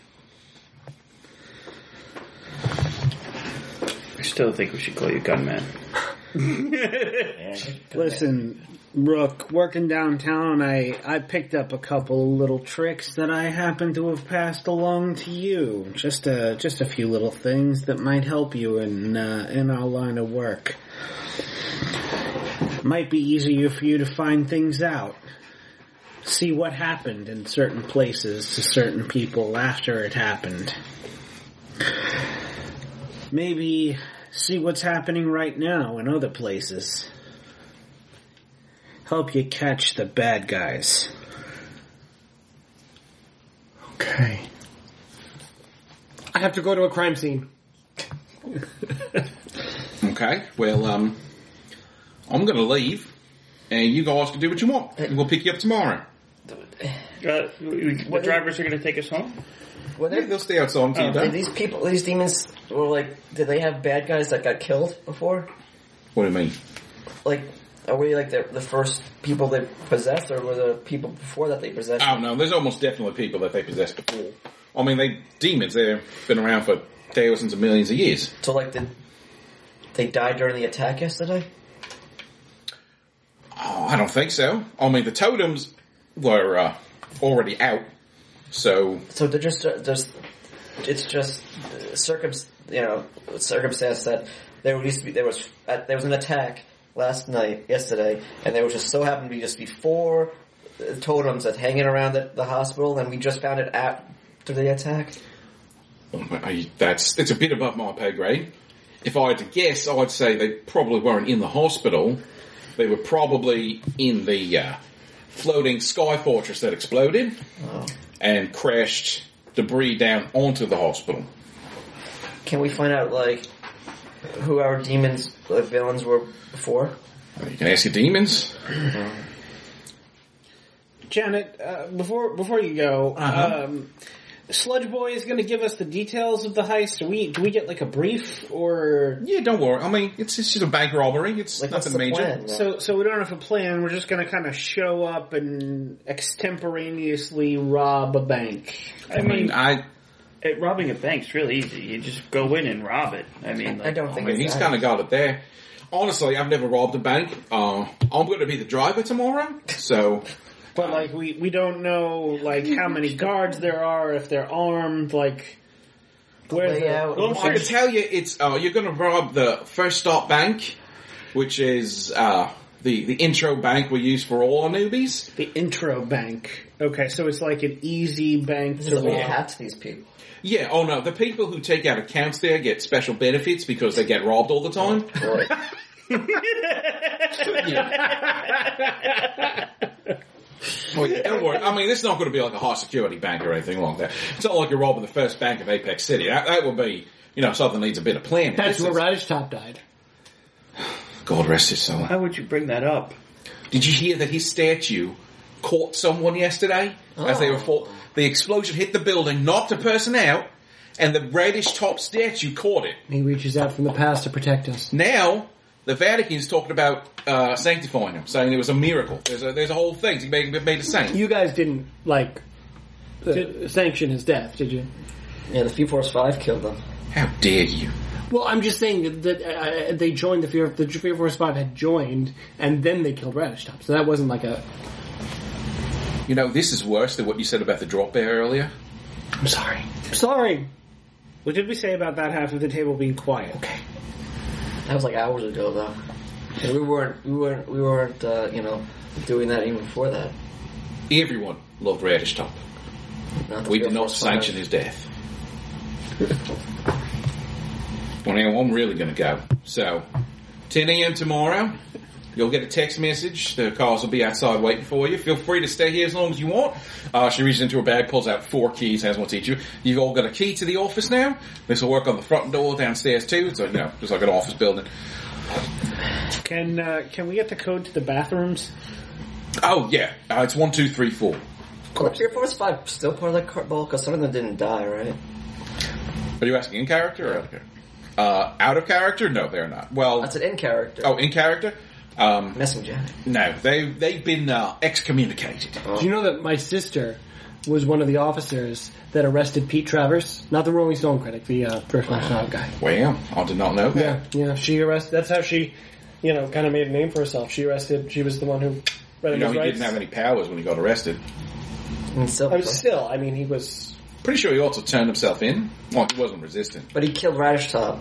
I still think we should call you Gunman.
Listen, Rook, working downtown, I, I picked up a couple of little tricks that I happen to have passed along to you. Just a just a few little things that might help you in uh, in our line of work. Might be easier for you to find things out. See what happened in certain places to certain people after it happened. Maybe see what's happening right now in other places help you catch the bad guys.
Okay. I have to go to a crime scene.
Okay, well, um, I'm gonna leave, and you guys can do what you want. And we'll pick you up tomorrow.
Uh, the drivers are going to take us home?
Were
Yeah,
there,
they'll stay outside until you're
did
done.
Oh, these people, these demons, were like, did they have bad guys that got killed before?
What do you mean?
Like, are we like the, the first people they possessed, or were the people before that they
Oh,
possessed?
I don't know. There's almost definitely people that they possessed before. I mean, they demons. They've been around for thousands of millions of years.
So like the, they died during the attack yesterday.
Oh, I don't think so. Only the totems were uh, already out, so
So they're just uh, there's, it's just uh, circum you know circumstance that there used to be there was uh, there was an attack last night yesterday, and there was just so happened to be just be four uh, totems that hanging around the, the hospital, and we just found it after the attack.
I, that's it's a bit above my pay grade. If I had to guess, I'd say they probably weren't in the hospital. They were probably in the uh, floating sky fortress that exploded
Oh.
and crashed debris down onto the hospital.
Can we find out like who our demons uh, villains were before?
You can ask your demons.
Janet, uh, before before you go, um, Sludge Boy is going to give us the details of the heist. Do we do we get like a brief or
Yeah, don't worry. I mean, it's, it's just a bank robbery. It's
Like
nothing
what's the
major.
plan?
so? So we don't have a plan. We're just going to kind of show up and extemporaneously rob a bank.
I
I mean,
mean,
I,
it, robbing a bank's real easy. You just go in and rob it. I mean, like,
I don't
I
think
mean,
it's
he's
that.
kind of got it there. Honestly, I've never robbed a bank. Uh, I'm going to be the driver tomorrow, so
But like we we don't know like how many guards there are if they're armed. Like where
Way out.
the,
I can tell you, it's uh, you're going to rob the First Stop Bank, which is uh, the the intro bank we use for all our newbies.
the intro bank. Okay, so it's like an easy bank
This
to
is what
rob.
happened to these people.
Yeah. Oh no, the people who take out accounts there get special benefits because they get robbed all the time. Oh, yeah, don't worry. I mean, it's not going to be like a high security bank or anything like that. It's not like you're robbing the first bank of Apex City. That, that would be, you know, something that needs a bit of planning.
That's
This
where
is-
Radish Top died.
God rest his soul.
why would you bring that up?
Did you hear that his statue caught someone yesterday as they were fall? The explosion hit the building, knocked a person out, and the reddish top statue caught it.
He reaches out from the past to protect us.
Now the Vatican's talking about uh, sanctifying him, saying it was a miracle. There's a there's a whole thing. He made, made a saint.
You guys didn't like uh, sanction his death, did you?
Yeah, the few force five killed them.
How dare you?
Well, I'm just saying that, that uh, they joined the fear. The fear force five had joined, and then they killed Radish Top. So that wasn't like a.
You know this is worse than what you said about the drop bear earlier.
I'm sorry. I'm sorry.
What did we say about that half of the table being quiet?
That was like hours ago, though. And we weren't, we weren't, we weren't, uh, you know, doing that even before that.
Everyone loved Radish Top.
Not that
We
were
did not
forced on
sanction
it.
his death. Well, now I'm really going to go. So, 10 a.m. tomorrow, you'll get a text message. The cars will be outside waiting for you. Feel free to stay here as long as you want. Uh, she reaches into her bag, pulls out four keys, has one to each of you. You've all got a key to the office now. This will work on the front door downstairs too. So, you know, just like an office building.
Can uh, can we get the code to the bathrooms?
Oh, yeah. Uh, it's one, two, three, four.
Were Fear Force 5 still part of that cart ball? Because some of them didn't die, right?
Are you asking in character or out of character? Uh, out of character? No, they're not. Well,
That's an in character.
oh, in character? Um,
Messing Janet.
No, they they've been uh, excommunicated.
Do you know that my sister was one of the officers that arrested Pete Travers? Not the Rolling Stone critic, the uh, First National guy.
Well, I did not know that.
Yeah,
She arrested. That's how she, you know, kind of made a name for herself. She arrested. She was the one who. read
You know,
his
he
rights.
didn't have any powers when he got arrested.
And Oh, still,
I was still. I mean, he was.
Pretty sure he also turned himself in. Well, he wasn't resistant.
but he killed Radish Top.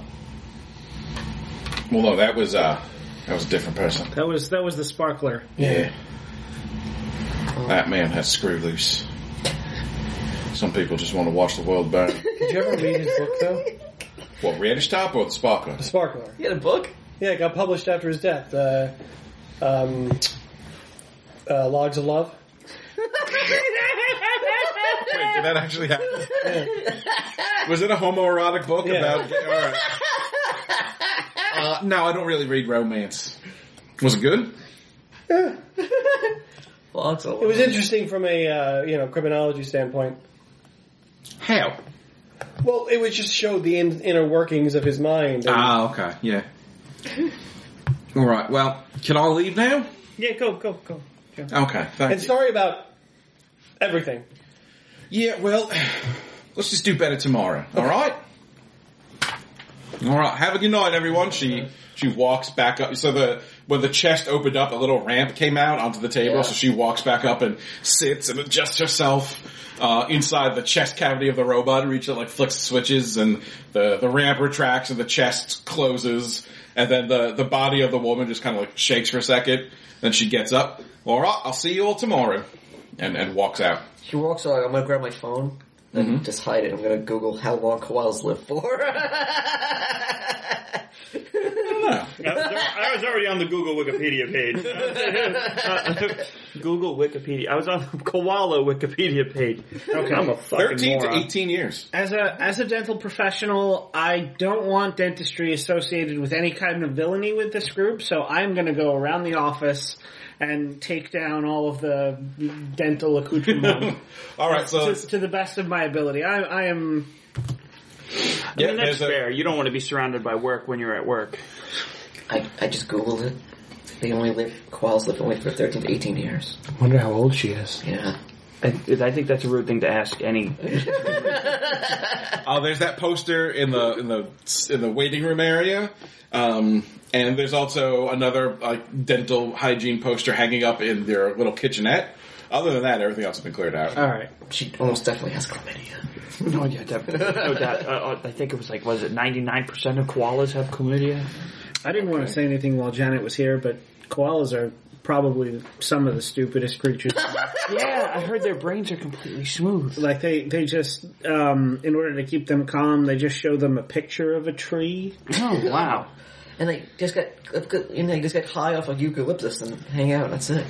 Well, no, that was uh, that was a different person.
That was that was the sparkler.
Yeah. That man had screw loose. Some people just want to watch the world burn.
Did you ever read his book though?
what, Reddish Top or the Sparkler?
Sparkler.
He had a book?
Yeah, it got published after his death. Uh, um, uh, Logs of Love.
Wait, did that actually happen? Was it a homoerotic book
Yeah.
about? All right. Uh, no, I don't really read romance. Was it good?
Well, that's a
It was interesting from a uh, you know criminology standpoint.
How?
Well, it was just showed the in, inner workings of his mind. and-
Ah, okay, yeah. All right. Well, can I leave now?
Yeah, go, go, go.
Okay, thank
and
you.
sorry about everything.
yeah, well, let's just do better tomorrow. All right. All right, having you know it, everyone. She she walks back up. So the when the chest opened up, a little ramp came out onto the table. So she walks back up and sits and adjusts herself uh, inside the chest cavity of the robot. Reaches like flicks switches, and the the ramp retracts and the chest closes. And then the the body of the woman just kind of like shakes for a second. Then she gets up. Laura, I'll see you all tomorrow, and and walks out.
She walks out. I'm gonna grab my phone and
Mm-hmm.
just hide it. I'm gonna Google how long koalas live for.
I was, I was already on the Google Wikipedia page. Google Wikipedia. I was on the koala Wikipedia page. Okay, I'm a fucking
Thirteen to
moron.
eighteen years.
As a as a dental professional, I don't want dentistry associated with any kind of villainy with this group, so I'm going to go around the office and take down all of the dental accoutrement
All right, so
to, to the best of my ability. I, I am
yeah,
And that's
there's a-
fair. You don't want to be surrounded by work when you're at work.
I, I just Googled it. They only live koalas live only for 13 to 18 years.
Wonder how old she is.
Yeah.
I, I think that's a rude thing to ask any.
Oh, there's that poster in the in the in the waiting room area, um, and there's also another like dental hygiene poster hanging up in their little kitchenette. Other than that, everything else has been cleared out.
All right.
She almost definitely has chlamydia.
No, yeah, definitely. No doubt. Uh, Uh, I think it was like, was it 99% of koalas have chlamydia?
I didn't want to say anything while Janet was here, but koalas are probably some of the stupidest creatures.
Yeah, I heard their brains are completely smooth.
like they they just um, in order to keep them calm, they just show them a picture of a tree.
Oh, wow.
And they just get and they just get high off of eucalyptus and hang out. That's it.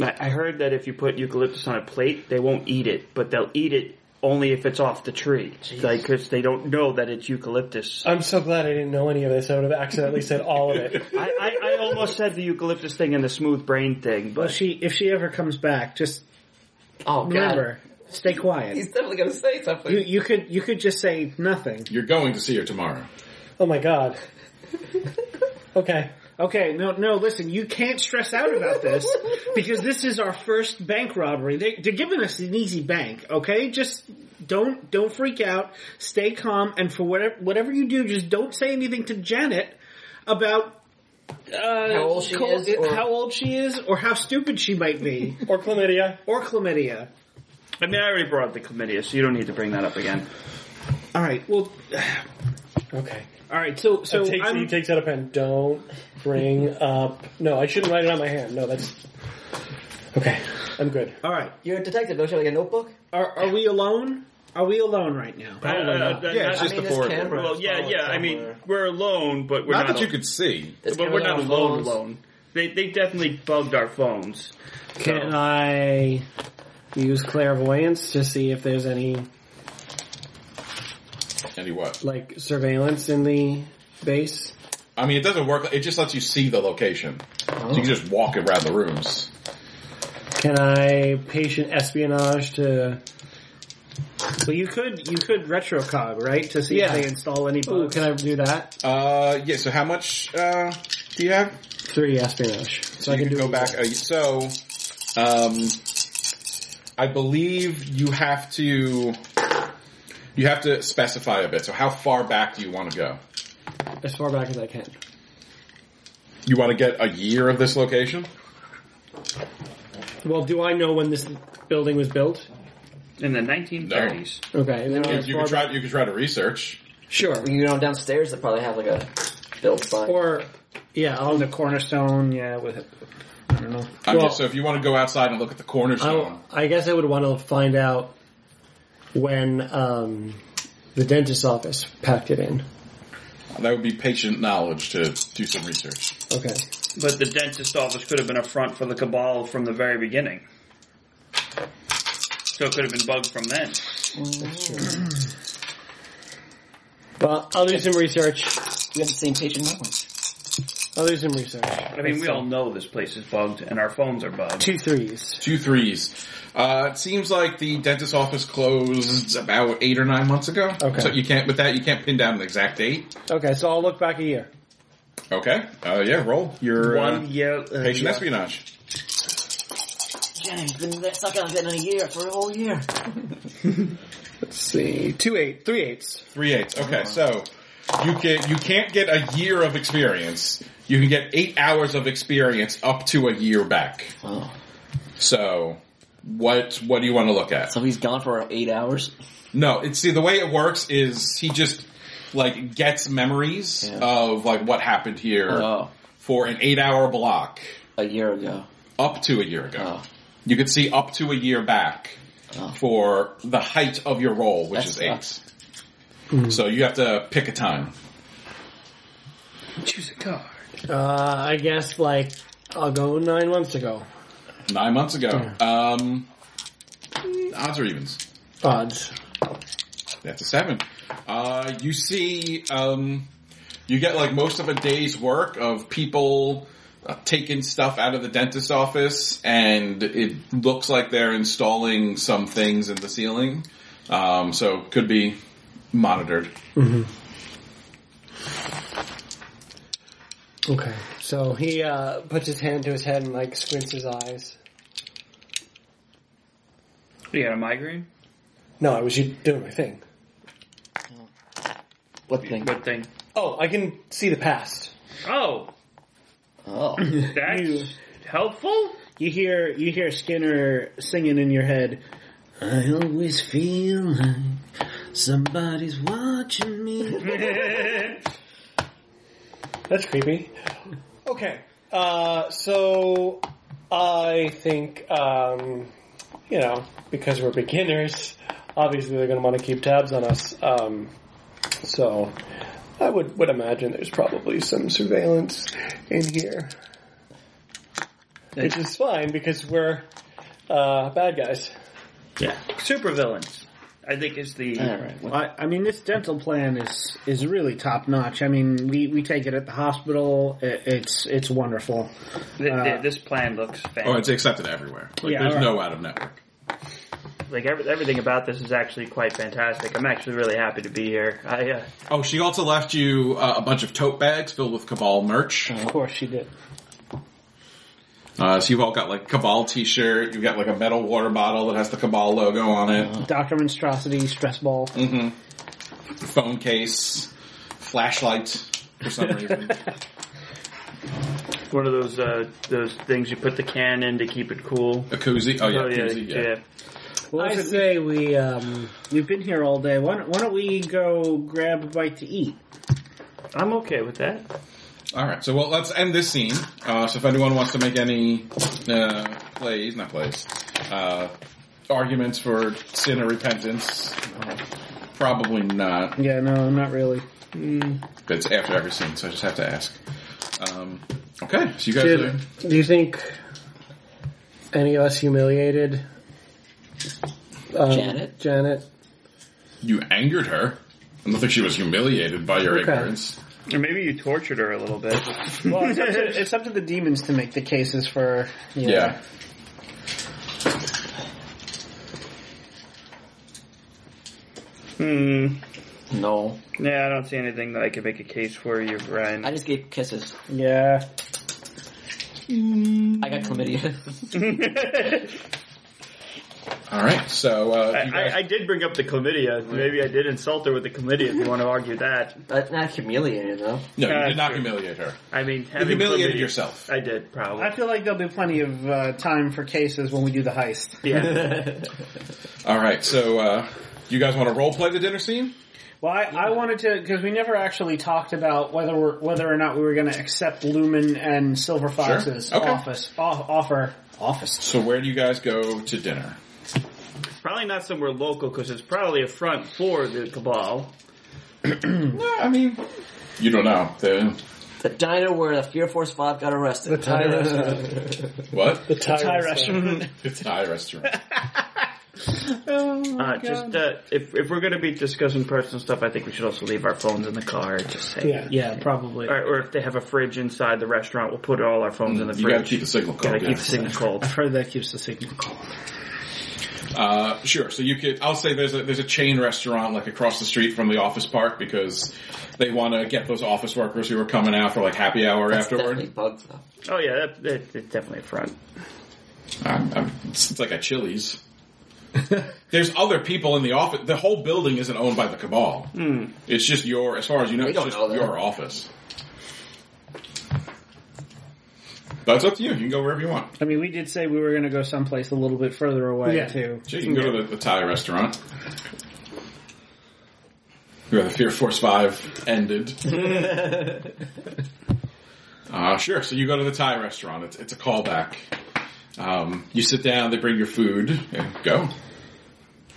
I I heard that if you put eucalyptus on a plate, they won't eat it, but they'll eat it only if it's off the tree. Like, because they don't know that it's eucalyptus.
I'm so glad I didn't know any of this. I would have accidentally said all of it.
I, I, I almost said the eucalyptus thing and the smooth brain thing,
Well,
but
she if she ever comes back, just
Oh god.
remember, stay quiet.
He's definitely gonna say
You,
something.
you could you could just say nothing.
You're going to see her tomorrow.
Oh my god. Okay.
Okay, no, no. Listen, you can't stress out about this because this is our first bank robbery. They, they're giving us an easy bank. Okay, just don't don't freak out. Stay calm, and for whatever whatever you do, just don't say anything to Janet about uh,
How old she
co-
is, or-
how old she is, or how stupid she might be,
Or chlamydia.
or chlamydia.
I mean, I already brought up the chlamydia, so you don't need to bring that up again.
All right. Well,
Okay.
all right. So so
He takes,
I'm-
he takes out a pen. Don't bring up. No, I shouldn't write it on my hand. No, that's. Okay. I'm good.
all right.
You're a detective, don't you? Like a notebook?
Are are we alone? Are we alone right now?
Uh,
Yeah, it's
I
just
mean,
the
this
four. of them.
camera.
Well, yeah, yeah. I mean, we're alone, but we're
Not
not,
that you could see.
This
but
camera
we're
on
not
our
alone.
phones.
Alone. They they definitely bugged our phones.
Can I use clairvoyance to see if there's any
Any what?
like surveillance in the base?
I mean, it doesn't work. It just lets you see the location. So you can just walk around the rooms.
Can I patient espionage to?
Well, you could you could retrocog right to see
Yeah.
if they install any
Ooh,
bugs.
can I do that?
Uh, yeah. So how much uh, do you have?
Three espionage.
So you can go back. Uh, so, um, I believe you have to you have to specify a bit. So, how far back do you want to go?
as far back as I can.
You want to get a year of this location?
Well, do I know when this building was built?
In the 1930s.
Okay. then as
You
far
can try. You can try to research.
back- Sure.
You know, downstairs they probably have like a built by.
Or yeah, I'll,
on the cornerstone, yeah, with it. I don't know.
I'm
Well-
just, so, if you want to go outside and look at the
I'll,
cornerstone,
I guess I would want to find out when um, the dentist's office packed it in.
that would be patient knowledge to do some research.
Okay.
But the dentist office could have been a front for the cabal from the very beginning. So it could have been bugged from then.
Well, I'll do some research.
You have the same page in my one.
I'll do some research.
I mean, we all know this place is bugged and our phones are bugged.
Two threes.
Two threes. Uh, it seems like the dentist office closed about eight or nine months ago.
Okay.
So you can't with that you can't pin down an exact date.
Okay, so I'll look back a year.
Okay. Uh, yeah. Roll your uh,
One year. uh,
patient
yeah.
espionage.
James, been that stuck out in a year for a whole year.
Let's see. Two eight, three eights.
Three eights. Okay, so you can you can't get a year of experience. You can get eight hours of experience up to a year back.
Oh.
So what what do you want to look at?
So he's gone for eight hours.
No, it's see the way it works is he just like gets memories
Yeah.
of like what happened here
Oh,
for an eight hour block
a year ago.
up to a year ago.
Oh,
You could see up to a year back
Oh.
for the height of your roll, which
That
is eight. So you have to pick a time.
Choose a card.
Uh, I guess like I'll go nine months ago.
Nine months ago. Um, odds or evens?
Odds.
That's a seven. Uh, you see, um, you get like most of a day's work of people uh, taking stuff out of the dentist office, and it looks like they're installing some things in the ceiling. Um, so could be monitored.
Okay. So he uh, puts his hand to his head and like squints his eyes.
You got a migraine?
No, I was you doing my thing.
what thing?
Good thing.
Oh, I can see the past.
Oh,
Oh,
that's
You.
helpful.
You hear you hear Skinner singing in your head. I always feel like somebody's watching me.
That's creepy. Okay. Uh, so I think um, you know because we're beginners, obviously they're going to want to keep tabs on us. Um, so I would would imagine there's probably some surveillance in here, which is fine because we're uh, bad guys.
yeah.
Supervillains, I think, is the
all right. What,
I, I mean, this dental plan is is really top notch. I mean, we, we take it at the hospital. It, it's it's wonderful.
th- th-
Uh,
this plan looks fantastic.
Oh, it's accepted everywhere. Like
Yeah,
there's
all right.
no out of network.
Like every, everything about this is actually quite fantastic. I'm actually really happy to be here. I uh,
Oh, she also left you uh, a bunch of tote bags filled with Cabal merch.
Of course, she did.
Uh, so you've all got like Cabal t-shirt. You've got like a metal water bottle that has the Cabal logo on it.
Doctor Monstrosity stress ball.
Phone case, flashlight for some reason.
one of those uh, those things you put the can in to keep it cool.
A koozie. Oh yeah,
oh yeah,
koozie, yeah.
yeah.
Well,
I
listen,
say we. Um,
we've been here all day. Why don't, why don't we go grab a bite to eat?
I'm okay with that.
All right, so well, let's end this scene. Uh, so if anyone wants to make any uh, plays, not plays, uh, arguments for sin or repentance, probably not.
Yeah, no, not really.
But it's after every scene, so I just have to ask. Um, okay, so you guys.
did,
Are,
do you think any of us humiliated um,
Janet?
Janet.
you angered her. I don't think she was humiliated by your
Okay.
ignorance.
Or maybe you tortured her a little bit.
Well, it's up, to, it's up to the demons to make the cases for.
Yeah.
hmm.
no,
Yeah, I don't see anything that I could make a case for you, Brian.
I just gave kisses.
Yeah.
I got chlamydia.
I,
All right, so uh, you guys-
I, I did bring up the chlamydia. Maybe I did insult her with the chlamydia. If you want to argue that,
That's not humiliating though.
no, you
uh,
did not
sure.
humiliate her.
I mean,
You
having
humiliated
chlamydia-
yourself.
I did probably.
I feel like there'll be plenty of uh, time for cases when we do the heist.
yeah.
All right, so uh, you guys want to role play the dinner scene?
Well, I, I wanted to because we never actually talked about whether we're, whether or not we were going to accept Lumen and Silver Fox's
Okay.
office off, offer. Office.
So where do you guys go to dinner?
probably not somewhere local because it's probably a front for the cabal.
No, I mean, you don't know. The,
The diner where the Fear Force Five got arrested. The
Thai restaurant.
what?
The Thai, restaurant.
Mm-hmm.
It's Thai restaurant.
Uh, just uh, if if we're going to be discussing personal stuff, I think we should also leave our phones in the car. Just say.
Yeah.
Yeah, probably.
Or, or if they have a fridge inside the restaurant, we'll put all our phones in the
Mm, You
fridge.
gotta keep the signal cold.
Gotta keep
yeah.
the signal cold.
I've heard that keeps the signal cold.
Uh, sure. So you could. I'll say there's a there's a chain restaurant like across the street from the office park because they want to get those office workers who are coming out for like happy hour
Definitely
afterward.
bugs though.
Oh yeah, that, that, it's definitely a front.
Um um, it's, it's like a Chili's. There's other people in the office. The whole building isn't owned by the cabal. It's just your, as far as you know,
Hmm. We
it's
don't
just
know that.
your office. But it's up to you. You can go wherever you want.
I mean, we did say we were going to go someplace a little bit further away
Yeah.
too.
Sure, you can go to the, the Thai restaurant. Where the Fear Force 5 ended. uh, sure, so you go to the Thai restaurant. It's, it's a callback. Um, you sit down, they bring your food, and go.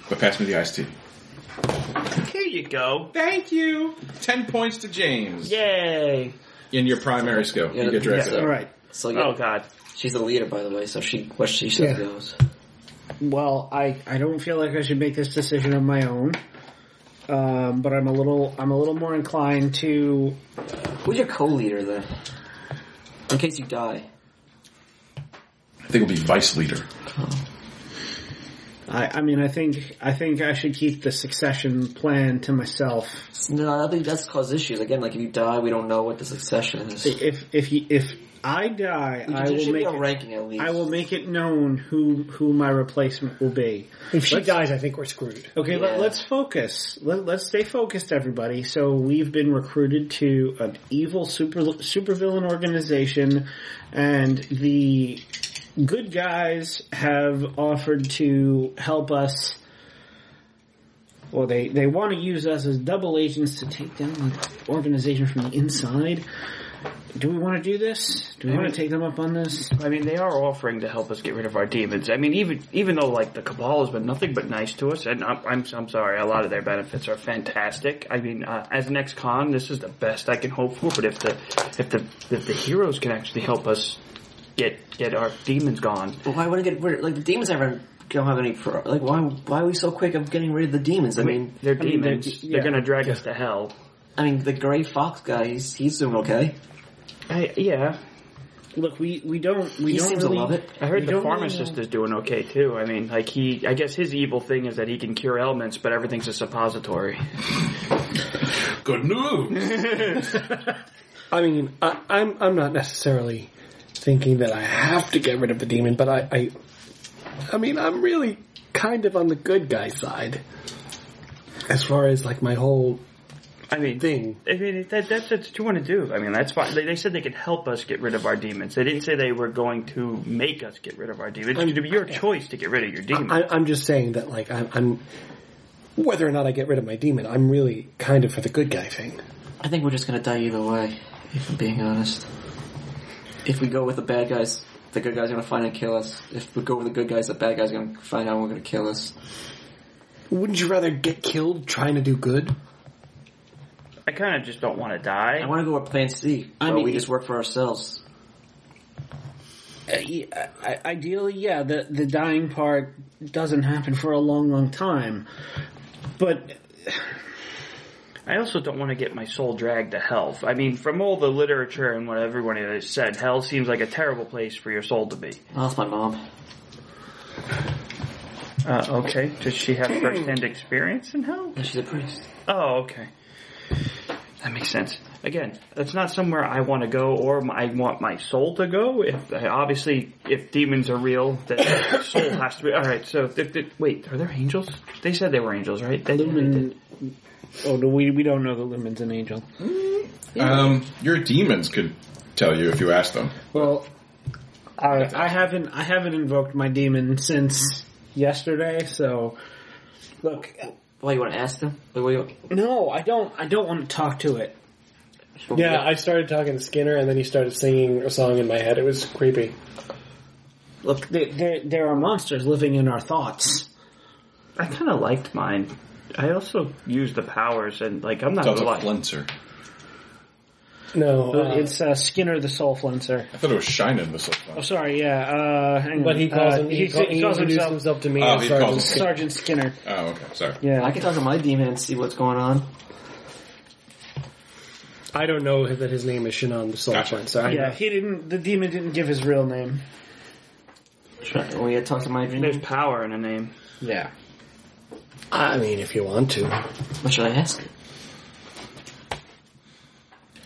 But pass me the iced tea.
Here you go.
Thank you! Ten points to James.
Yay.
In your primary skill.
Yeah,
you get directed.
yeah.
All right.
So yeah,
Oh, God.
she's the leader, by the way. So she what she says
Yeah.
goes.
Well, I, I don't feel like I should make this decision on my own. Um, but I'm a little I'm a little more inclined to
Who's your co-leader then? In case you die.
I think it'll be Vice Leader.
I, I mean I think I think I should keep the succession plan to myself.
No, I think that's caused issues. Again, like if you die, we don't know what the succession is.
If if you, if I die,
There
I will
should
make
be a
it-
ranking at least.
I will make it known who who my replacement will be.
If she dies, I think we're screwed.
Okay,
Yeah.
let, let's focus. Let, let's stay focused, everybody. So we've been recruited to an evil super supervillain organization, and the good guys have offered to help us. Well, they, they want to use us as double agents to take down the organization from the inside. Do we want to do this? Do we want to take them up on this?
I mean, they are offering to help us get rid of our demons. I mean, even even though like the cabal has been nothing but nice to us, and I'm I'm, I'm sorry, a lot of their benefits are fantastic. I mean, uh, as an ex-con, this is the best I can hope for. But if the if the if the heroes can actually help us get get our demons gone,
But why would I get rid? Like the demons haven't don't have any. Pro, like why why are we so quick of getting rid of the demons? I mean,
they're
mean, they're-
demons. they're,
yeah.
gonna drag us to hell.
I mean the gray fox guy. He's he's doing okay.
I, yeah,
Look, we, we don't we
He
don't
seems
really
to love it.
I heard
We
the
don't really
pharmacist is doing okay too. I mean, like he, I guess his evil thing is that he can cure ailments, but everything's a suppository.
Good news!
I mean, I, I'm I'm not necessarily thinking that I have to get rid of the demon, but I, I, I mean, I'm really kind of on the good guy side as far as like my whole
I mean,
thing.
I mean, that, that's that's what you want to do. I mean, that's fine. They, they said they could help us get rid of our demons. They didn't say they were going to make us get rid of our demons. It would be your choice to get rid of your demons.
I, I'm just saying that like I'm, I'm whether or not I get rid of my demon, I'm really kind of for the good guy thing.
I think we're just gonna die either way. If I'm being honest, if we go with the bad guys, the good guys are gonna find and kill us. If we go with the good guys, the bad guys are gonna find out and we're gonna kill us.
Wouldn't you rather get killed trying to do good?
I kind of just don't want to
I
die.
want to go with Plan C. I
mean-
we just work for ourselves.
Uh, yeah, I- ideally, yeah, the the dying part doesn't happen for a long, long time. But
I also don't want to get my soul dragged to hell. I mean, from all the literature and what everyone has said, hell seems like a terrible place for your soul to be.
Oh, that's my mom.
Uh, okay. Does she have first-hand experience in hell?
Yeah, she's a priest.
Oh, okay. That makes sense. Again, that's not somewhere I want to go or my- I want my soul to go. If obviously, if demons are real, then the soul has to be. All right. So, if, if, wait, are there angels? They said they were angels, right? They,
Lumen, oh no, we we don't know that Lumen's an angel.
um, your demons could tell you if you asked them.
Well, I I haven't I haven't invoked my demon since yesterday. So look,
Why you want to ask them? Like, what do you-
no, I don't I don't want to talk to it.
Yeah, I started talking to Skinner, and then he started singing a song in my head. It was creepy.
Look, there there, there are monsters living in our thoughts.
I kind of liked mine. I also use the powers, and like I'm not
It's
gonna
also
lie.
Flinzer.
No, uh,
Uh-huh.
it's uh, Skinner the Soul Flinser.
I thought it was Shining this
Oh,
one.
sorry, yeah. Uh, hang
but
on.
he calls
Uh,
him. He,
he,
ca- he
he calls
introduced
himself
himself to me.
Oh,
as
he
Sergeant
calls him-
Skinner.
Sergeant Skinner.
Oh, okay, sorry.
Yeah.
I can talk to my demon and see what's going on.
I don't know that his name is Shannon the Soul
Gotcha.
Flinzer. I-
Yeah, he didn't. The demon didn't give his real name.
Sure. We gotta talk to my
There's
demon.
power in a name.
Yeah.
I mean, if you want to.
What should I ask?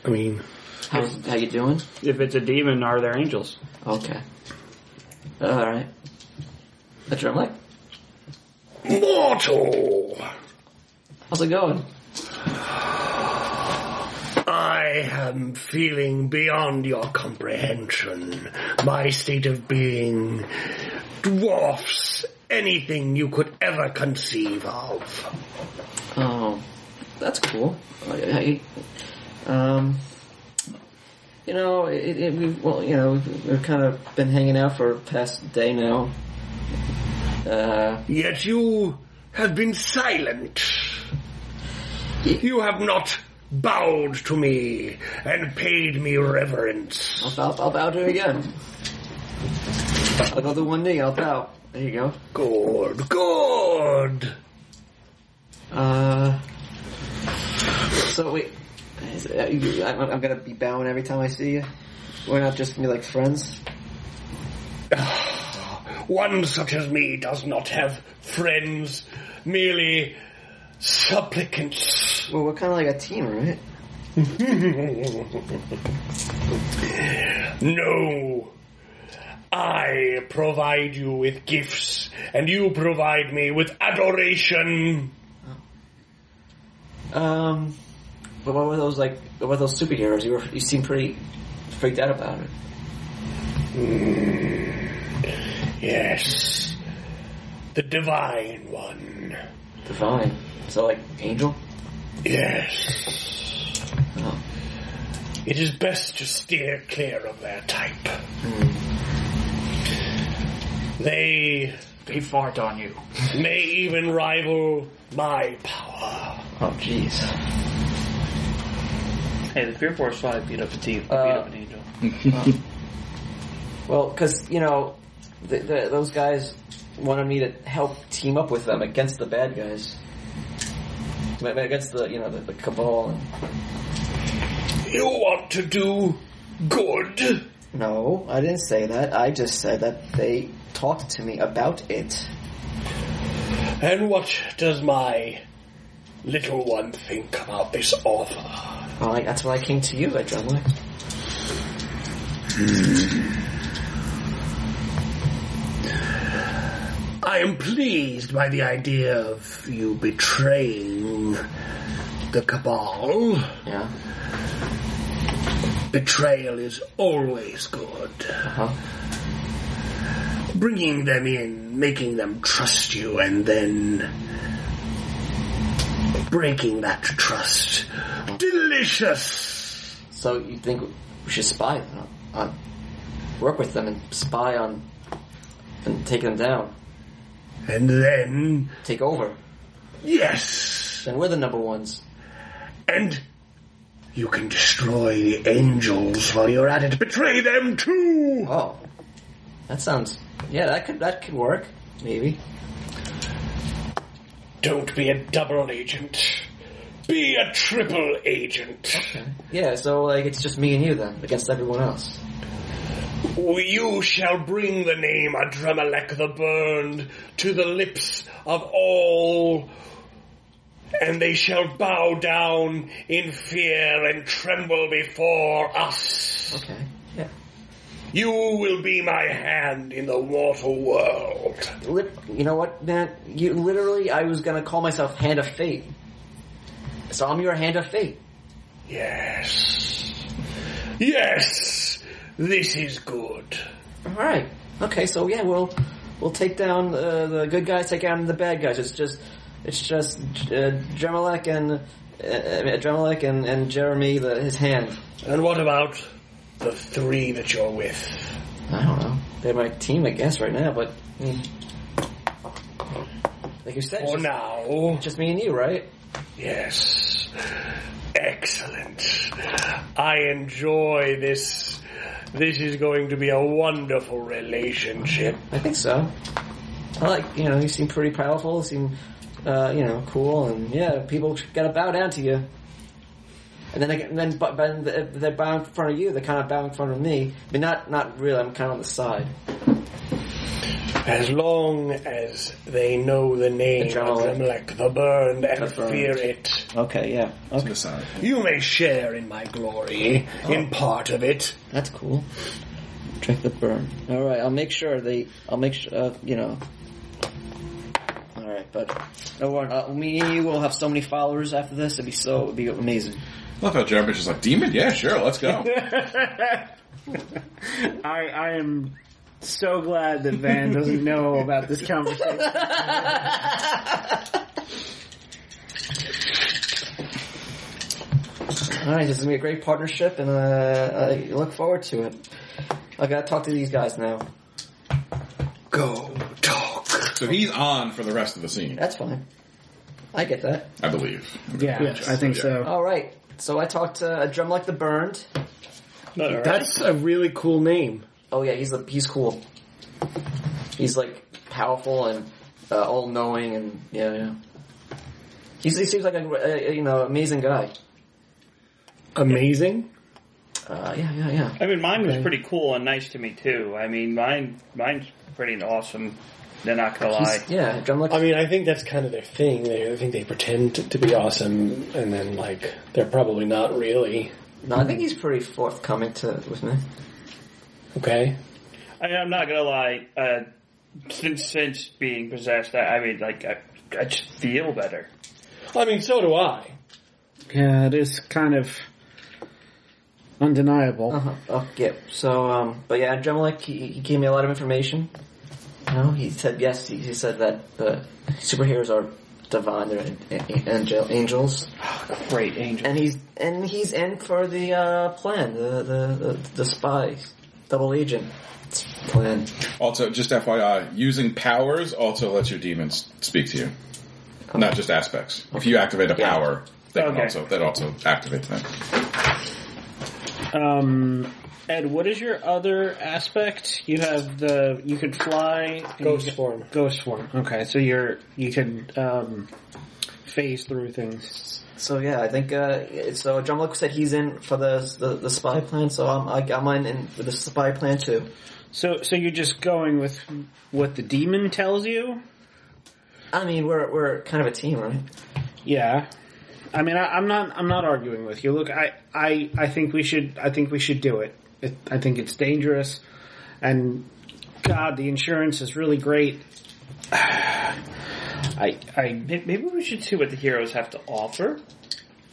I mean,
How's, how you doing?
If it's a demon, are there angels?
Okay. All right. That's what I'm like.
Battle.
How's it going?
I am feeling beyond your comprehension. My state of being dwarfs anything you could ever conceive of.
Oh, that's cool. I, I, um, you know, it, it, we well, you know, we've, we've kind of been hanging out for the past day now. Uh,
Yet you have been silent. You have not bowed to me and paid me reverence.
I'll, I'll, I'll bow to it again. I'll go to one knee. I'll bow. There you go.
Good, good.
Uh, so wait, is, uh, you- I'm, I'm gonna be bowing every time I see you. We're not just gonna be like friends.
One such as me does not have friends, merely supplicants.
Well, we're kind of like a team, right?
No. I provide you with gifts, and you provide me with adoration.
Um, but what were those like? What were those superheroes? You were you seemed pretty freaked out about it.
Yes. The divine one.
Divine. So like angel.
Yes.
Oh.
It is best to steer clear of their type. They
They fart on you.
may even rival my power.
Oh jeez.
Hey, the Fear Force Five beat up a team.
Uh,
beat up an angel.
Well, because you know, the, the, those guys wanted me to help team up with them against the bad guys. Ma- ma- Against the you know the, the cabal. And...
You want to do good?
No, I didn't say that. I just said that they talked to me about it.
And what does my little one think about this offer?
Well, I, that's why I came to you, I Drumley.
I am pleased by the idea of you betraying the cabal.
Yeah.
Betrayal is always good. Bringing them in, making them trust you, and then breaking that trust. Delicious!
So you think we should spy on, on work with them and spy on and take them down,
And then,
take over.
yes!
Then we're the number ones.
And you can destroy the angels while you're at it. Betray them too!
Oh, that sounds yeah. That could that could work maybe.
Don't be a double agent. Be a triple agent.
Yeah, so like it's just me and you then against everyone else.
You shall bring the name Adramelech the Burned to the lips of all, and they shall bow down in fear and tremble before us.
Okay. Yeah.
You will be my hand in the water world.
Lit- you know what, man? You literally, I was gonna call myself Hand of Fate. So I'm your Hand of Fate.
Yes. Yes! This is good.
All right. Okay. So yeah, we'll we'll take down uh, the good guys, take down the bad guys. It's just it's just uh, Dremelek and uh, uh, Dremelek and, and Jeremy the, his hand.
And what about the three that you're with?
I don't know. They're my team, I guess, right now. But I mean, like you said,
For
just,
now,
just me and you, right?
yes. Excellent. I enjoy this. This is going to be a wonderful relationship.
I think so. I like, you know, you seem pretty powerful, you seem, uh, you know, cool, and yeah, people gotta bow down to you. And then, I, and then, but then they're bowing in front of you. They're kind of bowing in front of me, but not, not really. I'm kind of on the side.
As long as they know the name of
Adramelech.
Adramelech the Burned and
The Burned.
fear it,
Okay, yeah,
to the side.
you may share in my glory,
Oh.
in part of it.
that's cool. Drink the burn. All right, I'll make sure they. I'll make sure, uh, you know. All right. but no one. Uh, me and you will have so many followers after this. It'd be so. It'd be amazing.
Love how Jeremy's just like, demon? Yeah, sure, let's go.
I I am so glad that Van doesn't know about this conversation.
All right, this is gonna be a great partnership, and uh, I look forward to it. I gotta talk to these guys now. Go talk.
so he's on for the rest of the scene,
That's fine. I get that.
I believe.
Yeah, I think so.
All right. So I talked to a drum like the burned.
That's a really cool name.
Oh yeah, he's the he's cool. He's like powerful and uh, all knowing, and yeah, yeah. He's, he seems like a, a you know amazing guy.
Amazing.
Uh, yeah, yeah, yeah.
I mean, mine was pretty cool and nice to me too. I mean, mine mine's pretty awesome. They're not gonna lie.
He's- yeah, drum like
I mean, I think that's kind of their thing. They, I think they pretend to, to be awesome, and then like they're probably not really.
No, I think he's pretty forthcoming to with me.
Okay,
I mean, I'm not gonna lie. Uh, since since being possessed, I, I mean, like I, I just feel better.
I mean, so do I.
Yeah, it is kind of undeniable.
Uh huh. Oh, yeah. So, um, but yeah, Dremelick, he, he gave me a lot of information. You know, he said yes. He, he said that uh, superheroes are divine, they're an- an- angel, angels,
Great angel.
and he's and he's in for the uh, plan, the the the, the spy, double agent plan.
Also, just FYI, using powers also lets your demons speak to you, not just aspects. If you activate a
Yeah.
power, that can
Okay.
also that also activates them.
Um, Ed, what is your other aspect? You have the you could fly and
Ghost
you-
form.
Ghost form. Okay, so you're you could um, phase through things.
So yeah, I think uh, so. Dremelick said he's in for the the, the spy plan, so I'm I got mine in for the spy plan too.
So so you're just going with what the demon tells you.
I mean, we're we're kind of a team, right?
Yeah. I mean, I, I'm not. I'm not arguing with you. Look, I, I, I think we should. I think we should do it. it. I think it's dangerous, and God, the insurance is really great. I, I,
May- Maybe we should see what the heroes have to offer.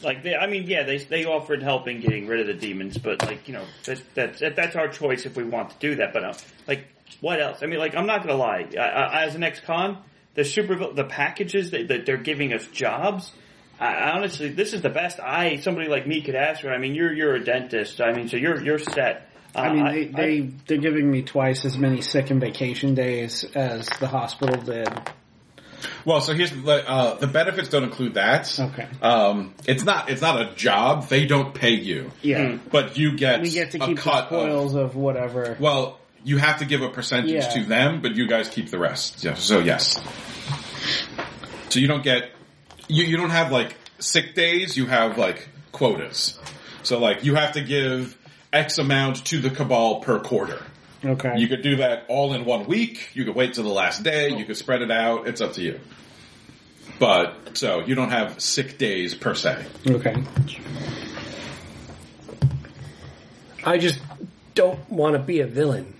Like, they, I mean, yeah, they they offered help in getting rid of the demons, but like, you know, that, that's that, that's our choice if we want to do that. But uh, like, what else? I mean, like, I'm not gonna lie. I, I, as an ex-con, the super vil- the packages that, that they're giving us jobs. I, I honestly, this is the best I somebody like me could ask for. I mean, you're you're a dentist. I mean, so you're you're set. Uh,
I mean, they, they, they're giving me twice as many sick and vacation days as the hospital did.
Well, so here's the uh, the benefits don't include that.
Okay.
Um, it's not it's not a job. They don't pay you,
Yeah,
but you get
we get to
a
keep the
cut of-
spoils of, whatever.
well, you have to give a percentage
Yeah.
to them, but you guys keep the rest. Yeah, so yes. So you don't get you you don't have like sick days, you have like quotas. So like you have to give X amount to the cabal per quarter.
okay,
You could do that all in one week, you could wait till the last day, you could spread it out, it's up to you. But so you don't have sick days per se.
okay.
I just don't want to be a villain.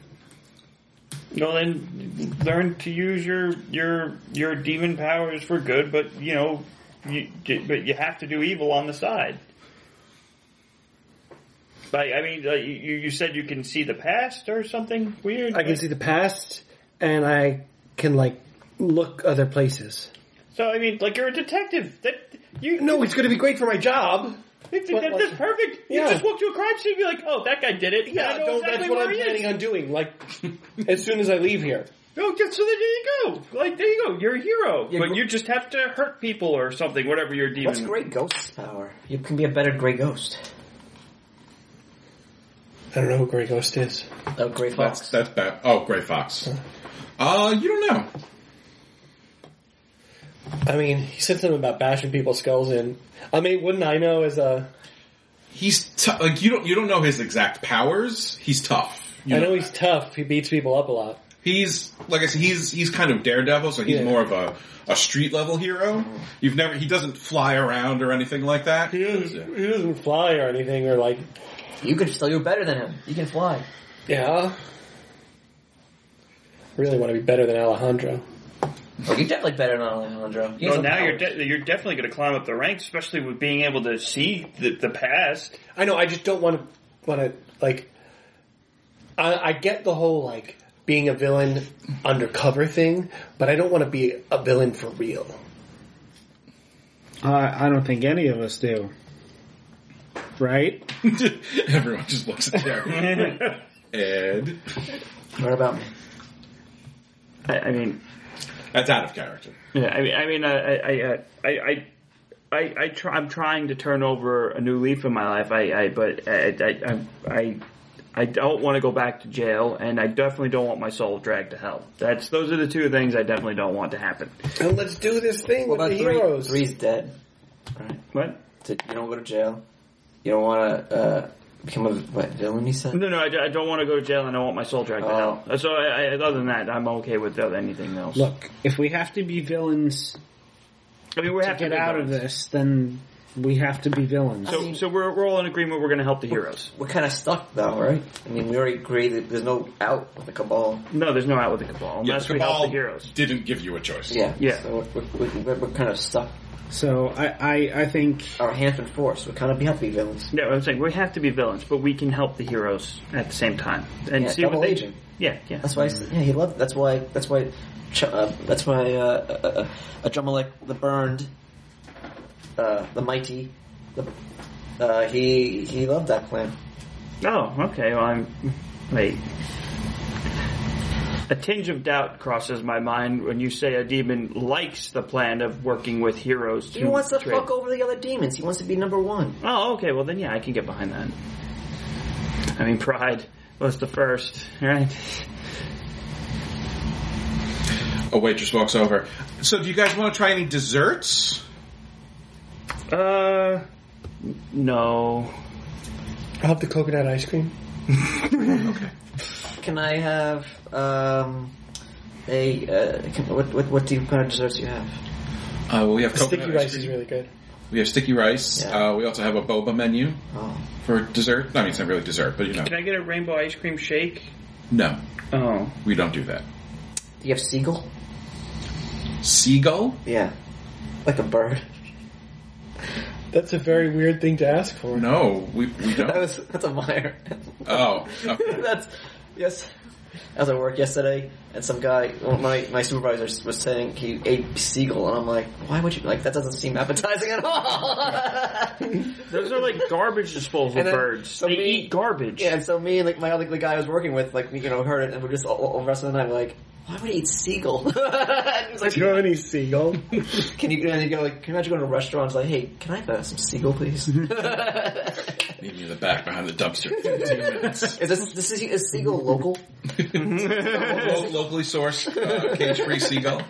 No, then learn to use your your your demon powers for good, but you know, you but you have to do evil on the side. Like I mean, like, you you said you can see the past or something weird.
I can see the past, and I can like look other places.
So I mean, like you're a detective. That you
No, it's going to be great for my job.
that- that- that's perfect. You
Yeah.
just walk to a crime scene and be like, oh, that guy did it. Yeah, I know
don't-
exactly
that's what
where
I'm
he
planning
is.
on doing. Like, as soon as I leave here,
Oh, just so there you go. Like there you go. You're a hero,
Yeah,
but
gr-
you just have to hurt people or something. Whatever your demon.
What's Grey Ghost's power? You can be a better Grey Ghost.
I don't know who Grey Ghost is.
Oh, Grey Fox.
That's that's bad. Oh, Grey Fox. Uh, you don't know.
I mean, he said something about bashing people's skulls in. I mean, wouldn't I know as a?
He's t- like you don't you don't know his exact powers. He's tough. You
I know he's tough. He beats people up a lot.
he's like I said. He's he's kind of daredevil, so he's
Yeah.
more of a, a street level hero. You've never he doesn't fly around or anything like that.
He doesn't, he doesn't fly or anything or like.
You can still do better than him. You can fly.
Yeah. Really want to be better than Alejandro.
Oh, you're definitely better than Alejandro. You
So
know
now
how-
you're de- you're definitely going to climb up the ranks, especially with being able to see the, the past.
I know. I just don't want to want to like. I, I get the whole like being a villain undercover thing, but I don't want to be a villain for real.
I I don't think any of us do. Right?
Everyone just looks at Jeremy. Ed.
What about me?
I, I mean,
That's out of character.
yeah, I mean, I mean, I, I, I- I, I, I, I try, I'm trying to turn over a new leaf in my life. I, I but uh, I, I, I, I, I don't want to go back to jail, and I definitely don't want my soul dragged to hell. That's those are the two things I definitely don't want to happen.
And let's do this thing
What
with
about
the
three?
heroes.
Three's dead. Alright.
What?
So You don't go to jail. You don't want to uh, become a what, villain, you said?
No, no, I, I don't want to go to jail, and I want my soul dragged to
Oh.
hell. So, I, I, other than that, I'm okay with uh, anything else.
Look, if we have to be villains
I mean, we
to
have
get
be
out of
villains.
this, then we have to be villains.
So, so we're, we're all in agreement. We're going to help the heroes.
We're kind of stuck, though, right? I mean, we already agreed that there's no out with the Cabal.
No, there's no out with the cabal
Yeah,
unless
the
we help the
cabal
heroes.
Didn't give you a choice.
Yeah.
Yeah.
So we're, we're, we're, we're kind of stuck.
So I, I, I think
Our hands been forced. We're kind of have to be villains.
Yeah, I'm saying we have to be villains, but we can help the heroes at the same time and
Yeah,
see what
double
they
agent.
Yeah, yeah.
That's why. I said, yeah, he loved. That's why. That's why. Ch- uh, that's why. Uh, uh, uh, a drummer like the burned, uh, the mighty, the, uh, he he loved that plan.
Oh, okay. Well, I'm wait. A tinge of doubt crosses my mind when you say a demon likes the plan of working with heroes. To
He wants to
trade.
fuck over the other demons. He wants to be number one.
Oh, okay. Well, then yeah, I can get behind that. I mean, pride was the first, right?
A waitress walks over. So, do you guys want to try any desserts?
Uh, no.
I'll have the coconut ice cream.
Can I have um, a uh, can, what, what what do kind of desserts do you have?
Uh, well, we have
The
coconut
sticky
ice
rice
cream.
is really good.
We have sticky rice.
Yeah.
Uh, we also have a boba menu
Oh,
for dessert. I mean, it's not really dessert, but you know,
Can I get a rainbow ice cream shake?
no,
Oh,
we don't do that.
do you have seagull?
Seagull?
Yeah, like a bird.
That's a very weird thing to ask for.
No, we we
That
don't.
was that's a mire.
Oh, okay.
that's yes. I was at work yesterday, and some guy, well, my my supervisor was saying he ate seagull, and I'm like, why would you like that? Doesn't seem appetizing at all.
those are like garbage disposal
And then
birds. They
somebody-
eat garbage.
yeah, and so me and like my other the guy I was working with, like we, you know, heard it, and we're just all, all the rest of the night like, why would he eat seagull? And he's like,
Do you have any seagull?
can you? And you go like, can you imagine going to a restaurant? It's like, hey, can I have uh, some seagull, please? is
Leave me in the back behind the dumpster. for 15 minutes.
this, this is, is seagull local?
Lo- locally sourced uh, cage-free seagull.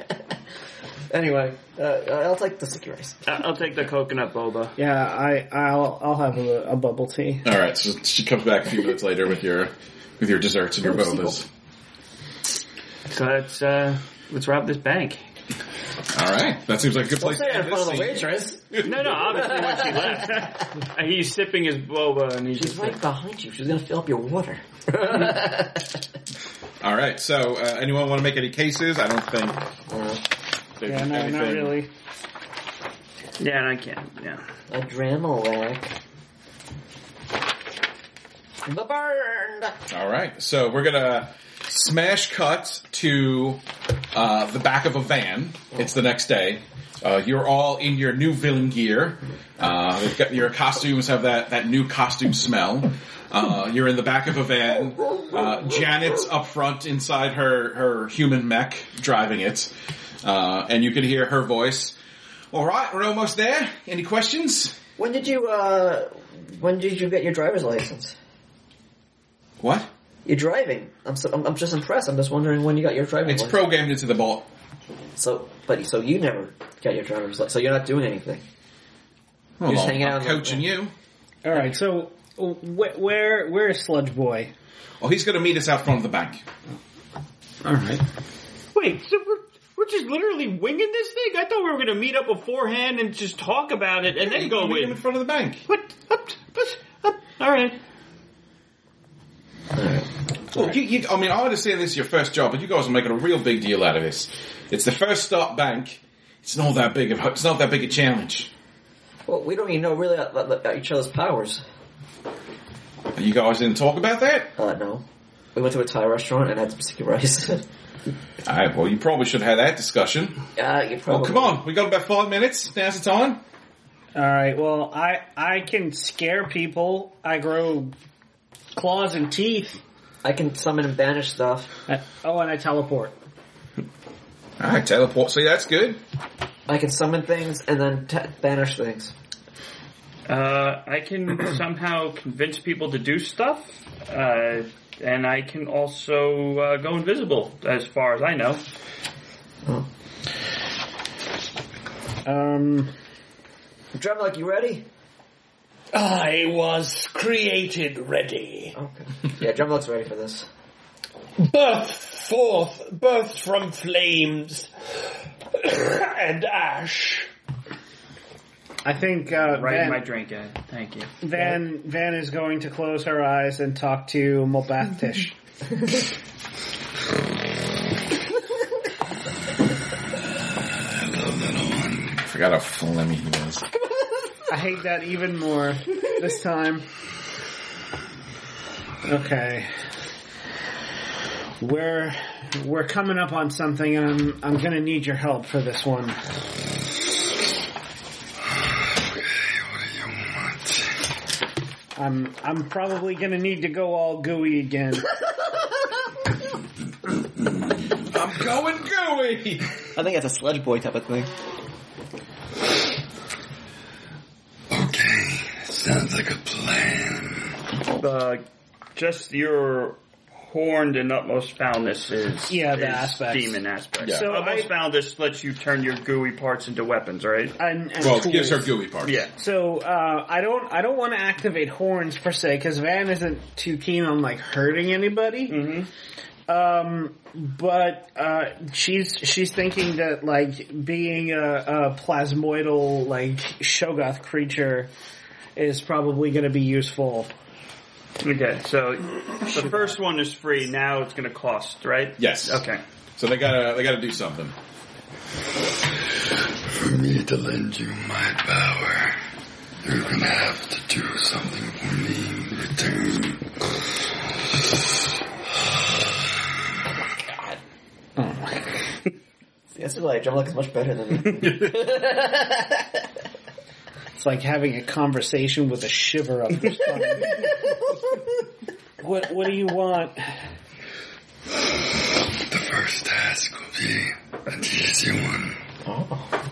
Anyway, uh, I'll take the sticky rice.
I- I'll take the coconut boba.
yeah, I I'll I'll have a, a bubble tea.
All right, so she comes back a few minutes later with your with your desserts and your bobas.
So let's uh, let's rob this bank.
All right, that seems like a good place.
Say
to
it in
end
front of the
this scene.
waitress.
No, no, obviously once he left, he's sipping his boba and he's
She's
just like,
right behind you. She's gonna fill up your water.
All right, so uh, anyone want to make any cases? I don't think. there's
Yeah, no, not
anything-
really.
yeah, and I can't. Yeah,
Adrenalin. The burned.
All right, so we're gonna smash cut to uh, the back of a van. It's the next day. Uh, you're all in your new villain gear. Uh, they've got, your costumes have that, that new costume smell. Uh, you're in the back of a van. Uh, Janet's up front inside her, her human mech driving it. Uh, and you can hear her voice. All right, we're almost there. Any questions?
When did you? uh When did you get your driver's license?
What?
You're driving. I'm so. I'm, I'm just impressed. I'm just wondering when you got your driver's
It's
license.
programmed into the ball.
So, but so you never got your driver's license. So you're not doing anything.
Well,
just hanging out
I'm
in the-
coaching you.
All right, so uh, wh- where where is Sludge Boy?
Oh, he's going to meet us out front of the bank.
All right,
wait, so we're we're just literally winging this thing. I thought we were going to meet up beforehand and just talk about it and then
You
go
meet him
in.
in front of the bank.
What? Up, up, up. All right.
Look, you, you, I mean, I understand this is your first job, but you guys are making a real big deal out of this. It's the first stop bank. It's not that big of a, it's not that big a challenge.
Well, we don't even know really about each other's powers.
You guys didn't talk about that.
Uh, no. We went to a Thai restaurant and had some sticky rice. uh,
All right. Well, you probably should have had that discussion.
you probably.
Well, Oh, come on. We got about five minutes. Now's the time.
All right. Well, I I can scare people. I grow claws and teeth.
I can summon and banish stuff.
I, oh, and I teleport.
All right. Teleport. See, that's good.
I can summon things and then t- banish things.
Uh, I can somehow convince people to do stuff, uh, and I can also uh, go invisible, as far as I know.
Um.
Dremlock, you ready?
I was created ready.
Okay. Yeah, Dremlock's ready for this.
Birthed forth, birthed from flames and ash.
I think uh,
Right in my
Van,
drink, Ed. Thank you.
Van Van is going to close her eyes and talk to Mulbathtish.
I forgot how phlegmy he was.
I hate that even more this time. Okay. We're we're coming up on something and I'm I'm gonna need your help for this one. I'm I'm probably gonna need to go all gooey again.
I'm going gooey.
I think it's a sledge boy type of thing.
Okay, sounds like a plan.
Uh, just your horned and utmost foulness is
Yeah, the
is
aspects.
demon aspect.
So
So utmost
I-
foulness lets you turn your gooey parts into weapons, right?
And, and
Well,
tools.
it gives her gooey part.
Yeah.
So uh, I don't I don't want to activate horns per se because Van isn't too keen on like hurting anybody. Um, but uh, she's she's thinking that like being a, a plasmoidal like Shogoth creature is probably going to be useful.
Okay, so the first one is free. Now it's going to cost, right?
Yes.
Okay.
So they gotta they gotta do something.
For me to lend you my power, you're gonna have to do something for me in return.
That's like Dremlock is much better than me.
It's like having a conversation with a shiver up your spine. what What do you want?
The first task will be an easy one.
Oh.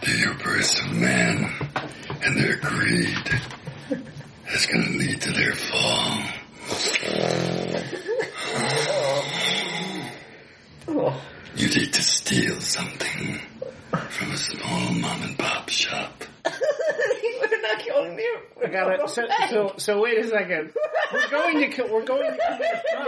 The hubris of man and their greed is gonna lead to their fall.
Oh.
You need to steal something from a small mom and pop shop.
We're not killing you.
I got
Oh,
it. So, so, so wait a second. We're going to co- we're going to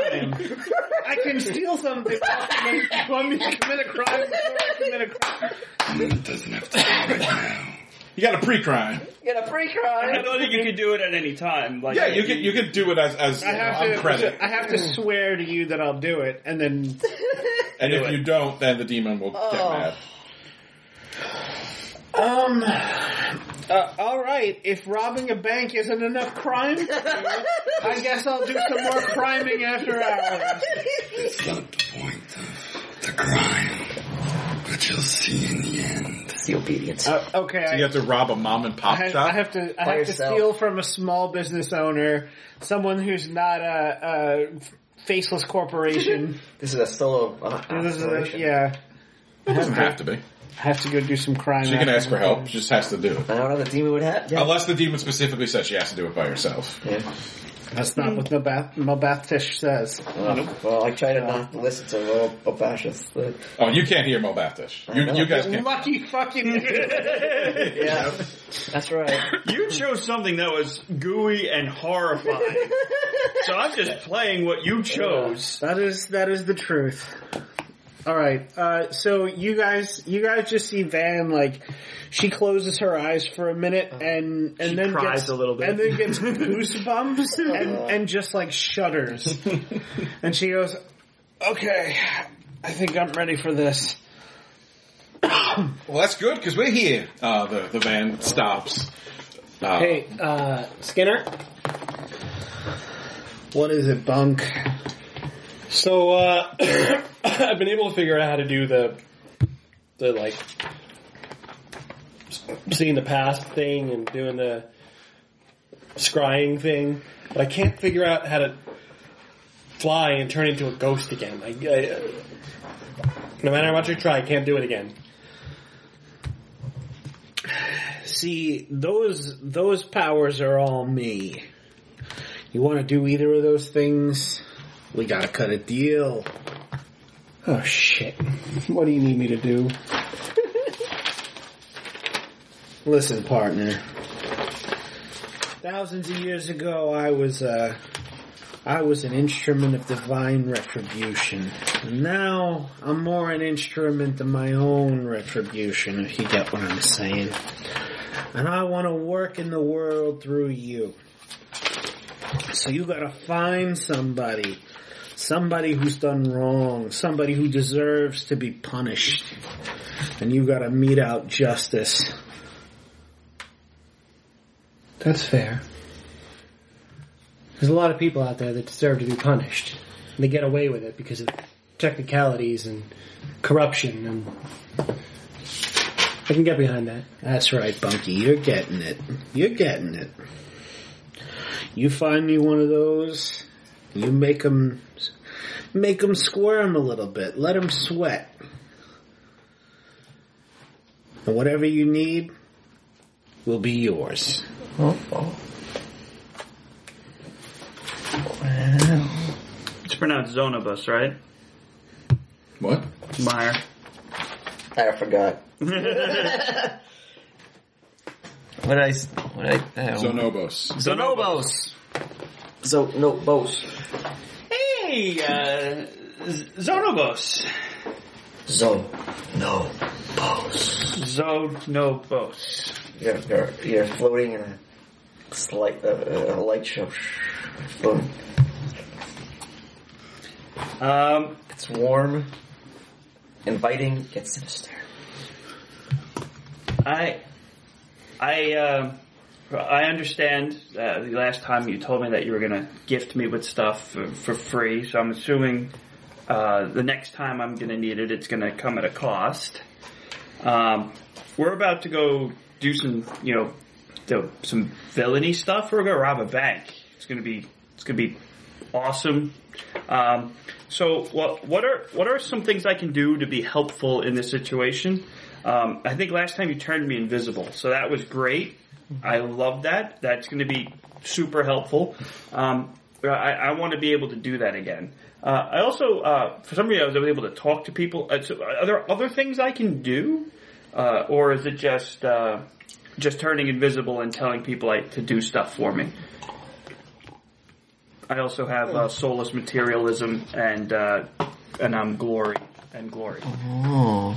commit a crime. I can steal something. You want me to commit a crime before I commit a crime?
And it doesn't have to be right now.
You got a pre-crime.
Get a free
I
crime.
don't think you can do it at any time. Like,
Yeah, you can you can do it as as
I have
on
to.
credit,
I have to swear to you that I'll do it, and then
and if you don't, then the demon will get
Oh.
mad.
um. Uh, all right. If robbing a bank isn't enough crime, I guess I'll do some more criming after hours.
It's not the point of the crime, but you'll see in the end.
It's the obedience.
Uh, okay.
So
I-
you have to rob a mom and pop
I have,
shop.
I have to. I
By
have
yourself.
to steal from a small business owner, someone who's not a, a faceless corporation.
This is a solo uh,
this is a,
operation.
yeah.
it doesn't have to be.
I have to go do some crime.
She can
after.
ask for help. She just has to do it.
I don't know the demon would have. Yeah.
Unless the demon specifically says she has to do it by herself.
yeah.
That's not what Mabath, Mabathtish says.
Uh, well, I try to not listen to little obashes. But,
Oh, you can't hear Mo Baptist. You,
know.
you guys can't.
Lucky fucking.
yeah, that's right.
You chose something that was gooey and horrifying. so I'm just playing what you chose.
that is that is the truth. All right. Uh, so you guys, you guys just see Van like she closes her eyes for a minute and and
Uh, She
then
cries
gets,
a little bit. Oh,
and then gets goosebumps and and just like shudders, and she goes, "Okay, I think I'm ready for this."
Well, that's good because we're here. Uh, the the van stops. Uh,
Hey, uh, Skinner.
What is it, bunk?
So uh, I've been able to figure out how to do the the like s- seeing the past thing and doing the scrying thing, but I can't figure out how to fly and turn into a ghost again. I, I, no matter how much I try, I can't do it again.
See, those those powers are all me. You want to do either of those things? We gotta cut a deal.
Oh shit! What do you need me to do?
Listen, partner. Thousands of years ago, I was uh, I was an instrument of divine retribution. And now I'm more an instrument of my own retribution, if you get what I'm saying. And I want to work in the world through you. So you gotta find somebody. Somebody who's done wrong. Somebody who deserves to be punished. And you gotta mete out justice.
That's fair. There's a lot of people out there that deserve to be punished. And they get away with it because of technicalities and corruption and I can get behind that.
That's right, Bunky. You're getting it. You're getting it. You find me one of those, you make them, make 'em squirm a little bit. Let 'em sweat. And whatever you need will be yours.
It's pronounced Zonobus, right?
What?
Meyer.
I forgot. what did I? s- What did I? I don't-
Zonobos.
Zonobos. So no bows.
Hey, uh, Z- Zonobos.
Zone. No bows.
Zonobos.
You're, you're, you're floating in a slight uh, a light show. Boom.
Um,
It's warm, inviting, yet sinister.
I, I, uh, I understand. Uh, the last time you told me that you were gonna gift me with stuff for, for free, so I'm assuming uh, the next time I'm gonna need it, it's gonna come at a cost. Um, we're about to go do some, you know, do some villainy stuff. We're gonna rob a bank. It's gonna be, it's gonna be awesome. Um, so what what are what are some things I can do to be helpful in this situation? Um, I think last time you turned me invisible, so that was great. I love that. That's going to be super helpful. Um, I, I want to be able to do that again. Uh, I also, uh, for some reason, I was able to talk to people. Uh, so are there other things I can do, uh, or is it just uh, just turning invisible and telling people like, to do stuff for me? I also have uh, soulless materialism and uh, and I'm glory and glory.
Oh.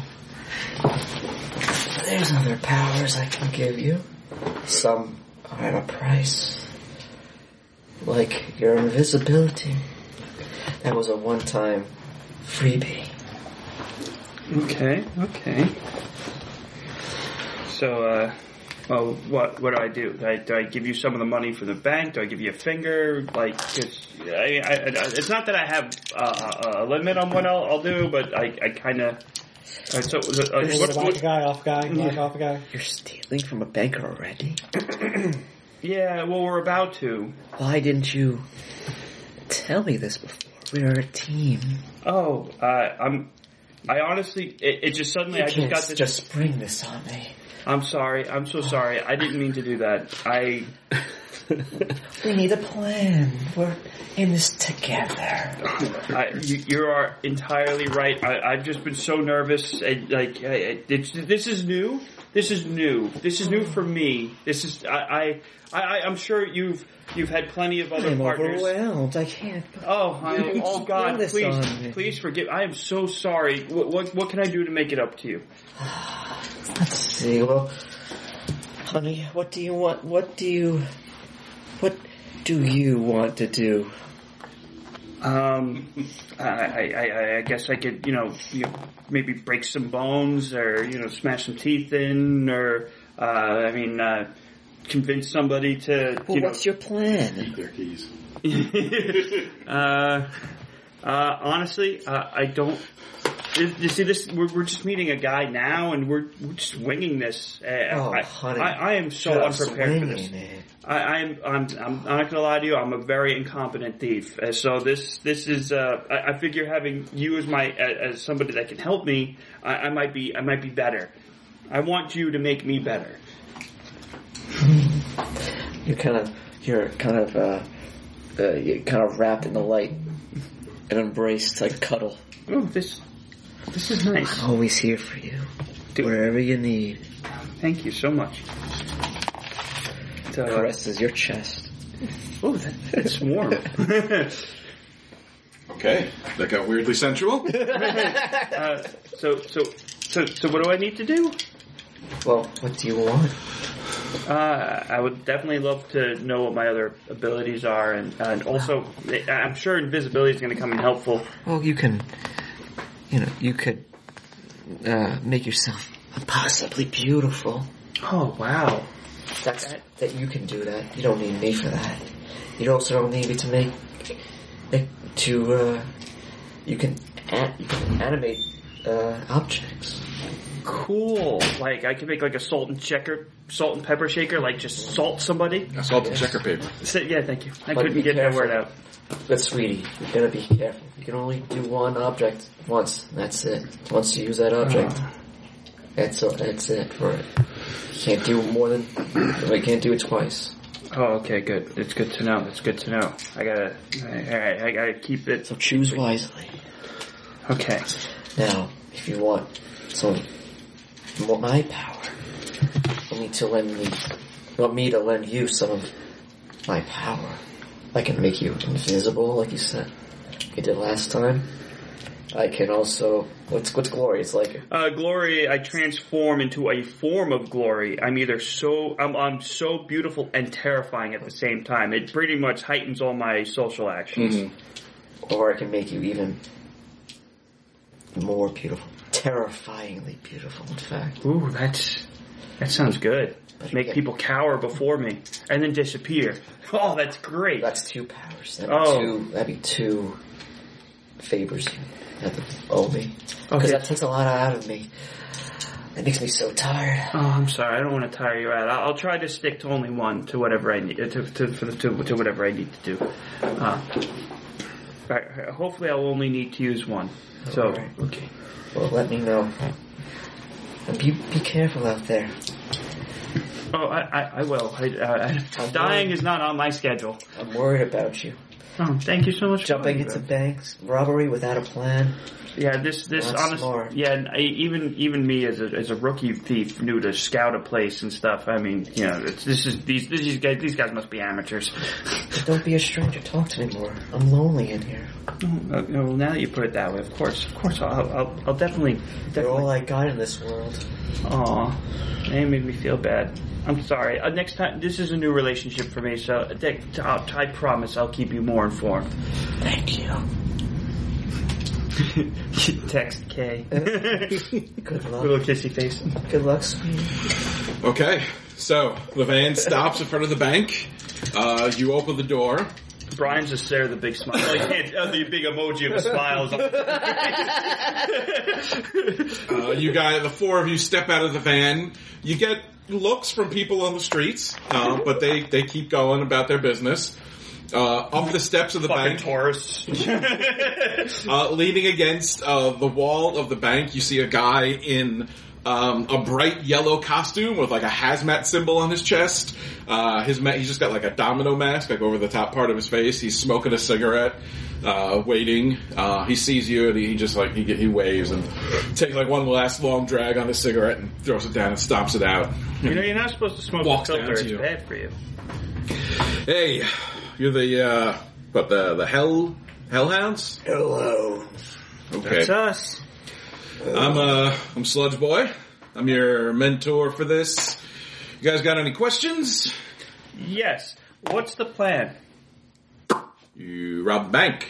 There's other powers I can give you. Some are at a price. Like your invisibility. That was a one time freebie.
Okay, okay. So, uh, well, what what do I do? Do I, do I give you some of the money for the bank? Do I give you a finger? Like, 'cause I, I, I- it's not that I have uh, a a limit on what I'll, I'll do, but I, I kind of. so, uh, what,
Black
what,
guy off guy, black off guy.
You're stealing from a banker already?
yeah, well, we're about to.
Why didn't you tell me this before? We are a team.
Oh, uh, I'm. I honestly, it, it just suddenly,
You
I just
can't
got this.
just spring this on me.
I'm sorry. I'm so sorry. I didn't mean to do that. I
We need a plan. We're in this together.
I, you, you are entirely right. I, I've just been so nervous. And, like, I, I- it's, this is new. This is new. This is new for me. This is I I, I I'm sure you've you've had plenty of other
I'm
partners.
overwhelmed. I can't.
Oh, I,
You
oh
just
God!
bring this on me.
Please, please forgive. I am so sorry. What, what what can I do to make it up to you?
Let's see. Well, honey, what do you want? What do you? What do you want to do?
Um, I, I, I, I guess I could, you know, you know, maybe break some bones or, you know, smash some teeth in or, uh, I mean, uh, convince somebody to,
Well,
you know.
what's your plan?
Their keys.
uh, uh, honestly, uh, I don't. You you see, this we're, we're just meeting a guy now, and we're, we're just winging this. Uh,
Oh,
I,
honey.
I, I am so
Just
unprepared for this.
winging it.
I, I'm, I'm, I'm I'm not gonna lie to you. I'm a very incompetent thief. Uh, so this, this is. Uh, I, I figure having you as my as, as somebody that can help me, I, I might be, I might be better. I want you to make me better.
You're kind of you're kind of uh, uh, you're kind of wrapped in the light and embraced like cuddle.
Oh, this, this is nice.
Always here for you,
Dude.
wherever you need.
Thank you so much. So, uh,
Caresses your chest.
oh, that, that's warm.
Okay, that got weirdly sensual.
uh, so, so, so, so, what do I need to do?
Well, what do you want?
Uh, I would definitely love to know what my other abilities are, and, and also, I'm sure invisibility is going to come in helpful.
Well, you can, you know, you could uh, make yourself possibly beautiful.
Oh wow!
That's that you can do that. You don't need me for that. You also don't need me to make, make to. Uh, you can an, you can animate uh, objects.
Cool. Like I could make like a salt and checker, salt and pepper shaker. Like just salt somebody.
I saw the checker paper.
So- yeah, thank you. I
But
couldn't
be
get that
careful.
word out.
But sweetie, you gotta be careful. You can only do one object once. and That's it. Once you use that object, that's all, that's it for it. You can't do more than. You can't do it twice.
Oh, okay, good. It's good to know. It's good to know. I gotta. All right, I gotta keep it.
So choose wisely.
Okay.
Now, if you want some more my power, you need to lend me, want me to lend you some of my power. I can make you invisible, like you said, you did last time. I can also, what's, what's glory? It's like,
Uh, glory, I transform into a form of glory. I'm either so I'm, I'm so beautiful and terrifying at the same time. It pretty much heightens all my social actions.
or I can make you even more beautiful. Terrifyingly beautiful, in fact.
Ooh, that's that sounds good. Make people cower before me and then disappear. Oh, that's great.
That's two powers. That'd
Oh.
be two, that'd be two favors you have to owe me. Because
Okay.
that takes a lot out of me. It makes me so tired.
Oh, I'm sorry. I don't want to tire you out. I'll, I'll try to stick to only one to whatever I need to to, for the, to, to whatever I need to do. Uh, right, hopefully, I'll only need to use one. So
Alright.
Oh, okay.
Well, let me know. And be, be careful out there.
Oh, I, I, I will. I, I, I,
I'm
dying
worried.
is not on my schedule.
I'm worried about you.
Oh, thank you so much. for
Jumping
coming,
into
bro.
banks, robbery without a plan.
yeah, this this
That's
honest
smart.
yeah, and I, even even me as a as a rookie thief, new to scout a place and stuff. I mean, you know, it's, this is these these guys these guys must be amateurs.
Don't be a stranger. Talk to me more. I'm lonely in here.
Uh, well, now that you put it that way, of course, of course, I'll I'll, I'll definitely
You're all
definitely.
I got in this world.
Aw, that made me feel bad. I'm sorry. Uh, next time, this is a new relationship for me, so uh, Dick, I, I promise I'll keep you more informed.
Thank you.
Text K.
Good
Little
luck.
kissy face.
Good luck, sweetie.
Okay, so the van stops in front of the bank. Uh, you open the door.
Brian's just there, the big smile. Like, can't- uh, the big emoji of smiles.
Uh, you guys, the four of you, step out of the van. You get looks from people on the streets, uh, but they they keep going about their business. Uh, up the steps of the
Fucking
bank,
Taurus.
uh, leaning against uh, the wall of the bank, you see a guy in um, a bright yellow costume with like a hazmat symbol on his chest. Uh, his ma- he's just got like a domino mask like over the top part of his face. He's smoking a cigarette, uh, waiting. Uh, he sees you and he just like he, he waves and takes like one last long drag on his cigarette and throws it down and stomps it out.
You know, you're not supposed to smoke
Walks
a filter.
down to
It's
you.
bad for you.
Hey, you're the uh, but the the hell hellhounds.
Hello.
Okay,
It's us.
I'm uh I'm Sludge Boy. I'm your mentor for this. You guys got any questions?
Yes. What's the plan?
You rob the bank.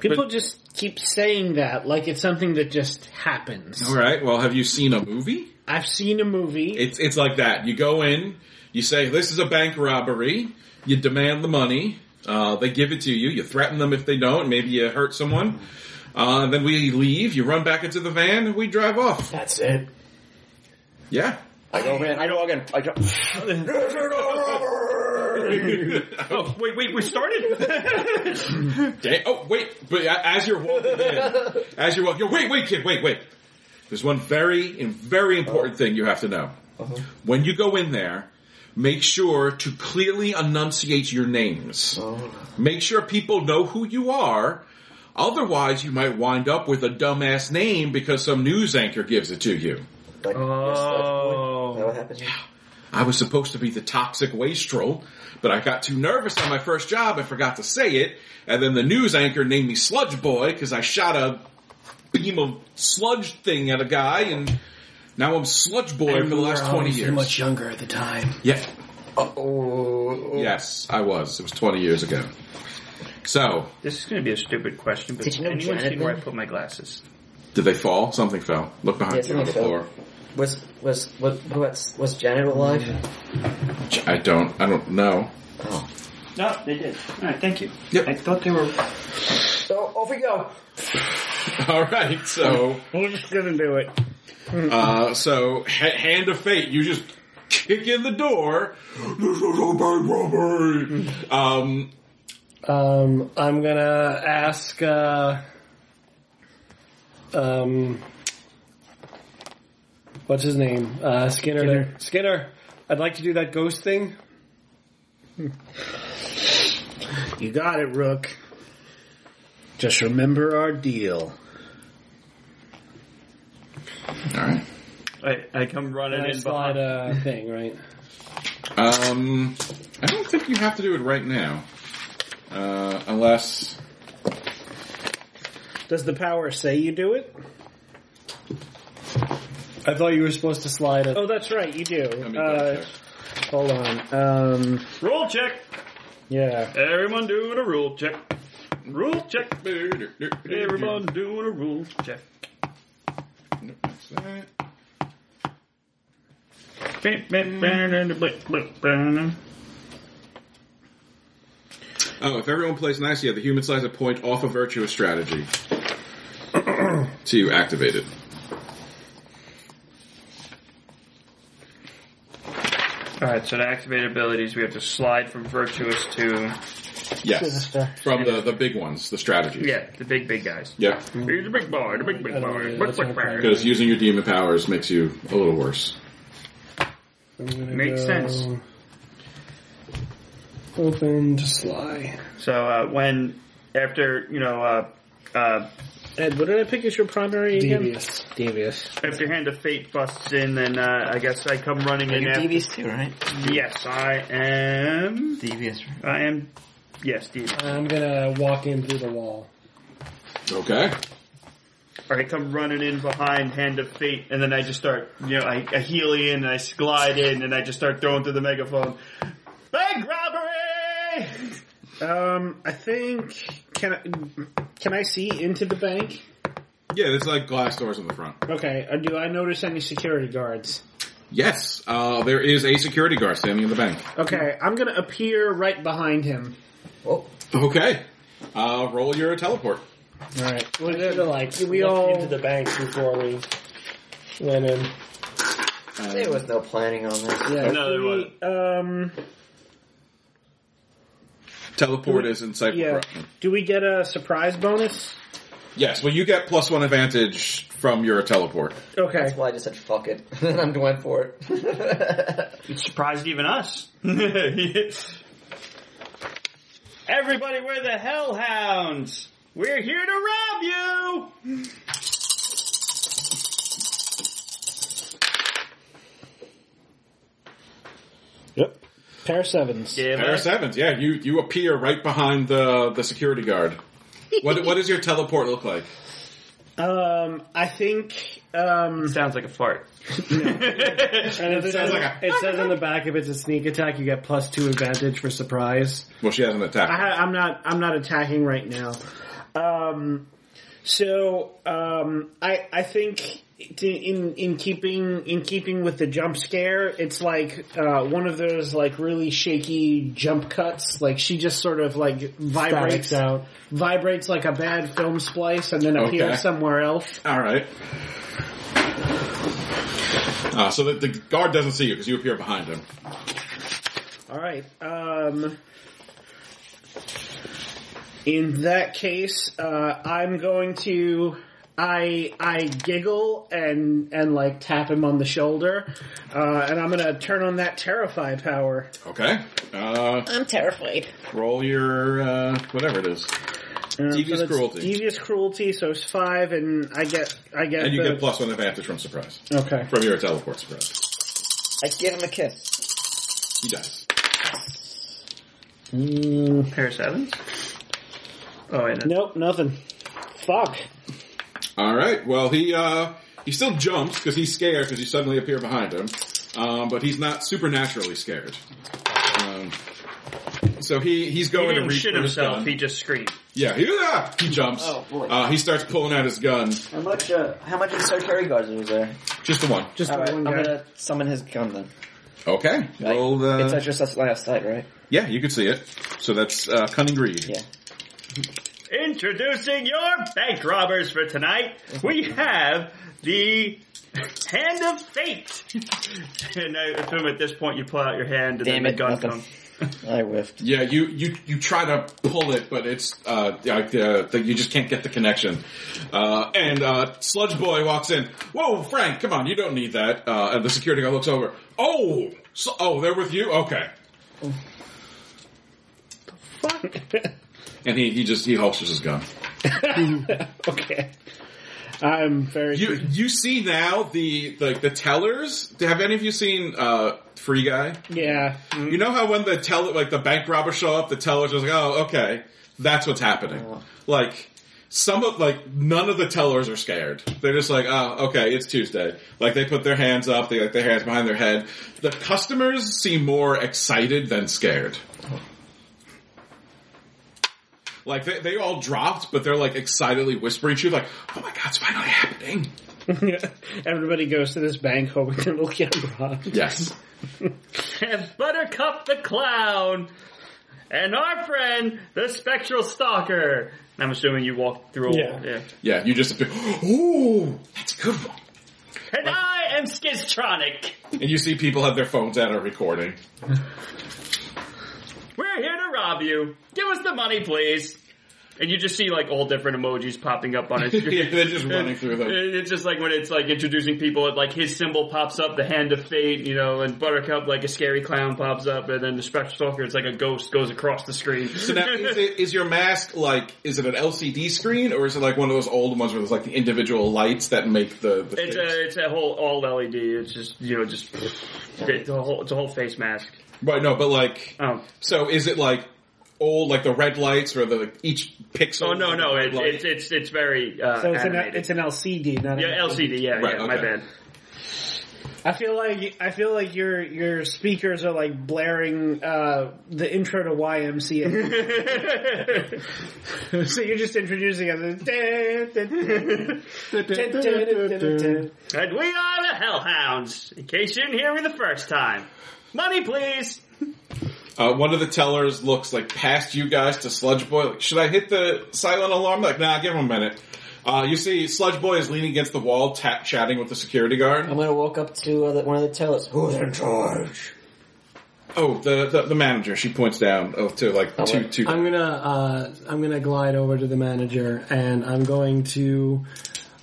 People just keep saying that like it's something that just happens.
All right. Well, have you seen a movie?
I've seen a movie.
It's it's like that. You go in, you say this is a bank robbery. You demand the money. Uh, they give it to you. You threaten them if they don't. Maybe you hurt someone. Uh, and then we leave. You run back into the van. and We drive off.
That's it.
Yeah.
I go in. I go again. I go.
Oh, wait, wait, we started?
Da- oh wait, but a- as you're walking in, as you're walking, wait, wait, kid, wait, wait. There's one very, very important thing you have to know. When you go in there, make sure to clearly enunciate your names.
Uh-huh. Oh,
Make sure people know who you are. Otherwise, you might wind up with a dumbass name because some news anchor gives it to you.
Like, oh. Is that what happens?
I was supposed to be the toxic wastrel, but I got too nervous on my first job and forgot to say it. And then the news anchor named me Sludge Boy because I shot a beam of sludge thing at a guy, and now I'm Sludge Boy for the last twenty years.
Much younger at the time.
Yeah,
Oh.
yes, I was. It was twenty years ago. So,
this is going to be a stupid question, but
Did you know
anyone seen
Jonathan?
where I put my glasses?
did they fall? Something fell. Look behind
Yes,
you on the
something fell.
floor.
Was was was was was Janet alive?
I don't. I don't know.
Oh.
No, they did. All right, thank you.
Yep.
I thought they were.
So off we go.
All right. So.
We're just gonna do it.
Uh, so, ha- hand of fate, you just kick in the door. This is a bank robbery. Um,
Um, I'm gonna ask. Uh, um, what's his name? Uh, Skinner. Skinner. Skinner. I'd like to do that ghost thing.
You got it, Rook. Just remember our deal.
all right.
I, I come running
I
in behind.
slide a thing, right?
Um, I don't think you have to do it right now, uh, unless
Does the power say you do it?
I thought you were supposed to slide a.
Oh, that's right, you do.
I mean,
Uh, hold on. Um,
Roll check.
yeah.
Everyone doing a rule check. Rule check. Everyone doing a rule check.
Nope, that's that. Oh, if everyone plays nice, yeah, the human slides a point off a virtuous strategy to activate it.
Alright, so to activate abilities, we have to slide from virtuous to.
Yes, from the the big ones, the strategies.
Yeah, the big, big guys.
Yep.
He's a big boy, the big, big boy. Big, big boy.
Because using your demon powers makes you a little worse.
Makes sense.
Open to slide.
So uh, when, after, you know, uh, uh,
Ed, what did I pick as your primary again?
Devious.
Devious.
after Hand of Fate busts in, then uh, I guess I come running in
You're
after.
devious too, right?
Yes, I am.
Devious. right?
I am. Yes, Steve.
I'm gonna walk in through the wall.
Okay.
Or I come running in behind Hand of Fate, and then I just start, you know, I, I heel in, and I glide in, and I just start throwing through the megaphone. Bank robbery!
Um, I think can I, can I see into the bank?
Yeah, there's like glass doors in the front.
Okay. Uh, do I notice any security guards?
Yes, uh, there is a security guard standing in the bank.
Okay, I'm gonna appear right behind him.
Oh,
Okay. Uh, roll your teleport.
All right. Well,
Should have like
we
we
all-
into the bank before we went in.
there was no planning on this.
yeah,
No, there
we- Um,
Teleport is insightful.
yeah.
corruption.
Do we get a surprise bonus?
Yes, well, you get plus one advantage from your teleport.
That's
Okay.
why I just said fuck it. and I'm going for it.
It surprised even us. Everybody, we're the Hellhounds. We're here to rob you.
Yep. Pair of sevens.
Give
Air
us-
sevens, yeah. You you appear right behind the the security guard. What what does your teleport look like?
Um, I think um,
Sounds like a fart.
And it, says,
like a-
it says on the back if it's a sneak attack, you get plus two advantage for surprise.
Well, she has an
I,
attack.
ha- I'm not I'm not attacking right now. Um, so um, I I think t- in in keeping in keeping with the jump scare, it's like uh, one of those like really shaky jump cuts. Like she just sort of like vibrates
Breaks out.
vibrates like a bad film splice and then appears
Okay.
somewhere else.
All right. Uh, so that the guard doesn't see you because you appear behind him.
All right. Um, in that case, uh, I'm going to. I I giggle and and like tap him on the shoulder, uh, and I'm gonna turn on that terrify power.
Okay. Uh,
I'm terrified.
roll your uh, whatever it is,
Um,
Devious
that's
cruelty.
Devious cruelty. So it's five, and I get I get.
and you
the-
get plus one advantage from surprise
okay.
from your teleport surprise.
I give him a kiss.
He dies.
Pair of sevens. Oh, wait, no.
Nope, nothing. Fuck.
All right. Well, he uh, he still jumps because he's scared because you suddenly appear behind him, um, but he's not supernaturally scared. Um, so he he's
he
going to
didn't
reach
shit
for his
himself.
gun.
He just screamed.
yeah, he, ah! he jumps.
Oh, boy.
Uh, he starts pulling out his gun.
How much? Uh, how much of the security guards was there?
Just the one.
Just
All right,
the Uh, one
I'm
guy.
gonna summon his gun then.
Okay.
Right?
Roll the.
It's uh, just us last sight, right?
yeah, you could see it. So that's uh, cunning greed.
Yeah.
Introducing your bank robbers for tonight. We have the Hand of Fate. and I assume at this point you pull out your hand and
Damn
then
it,
the gun
nothing.
comes.
I whiffed.
Yeah, you, you, you try to pull it, but it's, uh, like, uh, the- you just can't get the connection. Uh, and, uh, Sludge Boy walks in. Whoa, Frank, come on, you don't need that. Uh, and the security guy looks over. Oh, so, oh, they're with you? Okay. And he, he just, he holsters his gun.
okay. I'm very.
You, you see now the, like, the tellers? Have any of you seen, uh, Free Guy?
yeah.
You know how when the tell like the bank robbers show up, the teller's just like, oh, okay, that's what's happening. Like some of like none of the tellers are scared. They're just like, oh, okay, it's Tuesday. Like they put their hands up, they like their hands behind their head. The customers seem more excited than scared. Like they, they all dropped, but they're like excitedly whispering to you, like, "Oh my god, it's finally happening!"
Everybody goes to this bank hoping that we'll get robbed.
Yes.
and Buttercup the Clown, and our friend the Spectral Stalker. I'm assuming you walked through. A, yeah.
Yeah.
Yeah, you just appear. Ooh, that's a good one.
And I am Schiztronic.
And you see people have their phones out and recording.
We're here to rob you. Give us the money, please. And you just see like all different emojis popping up on his
yeah,
screen.
they're just running through them.
It- It's just like when it's like introducing people, it, like his symbol pops up, the hand of fate, you know, and Buttercup like a scary clown pops up, and then the Spectral Stalker, it's like a ghost goes across the screen.
So now, is, it, is your mask like? Is it an LCD screen or is it like one of those old ones where there's like the individual lights that make the? the
It's
face?
a it's a whole all LED. It's just you know just it's a whole it's a whole face mask.
right, no, but like,
Oh,
so is it like old, like the red lights or the like, each pixel?
oh no no it,
Like-
it's it's it's very uh,
So it's an,
animated.
it's an LCD, not an
yeah LCD yeah
Right,
yeah my
okay.
bad.
I feel like I feel like your your speakers are like blaring uh, the intro to YMCA. so you're just introducing us.
And we are the Hellhounds. In case you didn't hear me the first time, money please.
Uh, one of the tellers looks like past you guys to Sludge Boy. Like, should I hit the silent alarm? Like, nah, give him a minute. Uh, you see, Sludge Boy is leaning against the wall, ta
Um,
chatting with the security guard.
I'm gonna walk up to uh, the, one of the tellers. Who's in charge?
Oh, the, the the manager. She points down oh, to like two two.
I'm gonna uh, I'm gonna glide over to the manager and I'm going to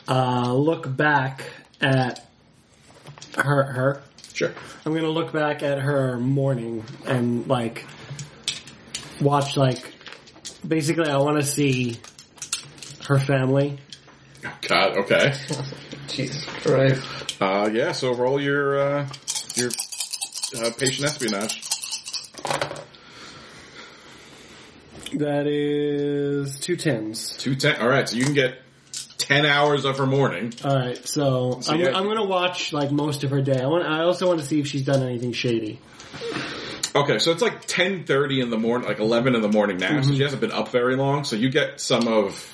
uh, look back at her her.
Sure.
I'm gonna look back at her morning and like watch like basically I want to see her family.
God. Okay.
Jesus Christ.
Uh, yeah. So roll your uh, your uh, patient espionage.
That is two tens.
Two ten. All right. So you can get ten hours of her morning.
All right, so, I'm,
yeah.
I'm gonna watch like most of her day. I want. I also want to see if she's done anything shady.
Okay, so it's like ten thirty in the morning, like eleven in the morning now.
Mm-hmm.
So she hasn't been up very long. So you get some of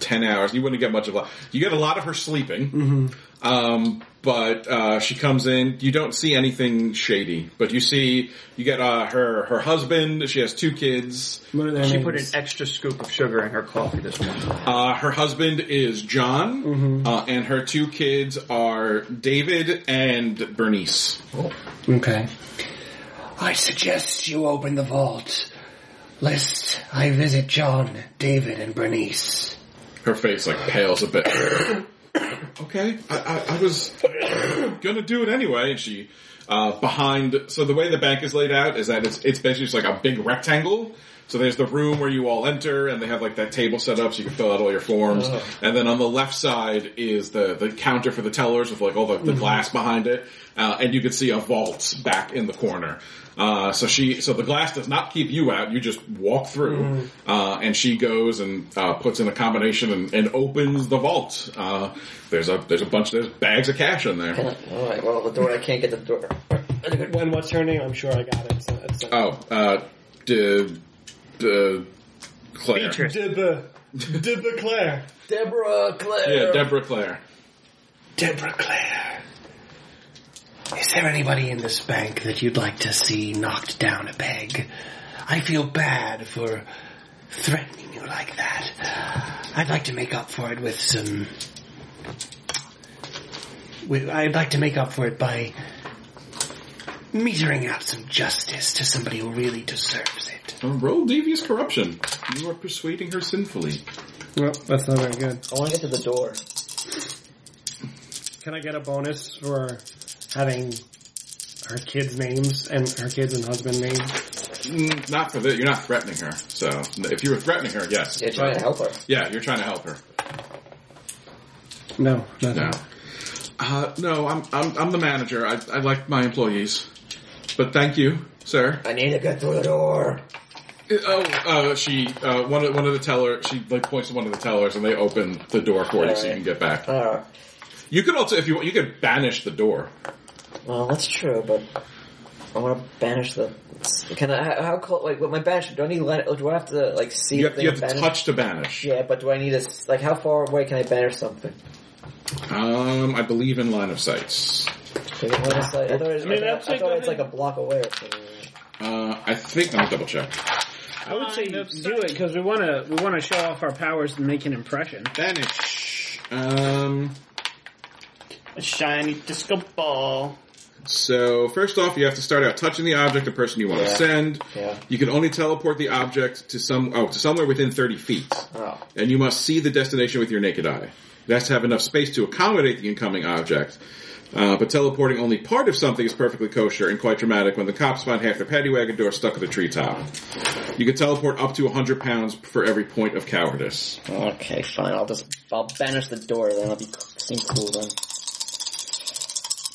ten hours. You wouldn't get much of a. You get a lot of her sleeping.
Mm-hmm.
Um, but uh, she comes in. You don't see anything shady, but you see you get uh, her her husband. She has two kids.
What are their
She
names?
put an extra scoop of sugar in her coffee this morning.
Uh, her husband is John, uh, and her two kids are David and Bernice.
Okay.
I suggest you open the vault, lest I visit John, David, and Bernice.
Her face like pales a bit. okay, I, I, I was gonna do it anyway. And she uh, behind. So the way the bank is laid out is that it's it's basically just like a big rectangle. So there's the room where you all enter, and they have like that table set up so you can fill out all your forms. And then on the left side is the the counter for the tellers with like all the, the glass behind it, uh, and you can see a vault back in the corner. Uh, so she, so the glass does not keep you out. You just walk through, uh, and she goes and uh, puts in a combination and, and opens the vault. Uh, there's a there's a bunch there's bags of cash in there.
Alright, well, the door, I can't get the door.
When what's her name? I'm sure I got it. It's a- it's a-
Oh, uh, d- d- Claire.
Beatrice.
Deba, Deba Claire.
Deborah Claire!
Yeah, Deborah Claire.
Deborah Clare. Is there anybody in this bank that you'd like to see knocked down a peg? I feel bad for threatening you like that. I'd like to make up for it with some. with- I'd like to make up for it by metering out some justice to somebody who really deserves it.
Uh, roll devious corruption. You are persuading her sinfully.
Well, that's not very good.
I want to get to the door.
Can I get a bonus for having her kids' names and her kids and husband names?
Mm, Not for that. You're not threatening her. So if you were threatening her, yes.
Yeah, trying to help her.
Yeah, you're trying to help her.
No, no.
No. Uh, no, I'm, I'm I'm the manager. I I like my employees, but thank you, sir.
I need to get through the door.
Oh, uh, she uh, one of one of the teller. She like points to one of the tellers, and they open the door for you, so you can get back.
Alright.
You can also, if you want, you can banish the door.
Well, that's true, but I want to banish the. Can I? How, how close? Like, with my banish? Do I need? to let- Do I have to like see?
You
if
have,
they
you have to
banish-
touch to banish.
Yeah, but do I need to? s- Like, how far away can I banish something?
Um, I believe in line of sights.
Like, what is that? I thought, it, I
mean,
thought-
that's
I
like
thought it's
the-
like a block away or something.
Uh, I think let me double check.
I would say do it because we want to we want to show off our powers and make an impression.
Banish. Um,
A shiny disco ball.
so first off, you have to start out touching the object, the person you want to
Yeah.
send.
Yeah.
You can only teleport the object to some oh to somewhere within thirty feet,
Oh,
and you must see the destination with your naked eye. It has to have enough space to accommodate the incoming object. Uh, but teleporting only part of something is perfectly kosher and quite dramatic when the cops find half their paddy wagon door stuck at a treetop. You can teleport up to 100 pounds for every point of cowardice.
okay, fine. I'll just I'll banish the door. Then I'll be c- seem cool then.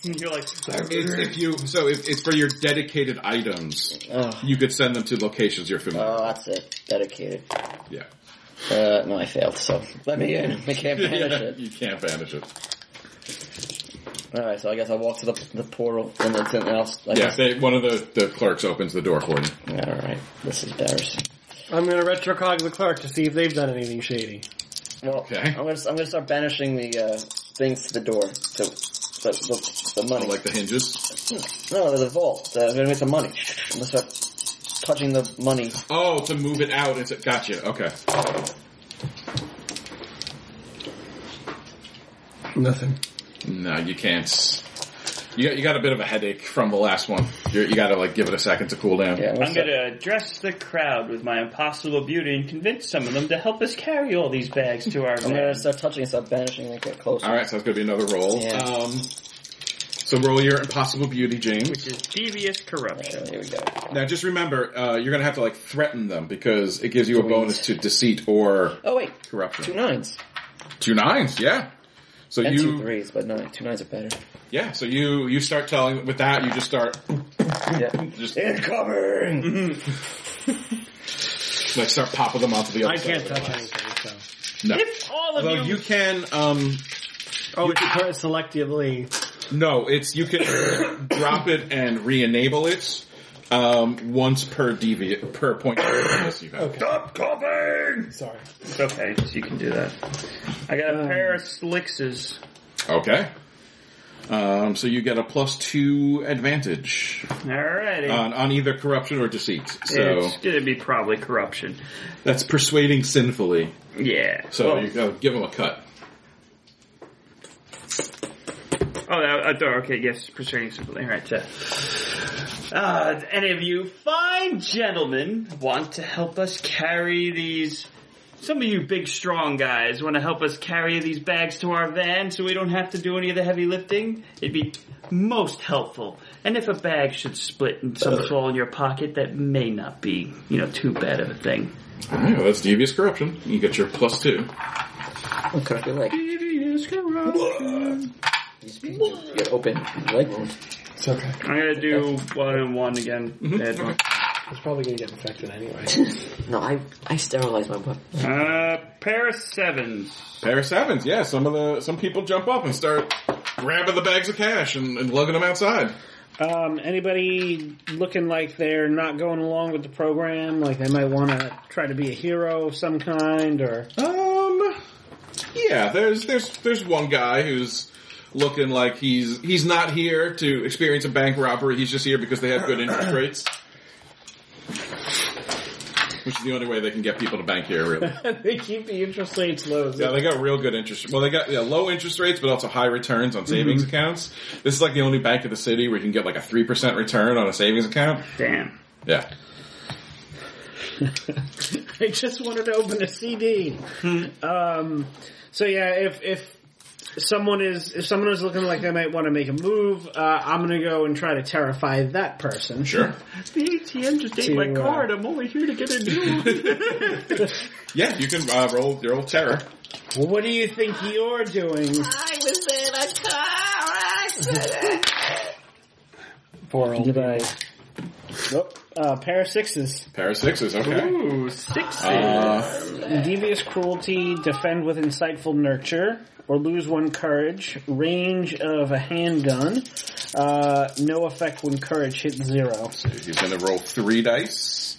You're like,
It's if you so if it's for your dedicated items,
Oh,
you could send them to locations you're familiar.
oh that's it. Dedicated.
with. yeah.
Uh, no, I failed. So let me in. I can't banish
yeah,
it.
you can't banish it.
All right, so I guess I'll walk to the the portal and then something else. I
Yeah,
guess-
they, one of the, the clerks opens the door for you.
All right, this is embarrassing.
I'm gonna retrocog the clerk to see if they've done anything shady.
Well,
Okay.
I'm gonna I'm gonna start banishing the uh, things to the door. So the, the, the money.
Oh, Like the hinges.
no, the vault. The, I'm gonna get the money. I'm gonna start touching the money.
Oh, to move it out. It's gotcha. Okay.
Nothing.
No, you can't. You got, you got a bit of a headache from the last one. You're, you got to like give it a second to cool down.
Yeah,
I'm
what's
going
up?
to address the crowd with my impossible beauty and convince some of them to help us carry all these bags to our
I'm gonna
van.
start touching and start banishing and get closer.
All right, so that's going to be another roll.
Yeah.
Um, so roll your impossible beauty, James.
Which is devious corruption.
Here we go.
Now, just remember, uh, you're going to have to like threaten them because it gives you a bonus to deceit or
Oh wait, two
corruption.
nines
Two nines, yeah. So
and
you
two threes, but nine, two nines are better.
Yeah, so you you start telling with that you just start
Yeah.
just Mm-hmm.
Incoming.
like start popping them onto the other
I
side.
can't touch anything. So.
No.
If all of
Although
you,
you can um
Oh, it's selectively.
no, it's you can drop it and re-enable it um once per deviant per point. okay.
Stop coughing!
Sorry.
It's okay, so you can do that. I got a
Um.
pair of slixes.
okay. Um so you get a plus 2 advantage
Alrighty.
on on either corruption or deceit. Uh, So
It's gonna be probably corruption.
that's persuading sinfully.
Yeah.
So
Well,
you go give them a cut.
Oh, I, I thought, okay, yes, persuading something. All right, yeah. Uh, any of you fine gentlemen want to help us carry these? Some of you big, strong guys want to help us carry these bags to our van so we don't have to do any of the heavy lifting? It'd be most helpful. And if a bag should split and some fall in your pocket, that may not be, you know, too bad of a thing.
All right, well, that's devious corruption. You get your plus 2.
I feel like these people get open like
It's okay.
I'm gonna do one and one again. Add one.
It's probably going to get infected anyway.
No, I I sterilized my butt.
Uh, pair of sevens.
Pair of sevens, yeah. Some of the some people jump up and start grabbing the bags of cash and, and lugging them outside.
Um, anybody looking like they're not going along with the program, like they might want to try to be a hero of some kind, or
Um, yeah. There's there's there's one guy who's looking like he's he's not here to experience a bank robbery. He's just here because they have good interest rates, which is the only way they can get people to bank here. Really,
they keep the interest rates low.
yeah. They got real good interest. Well, they got yeah, low interest rates, but also high returns on savings accounts. This is like the only bank in the city where you can get like a three percent return on a savings account.
Damn.
Yeah.
I just wanted to open a CD.
Hmm.
um, so yeah, if if someone is if someone is looking like they might want to make a move, uh, I'm gonna go and try to terrify that person.
Sure.
The ATM just ate
To,
my
uh,
card. I'm only here to get a new one.
Yeah, you can uh, roll your old terror.
Well, what do you think you're doing?
Poor old.
Goodbye. Nope. Uh, pair of sixes.
Pair of sixes, okay.
Ooh, six.
Uh,
Devious cruelty, defend with insightful nurture, or lose one courage. Range of a handgun. Uh, no effect when courage hits zero.
he's gonna roll three dice.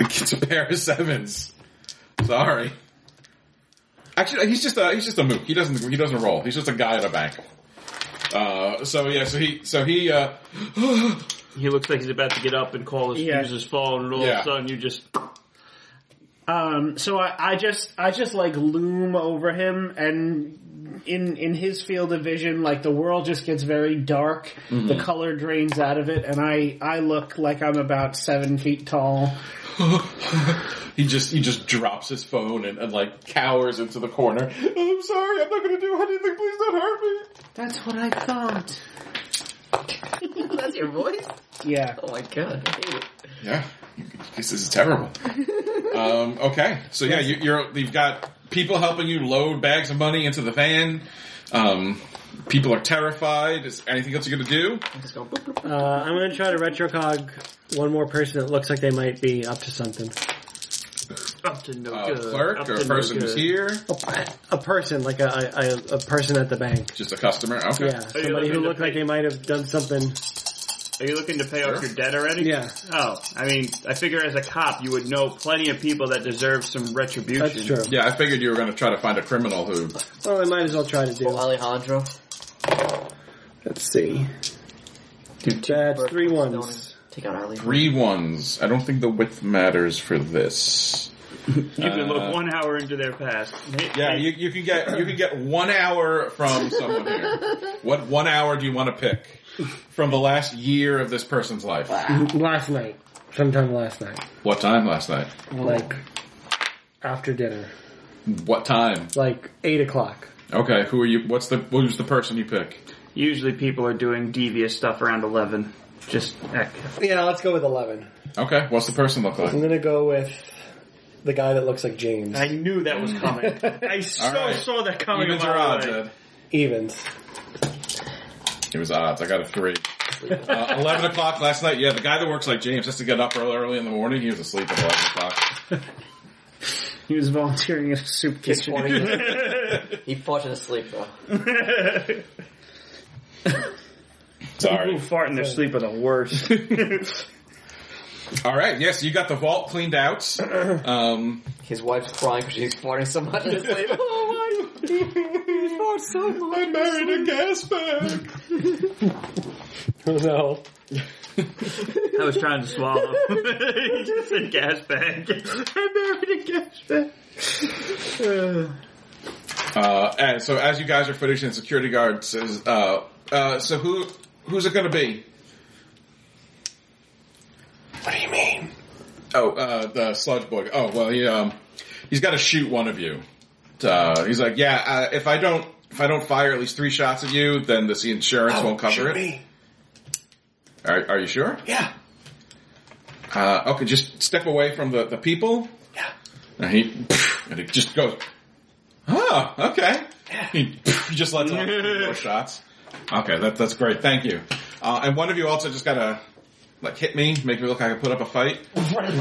It's a pair of sevens. Sorry. Actually, he's just a he's just a mook. He doesn't he doesn't roll. He's just a guy at a bank. Uh, so yeah, so he so he uh,
He looks like he's about to get up and call his,
Yeah.
use his phone, and all
Yeah.
of a sudden you just.
Um, so I, I just, I just like loom over him and in, in his field of vision, like the world just gets very dark,
Mm-hmm.
the color drains out of it, and I, I look like I'm about seven feet tall.
he just he just drops his phone and, and like cowers into the corner. "Oh, I'm sorry, I'm not gonna do anything. Please don't hurt me.
That's what I thought.
That's your voice.
Yeah.
Oh my god. I hate it.
Yeah, this is terrible. um, okay, so yeah, you, you're you've got people helping you load bags of money into the van. Um, people are terrified. Is anything else you're going to do?
I'm just going. Boop, boop, boop.
Uh, I'm going to try to retrocog one more person that looks like they might be up to something.
Up to no
Uh,
good.
clerk
up
or
to
a
no
person who's
good.
here?
A person, like a, a, a- a person at the bank.
Just a customer. Okay.
Yeah,
you
somebody
looking
who
to
looked like
pay-
they might have done something.
Are you looking to pay off
Sure.
your debt already?
Yeah.
Oh, I mean, I figure as a cop, you would know plenty of people that deserve some retribution.
That's true.
Yeah, I figured you were going to try to find a criminal who.
Well, I might as well try to do.
Alejandro.
Let's see. That's three ones.
Take out Alejandro.
Three ones. I don't think the width matters for this.
You can look one hour into their past.
Uh, Yeah, you, you can get you can get one hour from someone here. What one hour do you want to pick from the last year of this person's life?
Last night. Sometime last night.
What time last night?
Like, after dinner.
What time?
Like, 8 o'clock.
Okay, who are you? What's the who's the person you pick?
Usually people are doing devious stuff around 11. Just, eh, heck.
Yeah, let's go with eleven.
Okay, what's the person look
I'm
Oh,
like?
gonna go with the guy that looks like James.
I knew that was coming. I so
right.
saw that coming.
Evens
a
or
mile
odds?
away.
Ed?
Evans.
It was odds. I got a three. Uh, eleven o'clock last night. Yeah, the guy that works like James has to get up real early in the morning. He was asleep at eleven o'clock.
He was volunteering at a soup kitchen.
He fought in his sleep though.
People
Sorry.
who fart in their sleep are the worst.
All right. Yes, you got the vault cleaned out. Um,
His wife's crying because she's farting so much in his sleep.
I married a gas bag.
No.
I was trying to swallow. you just said gas bag. I married a gas bag.
Uh, and so as you guys are finishing, security guard says, uh, uh, "So who who's it going to be?"
What do you mean?
Oh, uh, the sludge boy. Oh, well, he, um, he's got to shoot one of you. Uh, he's like, yeah, uh, if I don't, if I don't fire at least three shots at you, then this the insurance won't cover
Oh, shoot
it.
me.
Are, are you sure?
Yeah.
Uh, okay, just step away from the, the people.
Yeah.
And he, and it just goes, oh, okay. He just lets off a few more shots. Okay, that, that's great. Thank you. Uh, and one of you also just gotta, like, hit me, make me look like I put up a fight. All right,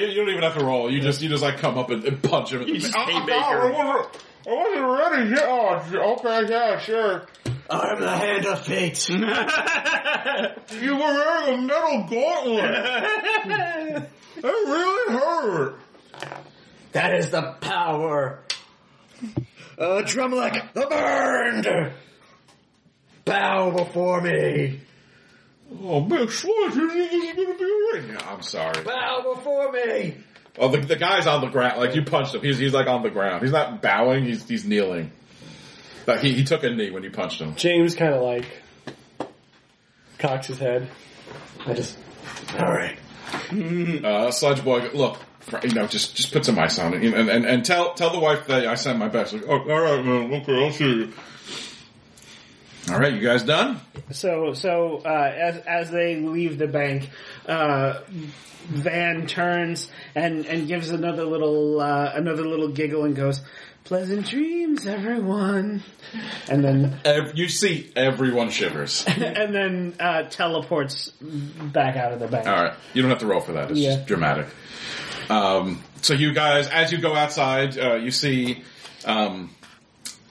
you, you don't even have to roll. You just you just like come up and, and punch him. You
just
oh,
haymaker.
God, I wasn't- I wasn't ready. Yeah, oh, okay, yeah, sure.
I'm the hand of fate.
You were wearing a metal gauntlet. It really hurt.
That is the power. Uh, Drumlek, the burned. Bow before me.
Oh, big sludge, you think this is gonna be right now? I'm sorry.
Bow before me.
Oh, the, the guy's on the ground. Like you punched him. He's he's like on the ground. He's not bowing. He's he's kneeling. Like he, he took a knee when you punched him.
James kind of like cocks his head. I just
All right.
Uh, Sludge Boy, look, fr- you know, just just put some ice on it, you know, and, and and tell tell the wife that I sent my best. Like, oh, all right, man, okay, I'll see you. All right, you guys done?
So, so uh, as as they leave the bank, uh, Van turns and and gives another little uh, another little giggle and goes, "Pleasant dreams, everyone." And then
Ev- you see, everyone shivers.
and then uh, teleports back out of the bank.
All right, you don't have to roll for that. It's
Yeah.
just dramatic. Um, so you guys, as you go outside, uh, you see um,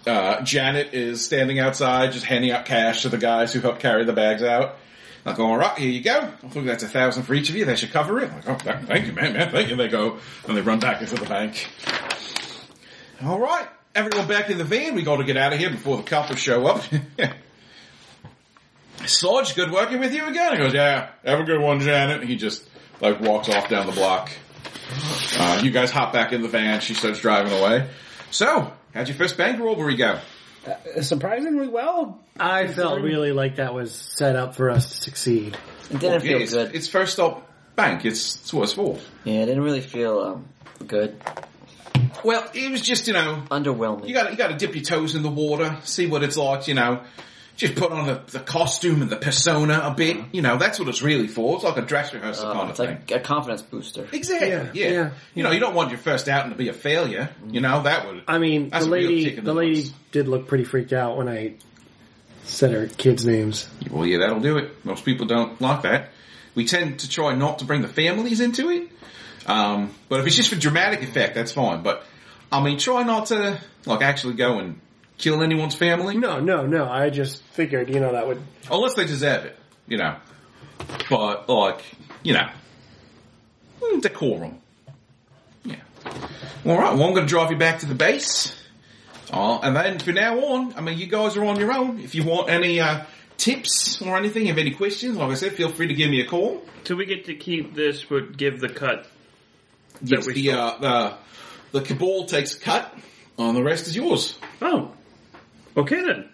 uh, Janet is standing outside, just handing out cash to the guys who helped carry the bags out. Like, all right, here you go. I think that's a thousand for each of you. They should cover it. Like, oh, th- thank you, man, man, thank you. And they go and they run back into the bank. All right, everyone back in the van. We got to get out of here before the coppers show up. Sludge, good working with you again. He goes, yeah, have a good one, Janet. And he just like walks off down the block. Uh, you guys hop back in the van. She starts driving away. So, how'd your first bank robbery go?
Surprisingly well.
I felt really like that was set up for us to succeed.
It didn't
Yeah,
feel
it's,
good.
it's first stop bank. It's, it's what it's for.
Yeah, it didn't really feel um, good.
Well, it was just you know
Underwhelming.
you got to you got to dip your toes in the water, see what it's like. You know, just put on the, the costume and the persona a bit. You know, that's what it's really for. It's like a dress rehearsal
Uh-huh. Uh,
kind of
it's
thing.
like a confidence booster.
Exactly. Yeah,
yeah,
You know, you don't want your first outing to be a failure.
Mm-hmm.
You know that would.
I mean,
That's
the
a real
lady,
kick in
the,
the
lady
nuts.
did look pretty freaked out when I said her kids' names.
Well, yeah, that'll do it. Most people don't like that. We tend to try not to bring the families into it. Um, but if it's just for dramatic effect, that's fine. But I mean, try not to like actually go and kill anyone's family,
no, Oh, no, no. I just figured you know that would
unless they deserve it. You know. But like, you know, mm, decorum. Yeah. All right. Well, I'm going to drive you back to the base. Uh, and then from now on, I mean, you guys are on your own. If you want any uh, tips or anything, have any questions, like I said, feel free to give me a call.
Do we get to keep this, but give the cut?
Yes, the, uh, the, the Cabal takes a cut, and the rest is yours.
Oh. Okay then.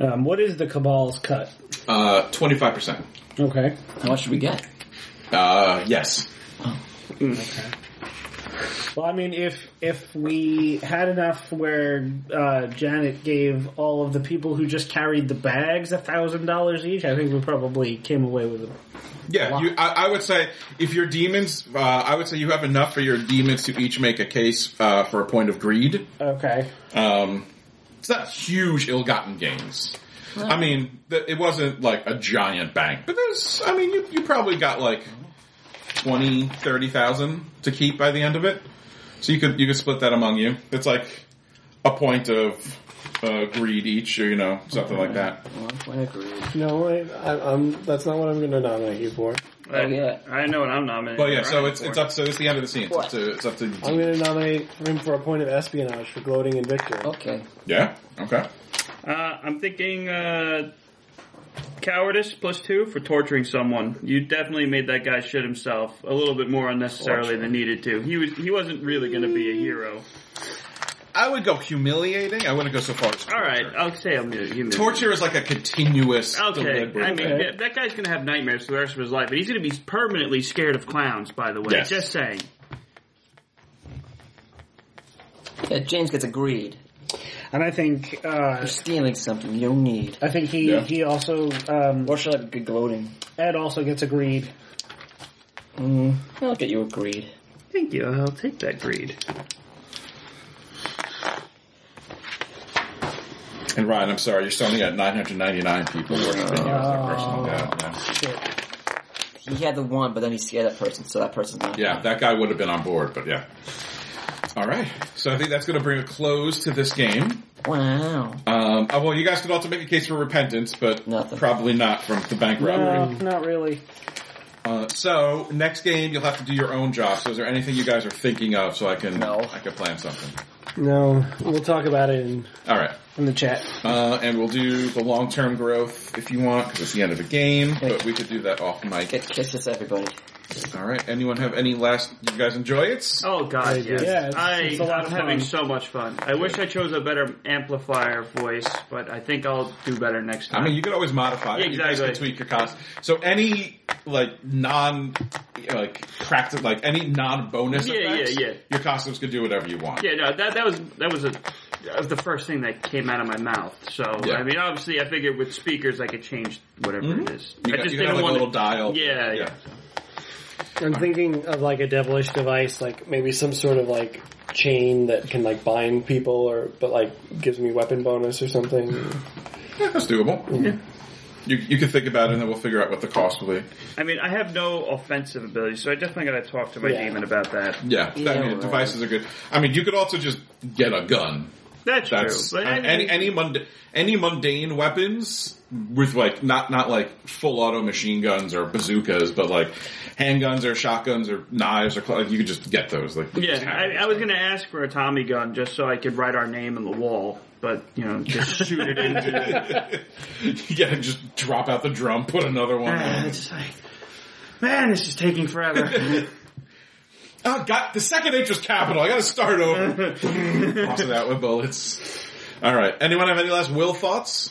Um, what is the cabal's cut?
Uh, 25%.
Okay.
How much should we get?
Uh, yes.
Well, I mean, if if we had enough where uh, Janet gave all of the people who just carried the bags a thousand dollars each, I think we probably came away with it.
Yeah, you, I, I would say if your demons, uh, I would say you have enough for your demons to each make a case uh, for a point of greed.
Okay.
Um, it's not huge, ill-gotten gains. I mean, th- it wasn't like a giant bank, but there's, I mean, you, you probably got like 20, 30,000 to keep by the end of it. So you could, you could split that among you. It's like a point of uh, greed each, or you know, something like that.
One point agreed.
No, wait, I, I'm, that's not what I'm going to nominate you for.
I,
yeah.
I know what I'm nominating.
Oh. Well, yeah,
for.
so it's, it's up, so it's the end of the scene. It's up to, it's up
I'm
to,
going to nominate him for a point of espionage for gloating in victory.
Oh.
Okay.
yeah, okay.
Uh, I'm thinking uh, cowardice plus two for torturing someone. You definitely made that guy shit himself a little bit more unnecessarily than needed to. He was he wasn't really going to be a hero.
I would go humiliating. I wouldn't go so far as torture.
All right, I'll say I'm human.
Torture is like a continuous
Okay,
deliberate
I mean
thing.
that- that guy's gonna have nightmares for the rest of his life, and he's gonna be permanently scared of clowns. By the way,
Yes.
just saying.
Yeah, James gets agreed.
And I think uh,
You're stealing something you don't need.
I think he
Yeah.
he also um,
Or should I be gloating?
Ed also gets agreed.
Mm, I'll get you agreed.
Thank you. I'll take that greed.
And Ryan, I'm sorry, you're still only at 999 people working for you as a personal
Oh.
guy. Yeah.
He had the one, but then he scared that person, so that person's not.
Yeah, that guy would have been on board, but yeah. All right, so I think that's going to bring a close to this game.
Wow.
Um, oh, well, you guys could also make a case for repentance, but
Nothing.
probably not from the bank robbery.
No, not really.
Uh, so next game, you'll have to do your own job. So is there anything you guys are thinking of so I can
No.
I can plan something?
No, we'll talk about it in
All right.
In the chat,
Uh, and we'll do the long term growth if you want, because it's the end of the game. But we could do that off mic.
Get kisses, everybody.
All right. Anyone have any last? You guys enjoy it?
Oh God, yes.
Yeah, it's-
I,
it's a lot
I'm
of
having
fun.
so much fun. I wish I chose a better amplifier voice, but I think I'll do better next time.
I mean, you could always modify it.
Yeah,
You guys can
exactly.
tweak your cost. So any like non like practice like any non bonus.
Yeah, yeah,
effects,
yeah.
Your costumes could do whatever you want.
yeah, no, that that was that was a that was the first thing that came out of my mouth. So
Yeah. Mm-hmm.
I mean, obviously, I figured with speakers I could change whatever it is.
You
I
got-
just
you can
didn't
have, like,
want
a little dial.
Yeah, yeah.
I'm thinking of like a devilish device, like maybe some sort of like chain that can like bind people, or but like gives me weapon bonus or something.
Yeah, that's doable. You you can think about it, and then we'll figure out what the cost will be.
I mean, I have no offensive ability, so I definitely got to talk to my
Yeah.
demon about that.
Yeah,
Yeah,
I mean,
right.
devices are good. I mean, you could also just get a gun.
That's,
That's
true. But
uh,
I mean,
any any, mund- any mundane weapons with like not not like full auto machine guns or bazookas, but like handguns or shotguns or knives or cl- like you could just get those. Like you just
yeah,
have
I, I
those.
was going to ask for a Tommy gun just so I could write our name in the wall, but you know, just shoot it into the
you gotta just drop out the drum, put another one.
Ah,
in.
it's just like, man, this is taking forever.
Oh God! The second interest capital. I gotta start over. Lost it out with bullets. All right. Anyone have any last will thoughts?